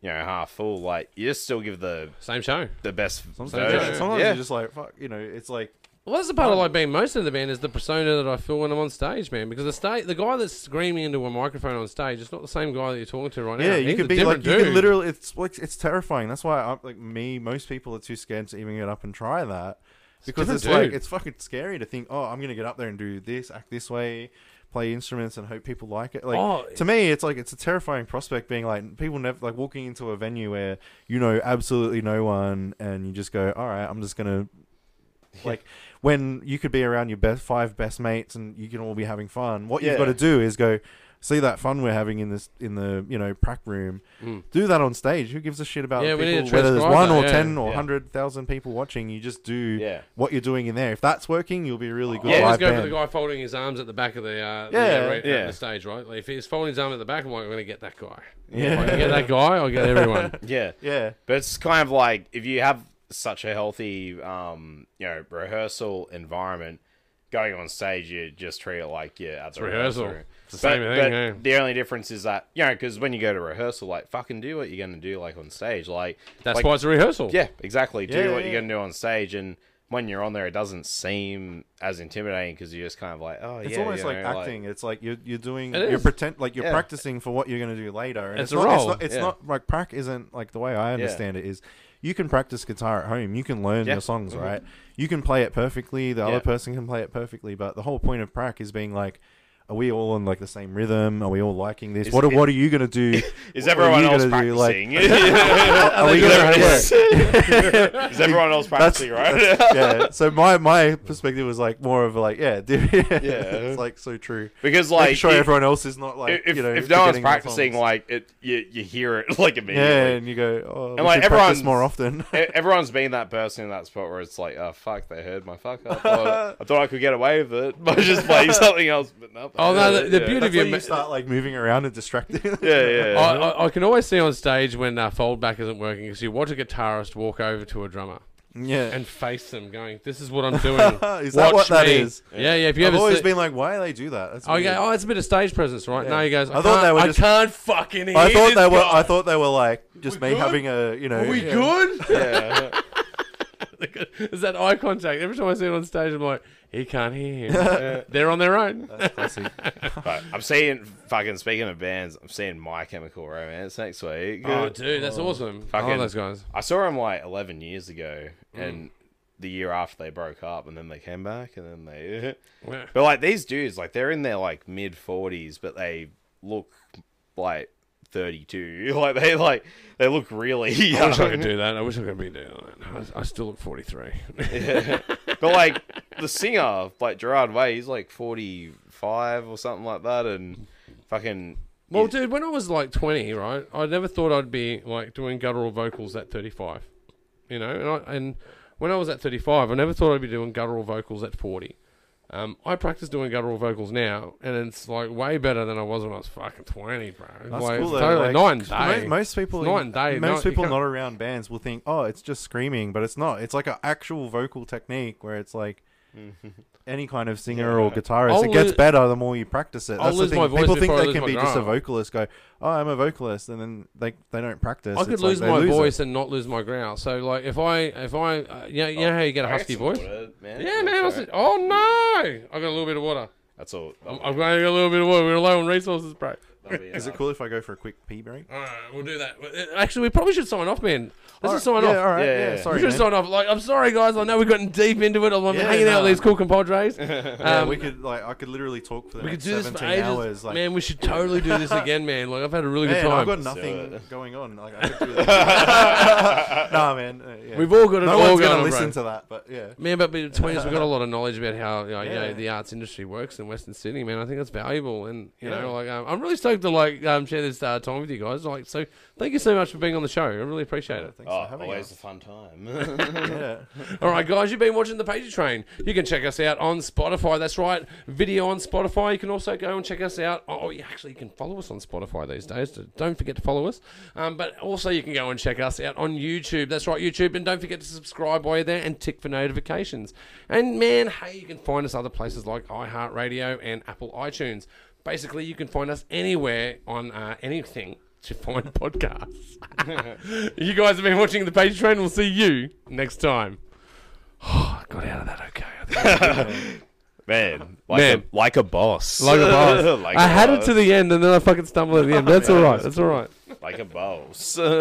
Speaker 2: you know half full, like you just still give the
Speaker 1: same show.
Speaker 2: the best
Speaker 3: sometimes, yeah,
Speaker 2: version.
Speaker 3: sometimes
Speaker 2: Yeah.
Speaker 3: you're just like, fuck, you know, it's like
Speaker 1: Well, that's the part I like being most in the band is the persona that I feel when I'm on stage, man. Because the sta the guy that's screaming into a microphone on stage, it's not the same guy that you're talking to right now.
Speaker 3: Yeah, you
Speaker 1: He's a
Speaker 3: could be like
Speaker 1: different
Speaker 3: you
Speaker 1: dude.
Speaker 3: could literally. It's like it's terrifying. That's why I'm like me. Most people are too scared to even get up and try that because
Speaker 1: different
Speaker 3: it's like
Speaker 1: dude.
Speaker 3: it's fucking scary to think. Oh, I'm gonna get up there and do this, act this way, play instruments, and hope people like it. Like
Speaker 1: Oh,
Speaker 3: to me, it's like it's a terrifying prospect. Being like people never like walking into a venue where you know absolutely no one, and you just go, all right, I'm just gonna. Like when you could be around your best five best mates and you can all be having fun. What
Speaker 2: Yeah.
Speaker 3: you've got to do is go see that fun we're having in this in the you know prac room
Speaker 1: Mm.
Speaker 3: do that on stage. Who gives a shit about
Speaker 1: Yeah,
Speaker 3: the
Speaker 1: we need
Speaker 3: people,
Speaker 1: to
Speaker 3: whether there's
Speaker 1: transcribe
Speaker 3: one
Speaker 1: that,
Speaker 3: or
Speaker 1: yeah.
Speaker 3: ten or
Speaker 2: Yeah.
Speaker 3: hundred thousand people watching? You just do
Speaker 2: Yeah.
Speaker 3: what you're doing in there. If that's working, you'll be a really good
Speaker 1: Oh. Yeah,
Speaker 3: live
Speaker 1: just go
Speaker 3: band.
Speaker 1: for the guy folding his arms at the back of the uh,
Speaker 3: Yeah,
Speaker 1: yeah, right,
Speaker 2: yeah.
Speaker 1: at the stage, right? Like if he's folding his arm at the back, I'm like, I'm gonna get that guy.
Speaker 3: Yeah.
Speaker 1: If I can get that guy, I'll get everyone.
Speaker 2: yeah,
Speaker 3: Yeah,
Speaker 2: But it's kind of like if you have such a healthy, um, you know, rehearsal environment, going on stage, you just treat it like you're at the
Speaker 1: rehearsal.
Speaker 2: rehearsal.
Speaker 1: It's the
Speaker 2: but,
Speaker 1: same thing,
Speaker 2: but
Speaker 1: yeah.
Speaker 2: the only difference is that you know, because when you go to rehearsal, like fucking do what you're gonna do, like on stage, like
Speaker 1: That's
Speaker 2: like,
Speaker 1: why it's a rehearsal.
Speaker 2: yeah, exactly. Do
Speaker 3: Yeah,
Speaker 2: what
Speaker 3: yeah,
Speaker 2: you're gonna do on stage, and when you're on there, it doesn't seem as intimidating because you're just kind of like, oh,
Speaker 3: it's
Speaker 2: yeah,
Speaker 3: almost
Speaker 2: you know,
Speaker 3: like acting. it's like you're you're doing
Speaker 1: It
Speaker 3: you're
Speaker 1: is.
Speaker 3: pretend like you're
Speaker 2: Yeah.
Speaker 3: practicing for what you're going to do later. And
Speaker 1: It's
Speaker 3: it's,
Speaker 1: a
Speaker 3: not,
Speaker 1: role,
Speaker 3: It's, not, it's
Speaker 2: yeah.
Speaker 3: not like prac isn't like the way I understand it is. You can practice guitar at home. You can learn
Speaker 2: Yeah. Mm-hmm.
Speaker 3: your songs, right? You can play it perfectly. The
Speaker 2: Yeah.
Speaker 3: other person can play it perfectly. But the whole point of prac is being like. Are we all on like the same rhythm? Are we all liking this?
Speaker 2: Is-
Speaker 3: what are, what are you gonna do?
Speaker 2: Is
Speaker 3: What are
Speaker 2: everyone
Speaker 3: you
Speaker 2: else
Speaker 3: gonna do? Like,
Speaker 2: practicing? Is
Speaker 3: are we
Speaker 1: They
Speaker 3: gonna
Speaker 1: go,
Speaker 3: work?
Speaker 2: everyone else practicing, right?
Speaker 3: yeah. So my my perspective was like more of like yeah, dude, yeah. it's like so true.
Speaker 2: Because
Speaker 3: Make
Speaker 2: like
Speaker 3: sure
Speaker 2: you-
Speaker 3: everyone else is not like
Speaker 2: if,
Speaker 3: you know
Speaker 2: if no one's
Speaker 3: forgetting the
Speaker 2: practicing,
Speaker 3: songs.
Speaker 2: like it, you, you hear it like
Speaker 3: yeah,
Speaker 2: immediately.
Speaker 3: and you go oh, and
Speaker 2: like,
Speaker 3: like everyone's
Speaker 2: everyone's-
Speaker 3: more often.
Speaker 2: E- Everyone's been that person in that spot where it's like, oh fuck, they heard my fuck up. Oh, I thought I could get away with it by just playing something else, but no.
Speaker 1: Oh, no, the- the
Speaker 2: yeah.
Speaker 1: beauty- Oh,
Speaker 3: That's
Speaker 1: you
Speaker 3: when you
Speaker 1: ma-
Speaker 3: start like moving around and distracting.
Speaker 2: Yeah, yeah.
Speaker 1: I, I, I can always see on stage when uh, fold back isn't working because you watch a guitarist walk over to a drummer.
Speaker 3: Yeah.
Speaker 1: and face them, going, "This is what I'm doing."
Speaker 3: Is that
Speaker 1: Watch
Speaker 3: what that
Speaker 1: me."
Speaker 3: is?
Speaker 1: Yeah, yeah. If you
Speaker 3: I've
Speaker 1: ever
Speaker 3: always
Speaker 1: see-
Speaker 3: been like, why do they do that? That's
Speaker 1: Oh,
Speaker 3: weird.
Speaker 1: yeah. Oh, it's a bit of stage presence, right?
Speaker 3: Yeah.
Speaker 1: No, he goes. I,
Speaker 3: I thought
Speaker 1: can't,
Speaker 3: they were
Speaker 1: I
Speaker 3: just-
Speaker 1: can't fucking. Hear
Speaker 3: I thought
Speaker 1: this
Speaker 3: they were.
Speaker 1: guy."
Speaker 3: I thought they were like just
Speaker 1: We
Speaker 3: me
Speaker 1: good?
Speaker 3: having a you know.
Speaker 1: Are we
Speaker 3: yeah.
Speaker 1: good?
Speaker 2: Yeah.
Speaker 1: Is that eye contact? Every time I see it on stage, I'm like, he can't hear him. They're on their own.
Speaker 3: Classic.
Speaker 2: But I'm seeing fucking speaking of bands, I'm seeing My Chemical Romance next week.
Speaker 1: Oh, dude, that's awesome. I
Speaker 2: Fucking-
Speaker 1: love those guys.
Speaker 2: I saw him like 11 years ago,
Speaker 1: Mm.
Speaker 2: and the year after they broke up, and then they came back, and then they.
Speaker 1: Yeah.
Speaker 2: But like these dudes, like they're in their like mid 40s, but they look like 32. Like they like they look really
Speaker 1: I wish I
Speaker 2: young.
Speaker 1: could do that. I wish I could be doing that. I, I still look 43.
Speaker 2: but like the singer, like Gerard Way, he's like 45 or something like that, and fucking.
Speaker 1: well, dude, when I was like 20, right, I never thought I'd be like doing guttural vocals at 35. You know, and, I, and when I was at 35, I never thought I'd be doing guttural vocals at 40. Um, I practice doing guttural vocals now, and it's like way better than I was when I was fucking 20, bro.
Speaker 3: That's
Speaker 1: like,
Speaker 3: cool
Speaker 1: it's
Speaker 3: though,
Speaker 1: totally
Speaker 3: like,
Speaker 1: nine
Speaker 3: mo-
Speaker 1: day.
Speaker 3: Most, people,
Speaker 1: It's night and day.
Speaker 3: most
Speaker 1: No, you
Speaker 3: people
Speaker 1: can't-
Speaker 3: not around bands will think, "Oh, it's just screaming," but it's not. It's like an actual vocal technique where it's like any kind of singer or guitarist.
Speaker 1: I'll
Speaker 3: it gets
Speaker 1: lo-
Speaker 3: better the more you practice it.
Speaker 1: I'll
Speaker 3: That's the
Speaker 1: lose
Speaker 3: thing.
Speaker 1: my voice
Speaker 3: people think
Speaker 1: before I
Speaker 3: they
Speaker 1: lose
Speaker 3: can
Speaker 1: my
Speaker 3: be just a
Speaker 1: growl.
Speaker 3: vocalist. Go, "Oh, I'm a vocalist," and then they they don't practice.
Speaker 1: I could
Speaker 3: It's like
Speaker 1: lose
Speaker 3: they
Speaker 1: my
Speaker 3: lose it.
Speaker 1: voice and not lose my growl. So like if I if I uh, you know, you know how you get a
Speaker 2: I got
Speaker 1: husky
Speaker 2: some
Speaker 1: voice.
Speaker 2: water, man.
Speaker 1: Yeah, man. I
Speaker 2: Sorry.
Speaker 1: said, oh no, I got a little bit of water.
Speaker 2: That's all.
Speaker 1: I'm, I'm going to get a little bit of water. We're low on resources, bro.
Speaker 2: that'll be
Speaker 3: Is it
Speaker 2: enough.
Speaker 3: cool if I go for a quick pee break?
Speaker 1: All right, we'll do that. Uh, Actually, we probably should sign off, man. Let's just sign
Speaker 3: yeah,
Speaker 1: off.
Speaker 3: All right,
Speaker 2: Yeah,
Speaker 3: yeah,
Speaker 2: yeah, yeah.
Speaker 1: We
Speaker 3: sorry.
Speaker 1: should
Speaker 3: man.
Speaker 1: sign off. Like, I'm sorry, guys. I know we've gotten deep into it. I'm I'm
Speaker 3: Yeah,
Speaker 1: hanging out
Speaker 3: nah.
Speaker 1: with these cool compadres.
Speaker 3: Yeah,
Speaker 1: Um,
Speaker 3: we could like I could literally talk for the
Speaker 1: we could
Speaker 3: next
Speaker 1: do this for
Speaker 3: 17
Speaker 1: ages,
Speaker 3: hours. Like,
Speaker 1: man. We should totally do this again, man. Like, I've had a really
Speaker 3: man,
Speaker 1: good time.
Speaker 3: I've got
Speaker 2: do
Speaker 3: nothing
Speaker 2: it.
Speaker 3: going on. Like I could do this. nah, man. uh, yeah.
Speaker 1: We've all got it
Speaker 3: no
Speaker 1: all
Speaker 3: one's
Speaker 1: going
Speaker 3: gonna
Speaker 1: on,
Speaker 3: listen
Speaker 1: bro.
Speaker 3: to that, but yeah.
Speaker 1: Man, but between us, we've got a lot of knowledge about how you know, you know,
Speaker 3: Yeah.
Speaker 1: the arts industry works in Western Sydney. Man, I think that's valuable, and you
Speaker 3: Yeah.
Speaker 1: know, like um, I'm really stoked to like um, share this uh, time with you guys. Like, so thank you so much for being on the show. I really appreciate it.
Speaker 3: Thanks
Speaker 2: Oh,
Speaker 3: for having
Speaker 2: always a
Speaker 3: us.
Speaker 2: fun time.
Speaker 3: Yeah.
Speaker 1: All right, guys, you've been watching the Pager Train. You can check us out on Spotify. That's right, video on Spotify. You can also go and check us out. Oh, you actually can follow us on Spotify these days. so Don't forget to follow us. Um, but also, you can go and check us out on YouTube. That's right, YouTube. And don't forget to subscribe while you're there and tick for notifications. And man, hey, you can find us other places like iHeartRadio and Apple iTunes. Basically, you can find us anywhere on uh, anything to find podcasts. you guys have been watching the Pager Train. We'll see you next time. I got out of that okay. I think I
Speaker 2: Man, like,
Speaker 1: Man.
Speaker 2: A, like a boss.
Speaker 1: Like a boss.
Speaker 2: like
Speaker 1: I had it
Speaker 2: boss.
Speaker 1: to the end and then I fucking stumbled at the end. That's all right. That's all right.
Speaker 2: Like a boss.